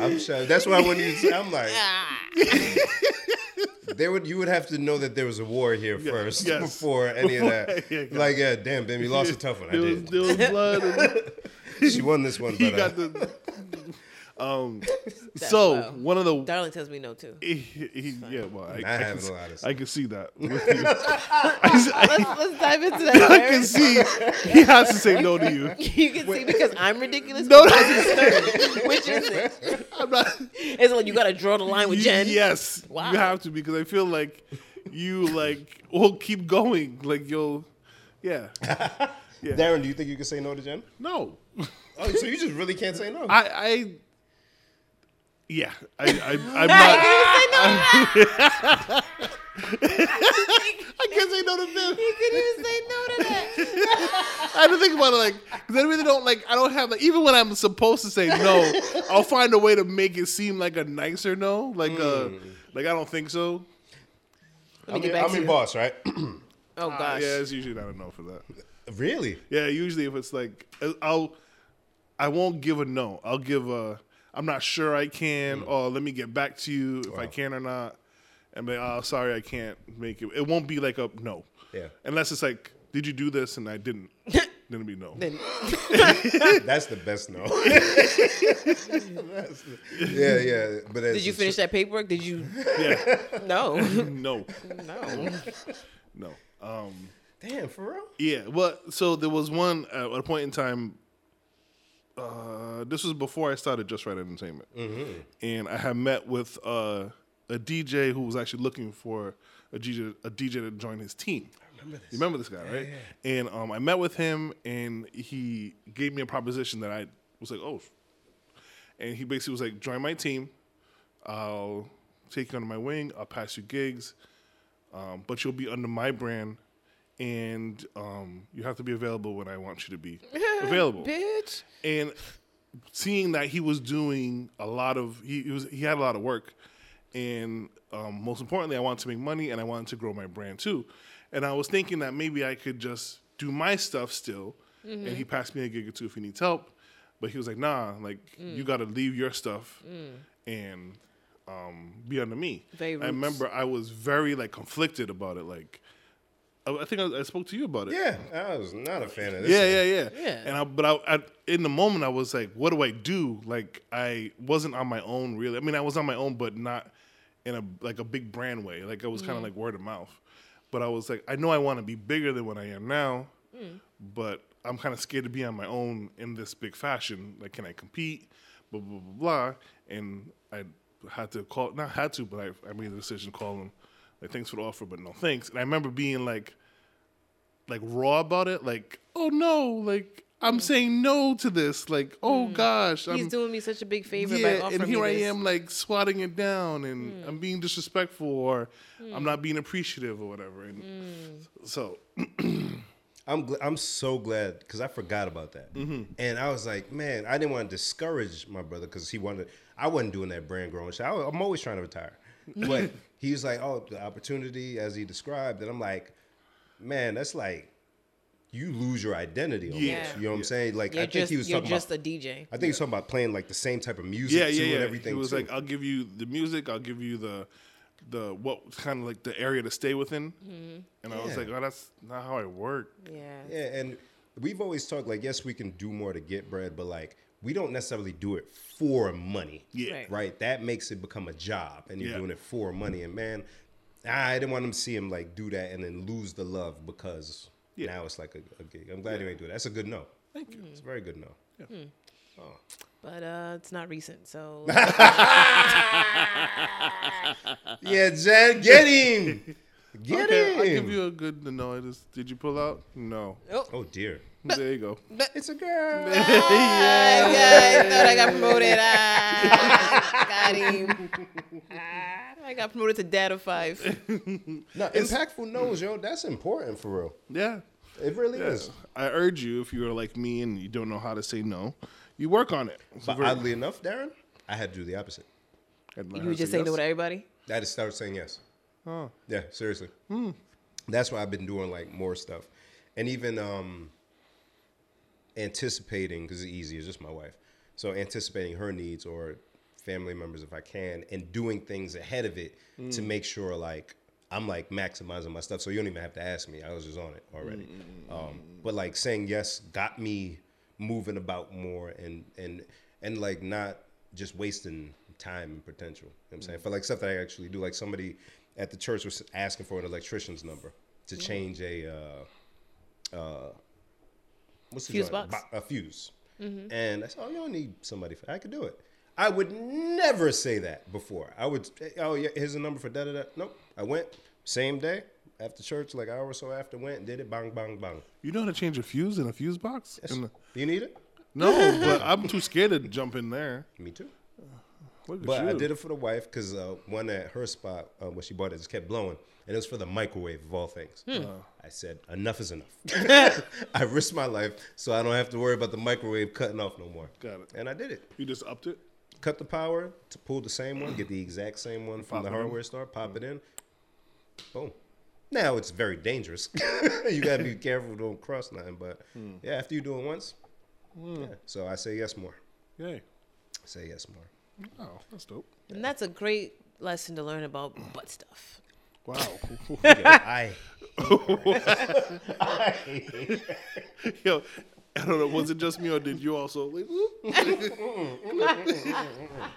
Speaker 2: I'm sure. That's why when you, say- I'm like,
Speaker 3: Ah!
Speaker 2: there would you would have to know that there was a war here first
Speaker 1: yes.
Speaker 2: before any of that.
Speaker 1: Yeah, yeah.
Speaker 2: Like, yeah, damn, Ben, you lost a tough one. I
Speaker 1: There was,
Speaker 2: did.
Speaker 1: there was blood. And
Speaker 2: She won this one,
Speaker 1: he
Speaker 2: but uh,
Speaker 1: got the. Um, so
Speaker 3: wild.
Speaker 1: one of the
Speaker 3: Darling tells me no too.
Speaker 1: He- he- yeah, well, I, I,
Speaker 2: I
Speaker 1: can,
Speaker 2: have
Speaker 1: s-
Speaker 2: a lot of
Speaker 1: I
Speaker 2: stuff.
Speaker 1: can see that. with you. I,
Speaker 3: Let's, let's dive into
Speaker 1: I- I can
Speaker 3: that.
Speaker 1: see he has to say no to you.
Speaker 3: Derek. You can see because I'm ridiculous.
Speaker 1: No,
Speaker 3: No,
Speaker 1: no.
Speaker 3: which is it?
Speaker 1: I'm not.
Speaker 3: It's like you gotta draw the line with
Speaker 1: you-
Speaker 3: Jen.
Speaker 1: Yes,
Speaker 3: Wow.
Speaker 1: you have to because I feel like you like will keep going. Like you'll, yeah,
Speaker 2: Darren, do you think you can say no to Jen?
Speaker 1: no.
Speaker 2: Oh, so you just really can't say no.
Speaker 1: I, I yeah, I, I, I'm not. I can't say no to them.
Speaker 3: You couldn't even say no to that.
Speaker 1: I don't think about it like because I really don't like. I don't have like even when I'm supposed to say no, I'll find a way to make it seem like a nicer no, like uh like I don't think so.
Speaker 3: Let me get back
Speaker 2: I'm
Speaker 3: to
Speaker 2: your
Speaker 3: you.
Speaker 2: boss, right?
Speaker 3: Oh
Speaker 1: Uh,
Speaker 3: gosh.
Speaker 1: yeah, it's usually not a no for that.
Speaker 2: really?
Speaker 1: uh, Yeah, usually if it's like I'll I won't give a no. I'll give a I'm not sure I can. Or let me get back to you if I can or not. And be, oh, sorry, I can't make it. It won't be like a no.
Speaker 2: Yeah.
Speaker 1: Unless it's like, did you do this and I didn't? then it'll be no.
Speaker 3: Then
Speaker 2: That's the best no. That's the- yeah, yeah. But
Speaker 3: did you finish that paperwork? Did you?
Speaker 1: yeah.
Speaker 3: No,
Speaker 1: no.
Speaker 3: no.
Speaker 1: No. Um.
Speaker 2: Damn, for real?
Speaker 1: Yeah. Well, so there was one at a point in time. Uh, this was before I started Just Right Entertainment,
Speaker 2: Mm-hmm.
Speaker 1: and I had met with uh, a DJ who was actually looking for a DJ a DJ to join his team.
Speaker 2: remember this.
Speaker 1: You remember this guy, right? And um, I met with him, and he gave me a proposition that I was like, "Oh," and he basically was like, "Join my team. I'll take you under my wing. I'll pass you gigs, um, but you'll be under my brand, and um, you have to be available when I want you to be available."
Speaker 3: Bitch.
Speaker 1: and seeing that he was doing a lot of he, he was he had a lot of work and um, most importantly i wanted to make money and i wanted to grow my brand too and i was thinking that maybe i could just do my stuff still and he passed me a gig or two if he needs help but he was like nah like you gotta leave your stuff and um, be under me
Speaker 3: Very
Speaker 1: i
Speaker 3: roots.
Speaker 1: remember i was very like conflicted about it like i, I think I, I spoke to you about it
Speaker 2: Yeah, I was not a fan of this.
Speaker 1: yeah, yeah, yeah,
Speaker 3: Yeah.
Speaker 1: And I, but I, I, in the moment, I was like, "What do I do?" Like, I wasn't on my own, really. I mean, I was on my own, but not in a like a big brand way. Like, I was kind of like word of mouth. But I was like, I know I want to be bigger than what I am now, but I'm kind of scared to be on my own in this big fashion. Like, can I compete? Blah blah blah. blah. And I had to call, not had to, but I, I made the decision to call him. Like, thanks for the offer, but no thanks. And I remember being like like raw about it. Like, oh no, like I'm saying no to this. Like, oh gosh,
Speaker 3: Hmm. He's
Speaker 1: I'm
Speaker 3: doing me such a big favor by
Speaker 1: yeah,
Speaker 3: offering
Speaker 1: and here
Speaker 3: me
Speaker 1: I
Speaker 3: this. Hmm.
Speaker 1: am like swatting it down, and I'm being disrespectful, or I'm not being appreciative, or whatever. And
Speaker 3: Hmm.
Speaker 1: so,
Speaker 2: I'm gl- I'm so glad because I forgot about that,
Speaker 1: Mm-hmm.
Speaker 2: and I was like, man, I didn't want to discourage my brother because he wanted. I wasn't doing that brand growing shit. I, am always trying to retire, but he was like, oh, the opportunity as he described, and I'm like, man, that's like you lose your identity. Almost.
Speaker 1: Yeah.
Speaker 2: you know what I'm saying? Like
Speaker 3: You're
Speaker 2: I think
Speaker 3: just,
Speaker 2: he was
Speaker 3: you're
Speaker 2: talking
Speaker 3: just
Speaker 2: about.
Speaker 3: a DJ.
Speaker 2: I think he was talking about playing like the same type of music
Speaker 1: yeah,
Speaker 2: too
Speaker 1: yeah, yeah.
Speaker 2: and everything.
Speaker 1: he was
Speaker 2: too.
Speaker 1: like, "Oh." I'll give you the music. I'll give you the the what kind of like the area to stay within.
Speaker 3: Hmm.
Speaker 1: And I was
Speaker 2: Yeah.
Speaker 1: like, oh, that's not how I work.
Speaker 3: Yeah.
Speaker 2: Yeah, and we've always talked like, yes, we can do more to get bread, but like we don't necessarily do it for money.
Speaker 1: Yeah.
Speaker 3: Right.
Speaker 2: Right? That makes it become a job and you're
Speaker 1: Yeah.
Speaker 2: doing it for money. And man, I didn't want him to see him like do that and then lose the love because
Speaker 1: Yeah.
Speaker 2: now it's like a, a gig. I'm glad you ain't do that. That's a good no. Thank you. It's a very good no.
Speaker 3: But uh, it's not recent, so
Speaker 2: Yeah, Jed, get him. Get
Speaker 1: Okay, I'll
Speaker 2: him.
Speaker 1: give you a good no. I just did you pull out? No.
Speaker 2: oh dear.
Speaker 1: There you go.
Speaker 2: It's a girl.
Speaker 3: I thought I got promoted. Ah, got him. Ah, I got promoted to dad of five.
Speaker 2: No, impactful knows, yo. That's important for real.
Speaker 1: Yeah.
Speaker 2: It really
Speaker 1: Yes.
Speaker 2: is.
Speaker 1: I urge you, if you are like me and you don't know how to say no, you work on it. It's
Speaker 2: But
Speaker 1: very-
Speaker 2: oddly enough, Darren, I had to do the opposite.
Speaker 1: I'd learn how
Speaker 3: You
Speaker 1: to
Speaker 3: just say
Speaker 1: yes.
Speaker 3: no to everybody.
Speaker 2: I just started saying yes. Yeah, seriously. That's why I've been doing like more stuff, and even um, anticipating because it's easy. It's just my wife, so anticipating her needs or family members if I can, and doing things ahead of it to make sure like I'm like maximizing my stuff. So you don't even have to ask me. I was just on it already. Um, but like saying yes got me moving about more and and and like not just wasting time and potential. You know what I'm saying
Speaker 3: Mm.
Speaker 2: for like stuff that I actually do. Like somebody at the church was asking for an electrician's number to change a. Uh, what's the
Speaker 3: Fuse
Speaker 2: joint?
Speaker 3: box? Mm-hmm.
Speaker 2: Bo- A fuse. And I said, "Oh, you don't need somebody for. I could do it." I would never say that before. I would, "Oh, yeah, here's a number for da da da." Nope. I went same day after church, like an hour or so after, went and did it. Bang bang bang.
Speaker 1: You know how to change a fuse in a fuse box? In the-
Speaker 2: You need it?
Speaker 1: no, but I'm too scared to jump in there.
Speaker 2: Me too.
Speaker 1: Look at
Speaker 2: But I
Speaker 1: you.
Speaker 2: did it for the wife because uh, one at her spot uh, when she bought it just kept blowing, and it was for the microwave of all things.
Speaker 1: Hmm.
Speaker 2: Uh, I said, "Enough is enough." I risked my life so I don't have to worry about the microwave cutting off no more.
Speaker 1: Got it.
Speaker 2: And I did it.
Speaker 1: You just upped it.
Speaker 2: Cut the power to pull the same one, get the exact same one from
Speaker 1: Pop
Speaker 2: the
Speaker 1: it in. Mm.
Speaker 2: hardware store, pop it in. Boom. Now it's very dangerous. you gotta be careful, don't cross
Speaker 1: Hmm.
Speaker 2: nothing. But yeah, after you do it once, yeah. so I say yes more.
Speaker 1: Yay.
Speaker 2: Say yes more.
Speaker 1: Oh, that's dope.
Speaker 3: And that's a great lesson to learn about butt stuff.
Speaker 1: Wow.
Speaker 2: I
Speaker 1: Yo, I don't know. Was it just me or did you also? Like,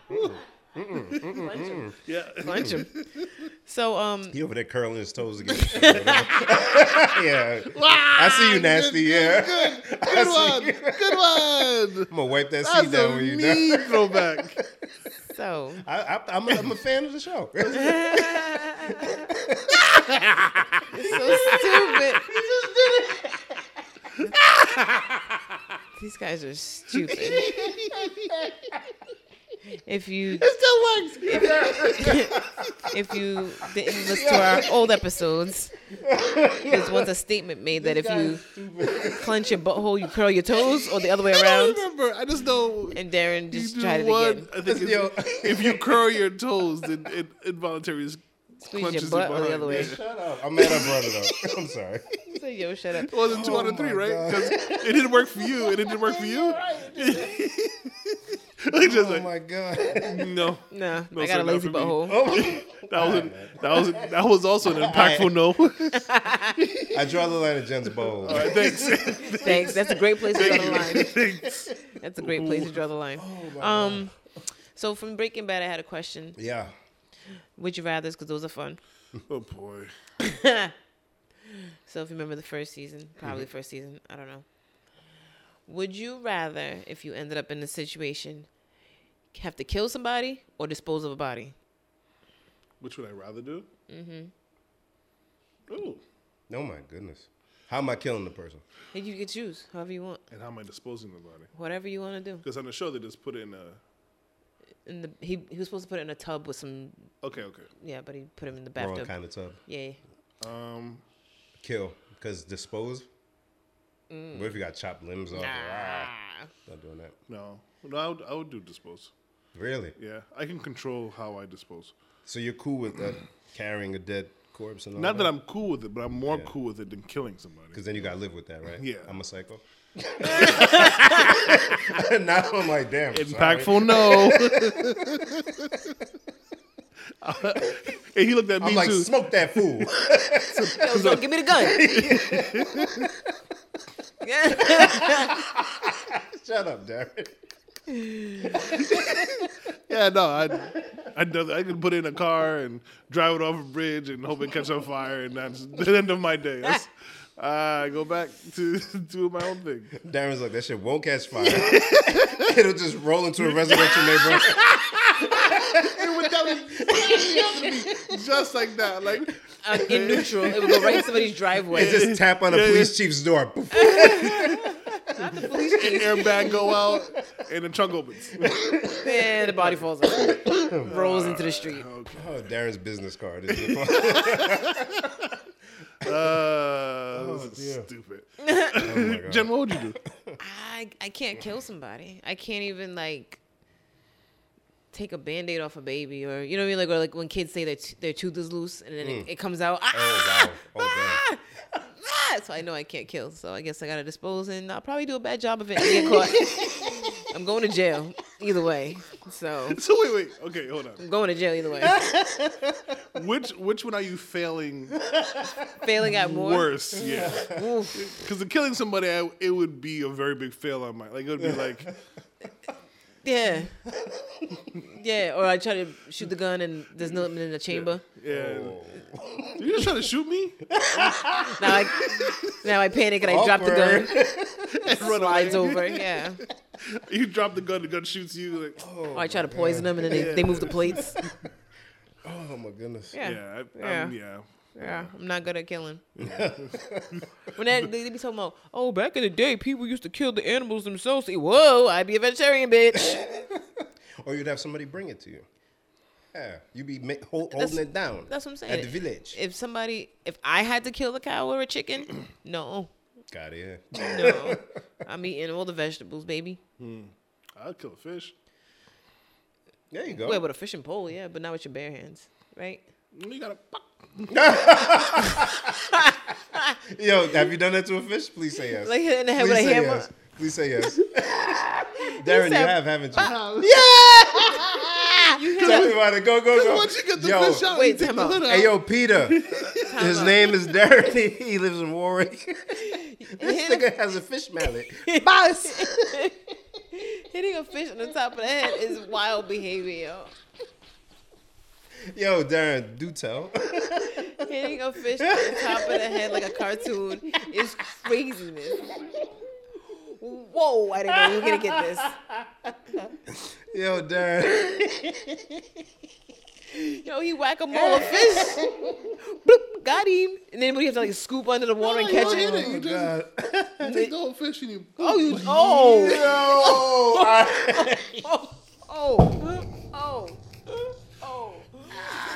Speaker 1: whoop? yeah.
Speaker 3: Punch him. So um,
Speaker 2: he over there curling his toes again. yeah, I see you, nasty. Yeah,
Speaker 1: Good one. Good one.
Speaker 2: I'm gonna wipe that
Speaker 1: That's
Speaker 2: seat down
Speaker 1: a
Speaker 2: with you. Now.
Speaker 1: mean throwback.
Speaker 3: so
Speaker 2: I, I, I'm, a, I'm a fan of the show.
Speaker 3: so stupid. These guys are stupid. If you
Speaker 1: It still works.
Speaker 3: if you didn't listen to our old episodes, there's once a statement made that if you clench your butthole, you curl your toes, or the other way
Speaker 1: I don't
Speaker 3: around.
Speaker 1: remember. I just know.
Speaker 3: And Darren
Speaker 1: You
Speaker 3: just
Speaker 1: do
Speaker 3: tried it
Speaker 1: one.
Speaker 3: again.
Speaker 1: I think it's,
Speaker 2: Yo.
Speaker 1: if you curl your toes, then it involuntarily
Speaker 3: Squeeze
Speaker 1: clenches
Speaker 3: your butt or the
Speaker 1: behind.
Speaker 3: other way.
Speaker 1: Yeah.
Speaker 2: Shut up. I'm mad I brought it up. I'm sorry.
Speaker 3: He said, Yo, shut up.
Speaker 1: It wasn't two out of three, right? Because it didn't work for you, and it didn't work for you. Like, just
Speaker 2: Oh
Speaker 1: like,
Speaker 2: my god.
Speaker 1: no,
Speaker 3: Nah,
Speaker 1: No,
Speaker 3: I
Speaker 1: sir,
Speaker 3: got a
Speaker 1: not
Speaker 3: lazy
Speaker 1: for me.
Speaker 3: butthole.
Speaker 1: that was that was that was also an impactful no.
Speaker 2: I draw the line at Jen's bowl.
Speaker 1: Thanks,
Speaker 3: Thanks. That's a great place to draw the line.
Speaker 1: thanks.
Speaker 3: That's a great place to draw the line.
Speaker 2: Oh,
Speaker 3: um, so from Breaking Bad, I had a question.
Speaker 2: Yeah.
Speaker 3: Would you rather? Because those are fun.
Speaker 1: Oh boy,
Speaker 3: So if you remember the first season, probably
Speaker 2: Mm-hmm.
Speaker 3: first season, I don't know. Would you rather, if you ended up in a situation, have to kill somebody or dispose of a body?
Speaker 1: which would I rather do? Mm-hmm. Ooh,
Speaker 2: Oh my goodness. How am I killing the person?
Speaker 3: And you can choose however you want,
Speaker 1: and how am I disposing of the body?
Speaker 3: whatever you want to do.
Speaker 1: Because on the show they just put it in a.
Speaker 3: And the, he he was supposed to put it in a tub with some
Speaker 1: Okay, okay.
Speaker 3: yeah, but he put him in the
Speaker 2: Wrong
Speaker 3: bathtub.
Speaker 2: kind of tub.
Speaker 3: Yeah,
Speaker 1: Um,
Speaker 2: Kill. Because dispose. What if you got chopped limbs off? Ah, not doing that.
Speaker 1: no, no, I would, I would do dispose.
Speaker 2: Really?
Speaker 1: Yeah, I can control how I dispose.
Speaker 2: So you're cool with uh, carrying a dead corpse and all
Speaker 1: Not that I'm cool with it, but I'm more cool with it than killing somebody.
Speaker 2: Because then you got to live with that, right?
Speaker 1: Yeah.
Speaker 2: I'm a psycho. now I'm like, damn. I'm sorry.
Speaker 1: Impactful no. and he looked at me
Speaker 2: I'm like,
Speaker 1: too.
Speaker 2: smoke that fool.
Speaker 3: Yo, yo, give me the gun. Yeah.
Speaker 2: Shut up, Darren.
Speaker 1: Yeah, no, I, I, do- I can put it in a car and drive it off a bridge and hope it catches on fire, and that's the end of my day. That's, I go back to do my own thing.
Speaker 2: Darren's like, that shit won't catch fire. It'll just roll into a residential neighborhood.
Speaker 1: And with that, was- just like that, like
Speaker 3: Uh, in neutral, it would go right in somebody's driveway.
Speaker 2: It just tap on the
Speaker 1: Yeah, yeah.
Speaker 2: police chief's door. Poof.
Speaker 1: an airbag go out and the trunk opens.
Speaker 3: Yeah, the body falls off, rolls into the street.
Speaker 2: Oh, Darren's business card. is in the-
Speaker 1: Uh, this is
Speaker 2: dear.
Speaker 1: stupid.
Speaker 2: oh my God.
Speaker 1: Jen, what would you do?
Speaker 3: I I can't kill somebody. I can't even like take a band-aid off a baby or you know what I mean like or like when kids say their t- their tooth is loose and then it, it comes out. Ah,
Speaker 2: Mm. wow. Oh,
Speaker 3: ah, ah. So I know I can't kill. So I guess I gotta dispose and I'll probably do a bad job of it and get caught. I'm going to jail either way. So
Speaker 1: So wait, wait, okay, hold on.
Speaker 3: I'm going to jail either way.
Speaker 1: Which which one are you failing
Speaker 3: Failing at more.
Speaker 1: worse? Yeah.
Speaker 3: Oof.
Speaker 1: Because the killing somebody, I, it would be a very big fail on my. Like it would be like,
Speaker 3: Yeah. Yeah. Or I try to shoot the gun and there's nothing in the chamber.
Speaker 1: yeah,
Speaker 3: Oh.
Speaker 1: you just trying to shoot me
Speaker 3: Now I now I panic and I drop the gun.
Speaker 1: and run away.
Speaker 3: slides over. Yeah.
Speaker 1: You drop the gun, the gun shoots you. Like,
Speaker 3: Or I try to poison them and then they, they move the plates.
Speaker 2: Oh my goodness.
Speaker 3: Yeah.
Speaker 1: yeah, I, yeah.
Speaker 3: Yeah.
Speaker 1: I'm, yeah.
Speaker 3: Yeah, I'm not good at killing. when they, they be talking about, oh, back in the day, people used to kill the animals themselves. to eat." Whoa, I'd be a vegetarian, bitch.
Speaker 2: Or you'd have somebody bring it to you. Yeah, you'd be ma- hold, holding it down.
Speaker 3: That's what I'm saying.
Speaker 2: At the village.
Speaker 3: If somebody, if I had to kill a cow or a chicken, no,
Speaker 2: Got it.
Speaker 3: no, I'm eating all the vegetables, baby.
Speaker 1: I'd kill a fish.
Speaker 2: There you go.
Speaker 3: Wait, with a fishing pole, yeah, but not with your bare hands, right?
Speaker 1: You gotta.
Speaker 2: Yo, have you done that to a fish? Please say yes.
Speaker 3: Like in the head
Speaker 2: Please
Speaker 3: with a
Speaker 2: say
Speaker 3: hammer.
Speaker 2: yes. Please say yes. Darren, you
Speaker 3: said-
Speaker 2: have, haven't you?
Speaker 3: You
Speaker 2: Tell
Speaker 3: have-
Speaker 2: me about it. Go, go, go.
Speaker 1: Once you get the
Speaker 2: Yo,
Speaker 1: fish out, uh,
Speaker 3: wait,
Speaker 1: you take
Speaker 3: time
Speaker 1: the
Speaker 3: out.
Speaker 1: hood out.
Speaker 2: Hey, yo, Peter. His
Speaker 3: out.
Speaker 2: name is Darren. He lives in Warwick. this
Speaker 3: Hit
Speaker 2: nigga has a fish mallet.
Speaker 3: hitting a fish on the top of the head is wild behavior.
Speaker 2: Yo, Darren, do tell.
Speaker 3: Hitting a fish on the top of the head like a cartoon is craziness. Whoa, I didn't know you were gonna get this.
Speaker 2: Yo, Darren.
Speaker 3: Yo, he whack a mole of fish. Bloop, got him. And then what do you have to like scoop under the water and
Speaker 1: No, you
Speaker 3: catch
Speaker 1: hit
Speaker 3: it?
Speaker 1: it. You just-
Speaker 2: God.
Speaker 1: You take the whole fish and you.
Speaker 3: Oh, you oh,
Speaker 2: Yo. I-
Speaker 3: oh, oh, oh, oh.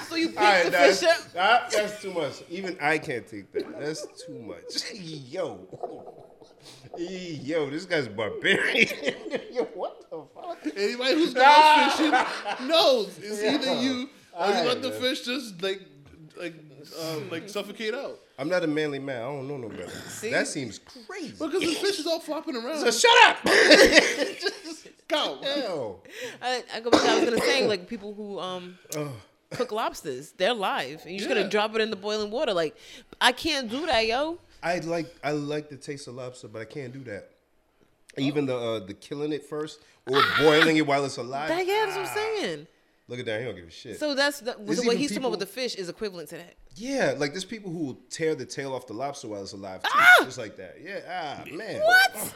Speaker 3: So you pick
Speaker 2: All right,
Speaker 3: the
Speaker 2: that's,
Speaker 3: fish up.
Speaker 2: that- that's too much. Even I can't take that. That's too much. Yo. Yo, this guy's barbarian. Yo, what the fuck?
Speaker 1: Anybody who's gone fishing knows it's either you or you
Speaker 2: Alright,
Speaker 1: let the
Speaker 2: man.
Speaker 1: fish just like like um, like suffocate out.
Speaker 2: I'm not a manly man. I don't know no better.
Speaker 3: See?
Speaker 2: That seems crazy.
Speaker 1: Because the fish is all flopping around.
Speaker 2: So shut up.
Speaker 1: Go.
Speaker 2: Yo.
Speaker 3: I, I go back. to what I was gonna say like people who um
Speaker 2: Oh.
Speaker 3: cook lobsters, they're live. And you're just
Speaker 1: Yeah.
Speaker 3: gonna drop it in the boiling water. Like I can't do that, yo.
Speaker 2: I like I like the taste of lobster, but I can't do that. Even the uh, the killing it first or boiling it while it's alive.
Speaker 3: That, yeah, that's what I'm saying.
Speaker 2: Look at that, he don't give a shit.
Speaker 3: So that's the,
Speaker 2: There's
Speaker 3: the way
Speaker 2: Ah. even
Speaker 3: he's talking about with the
Speaker 2: people-
Speaker 3: fish is equivalent to that.
Speaker 2: yeah, like there's people who will tear the tail off the lobster while it's alive, too, just like that. Yeah, ah man,
Speaker 3: Ah! What?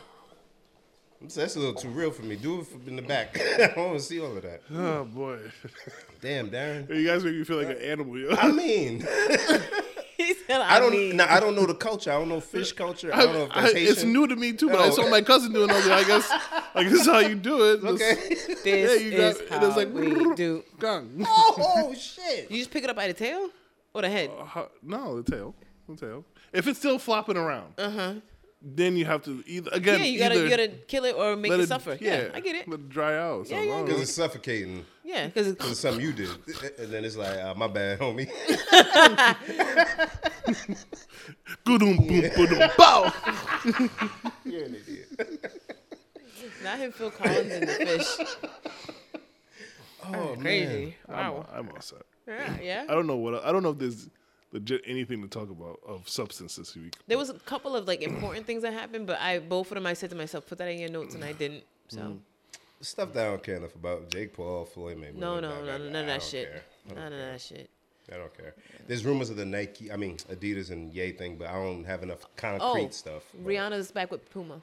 Speaker 2: That's, that's a little too real for me. Do it from in the back. I don't want to see all of that.
Speaker 1: Oh boy,
Speaker 2: Damn, Darren.
Speaker 1: you guys make me feel like an animal. Yo.
Speaker 2: I mean,
Speaker 3: He said, I,
Speaker 2: I don't.
Speaker 3: mean,
Speaker 2: now, I don't know the culture. I don't know fish culture. I,
Speaker 1: I-
Speaker 2: don't know if
Speaker 1: I-
Speaker 2: that's Haitian.
Speaker 1: it's new to me too, but I
Speaker 2: No.
Speaker 1: saw my cousin doing it. I was like, I guess, I guess how you do it.
Speaker 2: Okay.
Speaker 3: this
Speaker 1: you got-
Speaker 3: is
Speaker 1: it is
Speaker 3: how
Speaker 1: like-
Speaker 3: we do.
Speaker 1: Gone.
Speaker 2: oh shit.
Speaker 3: You just pick it up by the tail or the head.
Speaker 1: How- no, the tail, the tail. If it's still flopping around, uh huh. Then you have to either again.
Speaker 3: yeah, you gotta
Speaker 1: either
Speaker 3: you gotta kill it or make
Speaker 1: let
Speaker 3: it, suffer. Yeah, I get it.
Speaker 1: Let it dry out. or something.
Speaker 3: yeah,
Speaker 1: I don't
Speaker 2: Because
Speaker 1: know.
Speaker 2: it's suffocating.
Speaker 3: Yeah, because
Speaker 2: It's something you did, and then it's like, ah, my bad, homie.
Speaker 1: Goodum, boom, boodum, bow.
Speaker 2: You're an idiot.
Speaker 3: not him Phil Collins and the fish.
Speaker 2: Oh,
Speaker 3: Crazy.
Speaker 1: I'm,
Speaker 3: Wow.
Speaker 1: I'm all set.
Speaker 3: Yeah, yeah.
Speaker 1: I don't know what I don't know if there's legit anything to talk about of substance this week.
Speaker 3: There was a couple of like important things that happened, but I both of them I said to myself, put that in your notes, and I didn't. So
Speaker 2: Mm, Stuff that I don't care enough about. Jake Paul, Floyd Mayweather. blah,
Speaker 3: no, no,
Speaker 2: blah,
Speaker 3: no,
Speaker 2: blah.
Speaker 3: none of
Speaker 2: I
Speaker 3: that
Speaker 2: don't
Speaker 3: shit.
Speaker 2: care. I
Speaker 3: None
Speaker 2: don't
Speaker 3: of
Speaker 2: care.
Speaker 3: that shit.
Speaker 2: I don't care. There's rumors of the Nike, I mean Adidas and Ye thing, but I don't have enough concrete
Speaker 3: Oh,
Speaker 2: stuff. but-
Speaker 3: Rihanna's back with Puma.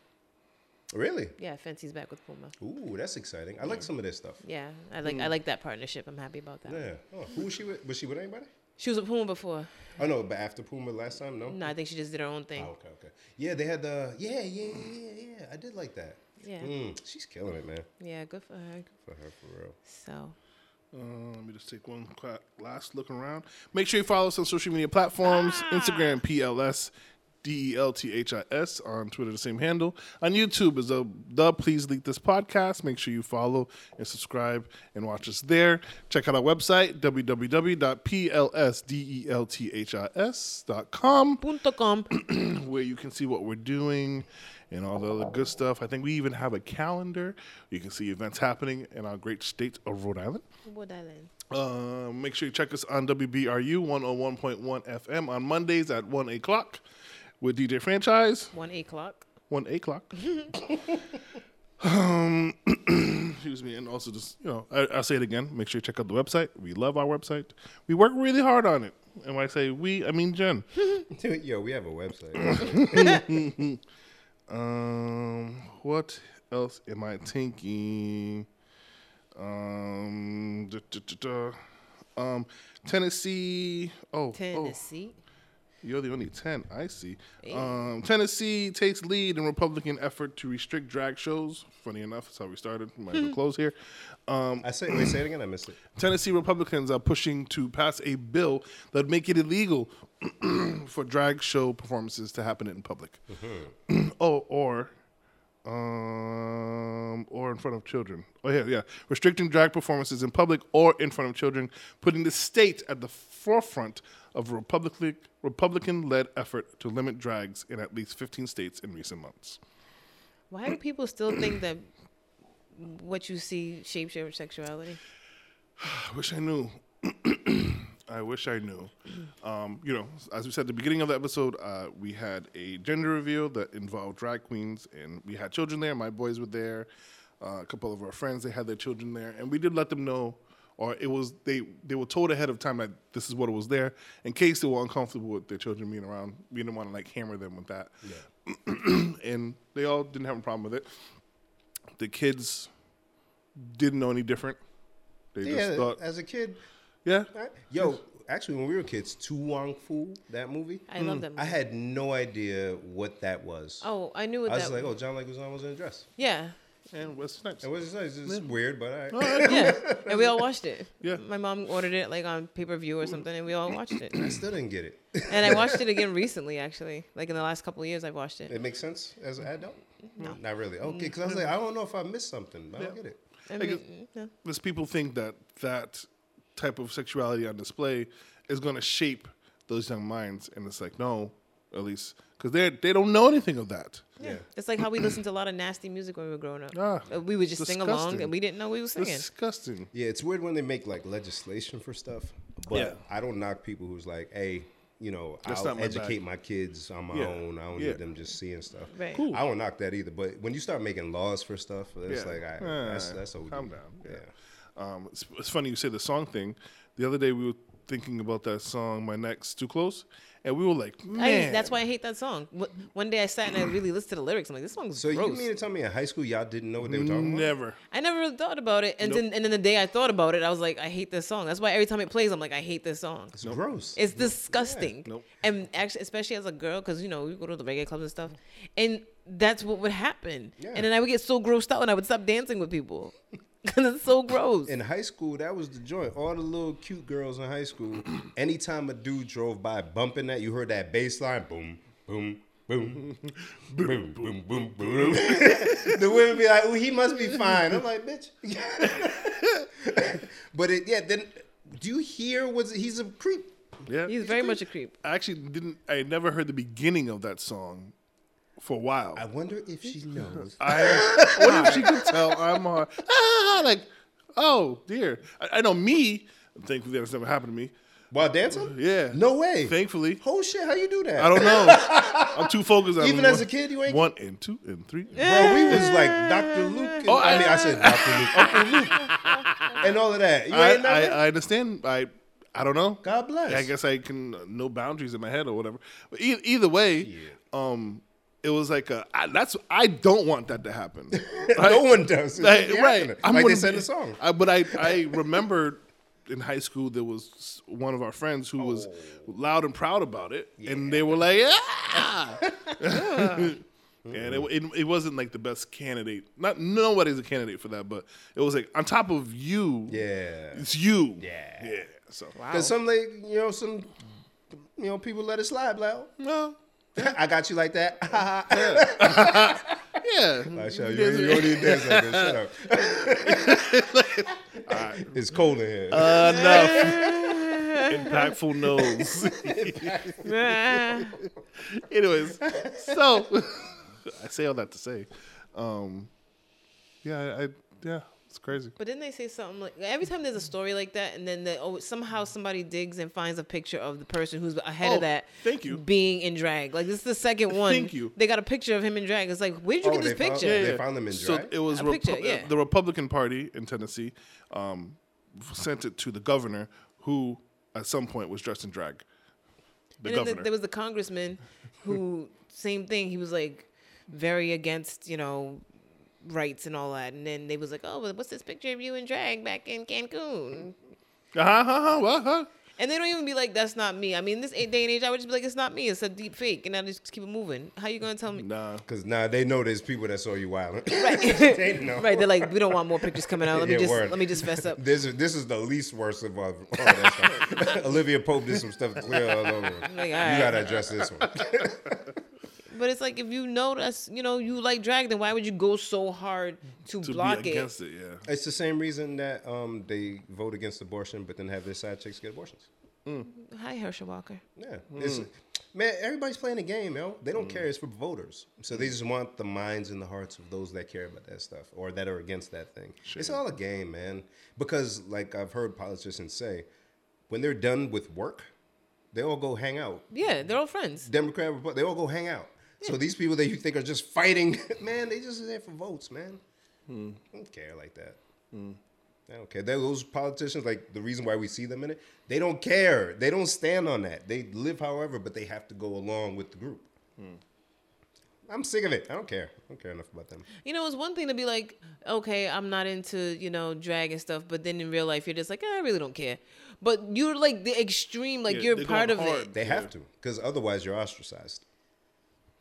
Speaker 2: Really?
Speaker 3: Yeah, Fenty's back with Puma.
Speaker 2: Ooh, that's exciting. I like some of this stuff.
Speaker 3: Yeah, I like I like that partnership. I'm happy about that.
Speaker 2: Mm. Yeah. Oh, who was she with? Was she with anybody?
Speaker 3: She was with Puma before.
Speaker 2: Oh no, but after Puma last time, no.
Speaker 3: No, I think she just did her own thing.
Speaker 2: Oh, okay, okay. Yeah, they had the. Yeah, yeah, yeah, yeah, yeah. I did like that.
Speaker 3: Yeah,
Speaker 2: Mm, she's killing it, man.
Speaker 3: yeah, good for her.
Speaker 2: For her, for real.
Speaker 3: So
Speaker 1: Uh, let me just take one qu- last look around. Make sure you follow us on social media platforms Instagram, PLS, D E L T H I S, on Twitter, the same handle. On YouTube is a the Please Leak This podcast. Make sure you follow and subscribe and watch us there. Check out our website, E www.plsdelthis.com
Speaker 3: punto com.
Speaker 1: where you can see what we're doing and all the other good stuff. I think we even have a calendar. You can see events happening in our great state of Rhode Island.
Speaker 3: Rhode Island.
Speaker 1: Uh, make sure you check us on WBRU 101.1 FM on Mondays at 1 o'clock with DJ Franchise.
Speaker 3: One eight o'clock.
Speaker 1: 1 o'clock. um, excuse me. And also just, you know, I, I'll say it again. Make sure you check out the website. We love our website. We work really hard on it. And when I say we, I mean Jen.
Speaker 2: Dude, yo, we have a website.
Speaker 1: Um, what else am I thinking? Um, duh, duh, duh, duh. um, Tennessee. Oh, oh,
Speaker 3: Tennessee.
Speaker 1: you're the only ten I see. Um, Tennessee takes lead in Republican effort to restrict drag shows. Funny enough, that's how we started. Might as well close here. Um,
Speaker 2: I say, wait, say it again. I missed it.
Speaker 1: Tennessee Republicans are pushing to pass a bill that would make it illegal for drag show performances to happen in public. oh, or um, or in front of children. Oh yeah, yeah. Restricting drag performances in public or in front of children, putting the state at the forefront of a Republican Republican-led effort to limit drags in at least 15 states in recent months.
Speaker 3: Why do people still think that what you see shapes your sexuality?
Speaker 1: I wish I knew. I wish I knew. Um, you know, as we said at the beginning of the episode, uh, we had a gender reveal that involved drag queens, and we had children there. My boys were there. Uh, a couple of our friends they had their children there, and we did let them know, or it was they they were told ahead of time that this is what it was there, in case they were uncomfortable with their children being around. We didn't want to like hammer them with that, and they all didn't have a problem with it. The kids didn't know any different. They just
Speaker 2: Yeah,
Speaker 1: thought,
Speaker 2: as a kid.
Speaker 1: yeah,
Speaker 2: I- Yo, actually, when we were kids, Tu Wong Fu, that movie, Mm.
Speaker 3: I love them.
Speaker 2: I had no idea what that was.
Speaker 3: oh, I knew what
Speaker 2: I
Speaker 3: that.
Speaker 2: was like, oh, John Leguizamo was in a dress.
Speaker 3: yeah,
Speaker 1: and what's next?
Speaker 2: And what's this? It's weird, but I.
Speaker 3: yeah, and we all watched it.
Speaker 1: Yeah.
Speaker 3: my mom ordered it like on pay per view or something, and we all watched it.
Speaker 2: I still didn't get it.
Speaker 3: And I watched it again recently, actually. Like in the last couple of years, I've watched it.
Speaker 2: It makes sense as an adult. No, not really. Okay,
Speaker 1: Mm,
Speaker 2: because I was like, I don't know if I missed something. I don't get it.
Speaker 3: I
Speaker 1: Like,
Speaker 3: mean, yeah.
Speaker 1: because people think that that type of sexuality on display is going to shape those young minds, and it's like no, at least because they they don't know anything of that.
Speaker 2: Yeah.
Speaker 3: It's like how we listened to a lot of nasty music when we were growing up.
Speaker 1: Ah,
Speaker 3: Uh, we would just sing along,
Speaker 1: disgusting.
Speaker 3: and we didn't know we were singing.
Speaker 1: Disgusting.
Speaker 2: Yeah, it's weird when they make like legislation for stuff. But
Speaker 1: Yeah.
Speaker 2: I don't knock people who's like, hey, you know,
Speaker 1: That's
Speaker 2: I'll
Speaker 1: not my bag.
Speaker 2: educate my kids on my
Speaker 1: Yeah.
Speaker 2: own. I don't
Speaker 1: Yeah.
Speaker 2: need them just seeing stuff.
Speaker 3: Right.
Speaker 1: Cool.
Speaker 2: I don't knock that either. But when you start making laws for stuff, it's
Speaker 1: Yeah.
Speaker 2: like, I,
Speaker 1: Ah,
Speaker 2: that's that's OD.
Speaker 1: calm down.
Speaker 2: Yeah.
Speaker 1: Yeah. Um, it's, it's funny you say the song thing. The other day we were thinking about that song, "My Neck's Too Close," and we were like, man,
Speaker 3: I, that's why I hate that song. Wh- One day I sat and I really listened to the lyrics. I'm like, this song's
Speaker 2: So
Speaker 3: gross.
Speaker 2: you mean to tell me in high school y'all didn't know what they were talking about?
Speaker 1: never.
Speaker 3: I never really thought about it, and then and then the day I thought about it, I was like, I hate this song. That's why every time it plays, I'm like, I hate this song.
Speaker 2: It's gross.
Speaker 3: It's disgusting.
Speaker 1: Nope.
Speaker 3: And actually, especially as a girl, because you know we go to the reggae clubs and stuff, and that's what would happen.
Speaker 2: Yeah.
Speaker 3: And then I would get so grossed out, and I would stop dancing with people because it's so gross.
Speaker 2: in high school, that was the joint. All the little cute girls in high school, anytime a dude drove by bumping that, you heard that bass line boom, boom, boom, boom, boom, boom, boom. the women be like, oh, he must be fine. I'm like, bitch. but it, yeah, then do you hear what's he's a creep?
Speaker 1: Yeah,
Speaker 3: He's very much a creep.
Speaker 1: I actually didn't. I had never heard the beginning of that song for a while.
Speaker 2: I wonder if she knows.
Speaker 1: I, what if she could tell I'm hard? Ah, like, oh dear. I, I know me. Thankfully, that's never happened to me.
Speaker 2: While dancing?
Speaker 1: Yeah.
Speaker 2: No way.
Speaker 1: Thankfully,
Speaker 2: oh shit, how you do that?
Speaker 1: I don't know. I'm too focused. on
Speaker 2: Even
Speaker 1: one-
Speaker 2: as a kid, you ain't-
Speaker 1: one and two and three.
Speaker 2: Bro, we was like Dr. Luke. And,
Speaker 1: Oh,
Speaker 2: I,
Speaker 1: I-
Speaker 2: mean, I said Dr. Luke, Uncle Luke, and all of that. You
Speaker 1: I,
Speaker 2: ain't
Speaker 1: I,
Speaker 2: nothing.
Speaker 1: I understand. I I don't know.
Speaker 2: God bless.
Speaker 1: I guess I can uh, no boundaries in my head or whatever. But e- either way, um, it was like a, I, that's I don't want that to happen.
Speaker 2: no one does. It
Speaker 1: Like,
Speaker 2: should be
Speaker 1: right.
Speaker 2: happening.
Speaker 1: I'm
Speaker 2: like they
Speaker 1: gonna
Speaker 2: said
Speaker 1: be-
Speaker 2: in the song.
Speaker 1: I, but I, I remembered in high school there was one of our friends who was
Speaker 2: Oh.
Speaker 1: loud and proud about it, and they were like, ah! And it, it, it wasn't like the best candidate. Not nobody's a candidate for that, but it was like on top of you,
Speaker 2: Yeah.
Speaker 1: it's you,
Speaker 2: Yeah.
Speaker 1: yeah. So
Speaker 2: Because some, like, you know, some, you know, people let it slide, bro.
Speaker 1: well,
Speaker 2: I got you like that.
Speaker 1: yeah.
Speaker 2: I show you. You don't even dance like that. Shut up. It's cold in here.
Speaker 1: Uh, Enough. Impactful nose.
Speaker 3: Ah.
Speaker 1: Anyways, so I say all that to say, um, yeah, I, I yeah, it's crazy.
Speaker 3: But didn't they say something like every time there's a story like that, and then the, oh, somehow somebody digs and finds a picture of the person who's ahead
Speaker 1: Oh,
Speaker 3: of that,
Speaker 1: thank you.
Speaker 3: being in drag. Like this is the second one.
Speaker 1: Thank you.
Speaker 3: They got a picture of him in drag. It's like, where did you
Speaker 2: Oh,
Speaker 3: get this
Speaker 2: they found-
Speaker 3: picture?
Speaker 2: Yeah, They found them in
Speaker 1: So
Speaker 2: drag?
Speaker 1: it was
Speaker 3: A
Speaker 1: Repu-
Speaker 3: picture, yeah.
Speaker 1: the Republican Party in Tennessee um, sent it to the governor, who at some point was dressed in drag. The
Speaker 3: and then
Speaker 1: governor.
Speaker 3: th- there was the congressman who, same thing. He was like very against, you know, rights and all that. And then they was like, oh, well, what's this picture of you in drag back in Cancun?
Speaker 1: uh-huh, uh-huh, uh-huh.
Speaker 3: And they don't even be like, that's not me. I mean, this day and age, I would just be like, it's not me. It's a deep fake, and I just keep it moving. How you gonna tell me?
Speaker 1: Nah.
Speaker 2: Because now they know there's people that saw you wilding. they know.
Speaker 3: Right, they're like, we don't want more pictures coming out. Let me
Speaker 2: Yeah,
Speaker 3: just
Speaker 2: word.
Speaker 3: let me just fess up.
Speaker 2: This is this is the least worst of all, all that stuff. Olivia Pope did some stuff to clear all over.
Speaker 3: all
Speaker 2: you
Speaker 3: right.
Speaker 2: gotta address this one.
Speaker 3: But it's like if you know that's you know you like drag, then why would you go so hard to,
Speaker 1: To
Speaker 3: block
Speaker 1: be
Speaker 3: it?
Speaker 1: against it, yeah.
Speaker 2: It's the same reason that um, they vote against abortion, but then have their side chicks get abortions.
Speaker 3: Hi, Herschel Walker.
Speaker 2: Yeah, it's, Man, everybody's playing a game, yo. They don't care. It's for voters. So they just want the minds and the hearts of those that care about that stuff or that are against that thing. It's all a game, man. Because, like I've heard politicians say, when they're done with work, they all go hang out.
Speaker 3: Yeah, they're all friends.
Speaker 2: Democrat, Republican, they all go hang out. So these people that you think are just fighting, man, they just there for votes, man.
Speaker 3: Hmm.
Speaker 2: I don't care like that. They don't care. They're those politicians, like the reason why we see them in it, they don't care. They don't stand on that. They live however, but they have to go along with the group.
Speaker 3: Hmm.
Speaker 2: I'm sick of it. I don't care. I don't care enough about them.
Speaker 3: You know, it's one thing to be like, okay, I'm not into, you know, drag and stuff, but then in real life, you're just like, "Eh, I really don't care. But you're like the extreme, like
Speaker 1: Yeah,
Speaker 3: you're
Speaker 1: they're
Speaker 3: part of
Speaker 1: going hard.
Speaker 3: it.
Speaker 2: They have to, because otherwise you're ostracized.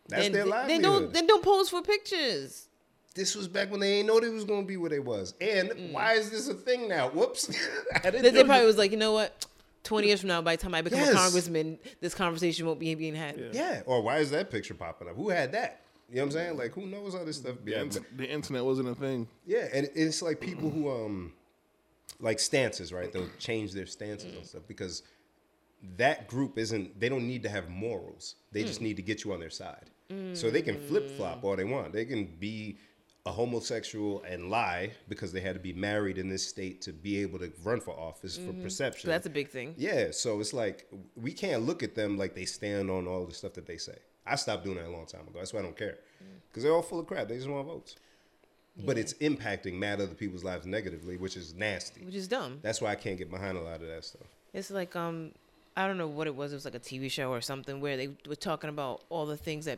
Speaker 2: That's
Speaker 3: Then,
Speaker 2: their
Speaker 3: then
Speaker 2: livelihood.
Speaker 3: don't then don't pose for pictures.
Speaker 2: this was back when they ain't know they was gonna be where they was. And why is this a thing now? Whoops. I didn't
Speaker 3: Mm. They,
Speaker 2: know
Speaker 3: they
Speaker 2: this-
Speaker 3: probably was like, you know what? Twenty years from now, by the time I become
Speaker 2: Yes.
Speaker 3: a congressman, this conversation won't be being had.
Speaker 2: Yeah. Or why is that picture popping up? Who had that? You know what I'm saying? Like who knows how this stuff be?
Speaker 1: The,
Speaker 2: Yeah,
Speaker 1: int- the internet wasn't a thing.
Speaker 2: yeah, and it's like people who um like stances, right? They'll change their stances and stuff because that group isn't they don't need to have morals. They
Speaker 3: Mm.
Speaker 2: just need to get you on their side. So they can flip flop all they want. They can be a homosexual and lie because they had to be married in this state to be able to run for office for perception.
Speaker 3: Mm-hmm. So that's a big thing.
Speaker 2: Yeah, so it's like we can't look at them like they stand on all the stuff that they say. I stopped doing that a long time ago. That's why I don't care because they're all full of crap. They just want votes, but it's impacting mad other people's lives negatively, which is nasty.
Speaker 3: Which is dumb.
Speaker 2: That's why I can't get behind a lot of that stuff.
Speaker 3: It's like um, I don't know what it was. It was like a TV show or something where they were talking about all the things that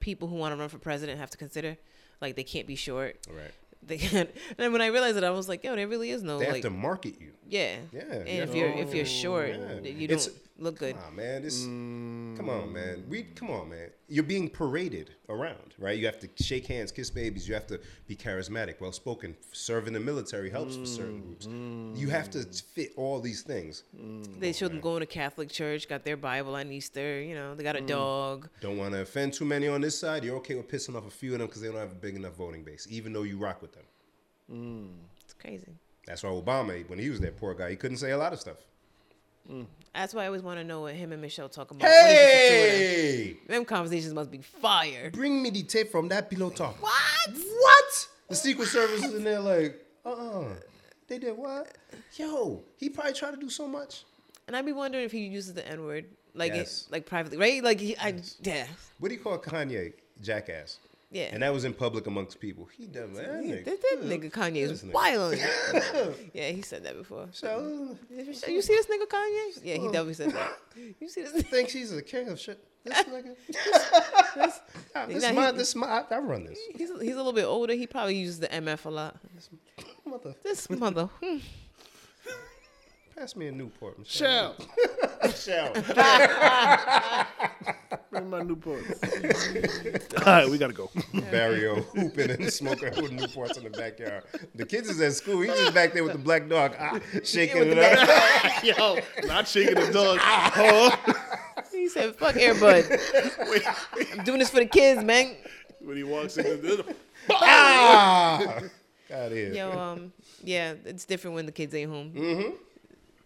Speaker 3: people who want to run for president have to consider. Like they can't be short.
Speaker 2: All right,
Speaker 3: They can't. And then when I realized it, I was like, yo, there really is no
Speaker 2: they
Speaker 3: like.
Speaker 2: have to market you.
Speaker 3: yeah.
Speaker 2: Yeah,
Speaker 3: And
Speaker 2: you
Speaker 3: if
Speaker 2: have
Speaker 3: you're
Speaker 2: to-
Speaker 3: if you're short,
Speaker 2: Yeah.
Speaker 3: you don't
Speaker 2: It's-
Speaker 3: look good.
Speaker 2: Come on, man. This, come on, man. We, come on, man. You're being paraded around, right? You have to shake hands, kiss babies. You have to be charismatic, well spoken. Serve in the military helps for certain groups. You have to fit all these things.
Speaker 3: They showed them going to Catholic church, got their Bible on Easter. You know, they got a
Speaker 2: Mm.
Speaker 3: dog.
Speaker 2: Don't want to offend too many on this side. You're okay with pissing off a few of them because they don't have a big enough voting base, even though you rock with them.
Speaker 3: It's crazy.
Speaker 2: That's why Obama, when he was that poor guy, he couldn't say a lot of stuff.
Speaker 3: That's why I always want to know what him and Michelle talk about. when they get to Twitter.
Speaker 2: Hey!
Speaker 3: them conversations must be fire.
Speaker 2: Bring me the tape from that pillow talk.
Speaker 3: What?
Speaker 2: What? The Secret Service is in there like, uh uh They did what? Yo, he probably tried to do so much.
Speaker 3: And I'd be wondering if he uses the N word, like it-
Speaker 2: Yes.
Speaker 3: like privately, right? Like he, I, yeah,
Speaker 2: What do you call Kanye? Jackass.
Speaker 3: Yeah.
Speaker 2: And that was in public amongst people. He done that.
Speaker 3: He-
Speaker 2: nigga.
Speaker 3: that, that nigga Kanye is
Speaker 2: nigga.
Speaker 3: wild. yeah, he said that before.
Speaker 2: So,
Speaker 3: You see this nigga Kanye? Yeah, he
Speaker 2: Oh.
Speaker 3: definitely said that. You see this? nigga?
Speaker 2: thinks he's the king of shit. This nigga. Ah, this
Speaker 3: Nah,
Speaker 2: my,
Speaker 3: he-
Speaker 2: this my, I, I run this.
Speaker 3: He's, he's a little bit older. He probably uses the MF a lot.
Speaker 2: Mother,
Speaker 3: This mother. hmm.
Speaker 2: pass me a Newport. Michelle.
Speaker 1: Chow.
Speaker 2: Michelle.
Speaker 1: Bring my Newport. All right, we gotta go.
Speaker 2: Barrio hooping and smoking with Newports in the backyard. The kids is at school. He's just back there with the black dog ah, shaking
Speaker 3: With
Speaker 2: it
Speaker 3: the
Speaker 2: up.
Speaker 1: Yo, not shaking the dog.
Speaker 3: He said, "Fuck Airbud. I'm doing this for the kids, man."
Speaker 1: when he walks in, the
Speaker 2: Ah! God is.
Speaker 3: Yo, um, yeah, it's different when the kids ain't home. Mm-hmm.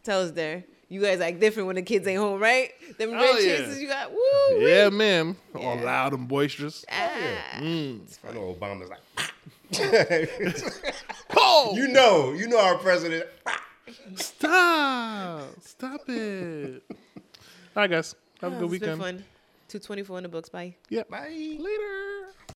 Speaker 3: Tell us there. You guys act different when the kids ain't home, right? Them red
Speaker 1: Oh, yeah.
Speaker 3: chases you got. Woo!
Speaker 1: yeah, Mm, ma'am. All loud and boisterous.
Speaker 3: Ah.
Speaker 2: I know Obama's like,
Speaker 1: Oh,
Speaker 2: you know, you know our president.
Speaker 1: stop! Stop it! All right, guys. Have a
Speaker 3: Oh,
Speaker 1: good
Speaker 3: this has been
Speaker 1: weekend.
Speaker 3: fun. 224 in the books. Bye.
Speaker 1: Yeah.
Speaker 2: Bye.
Speaker 1: Later.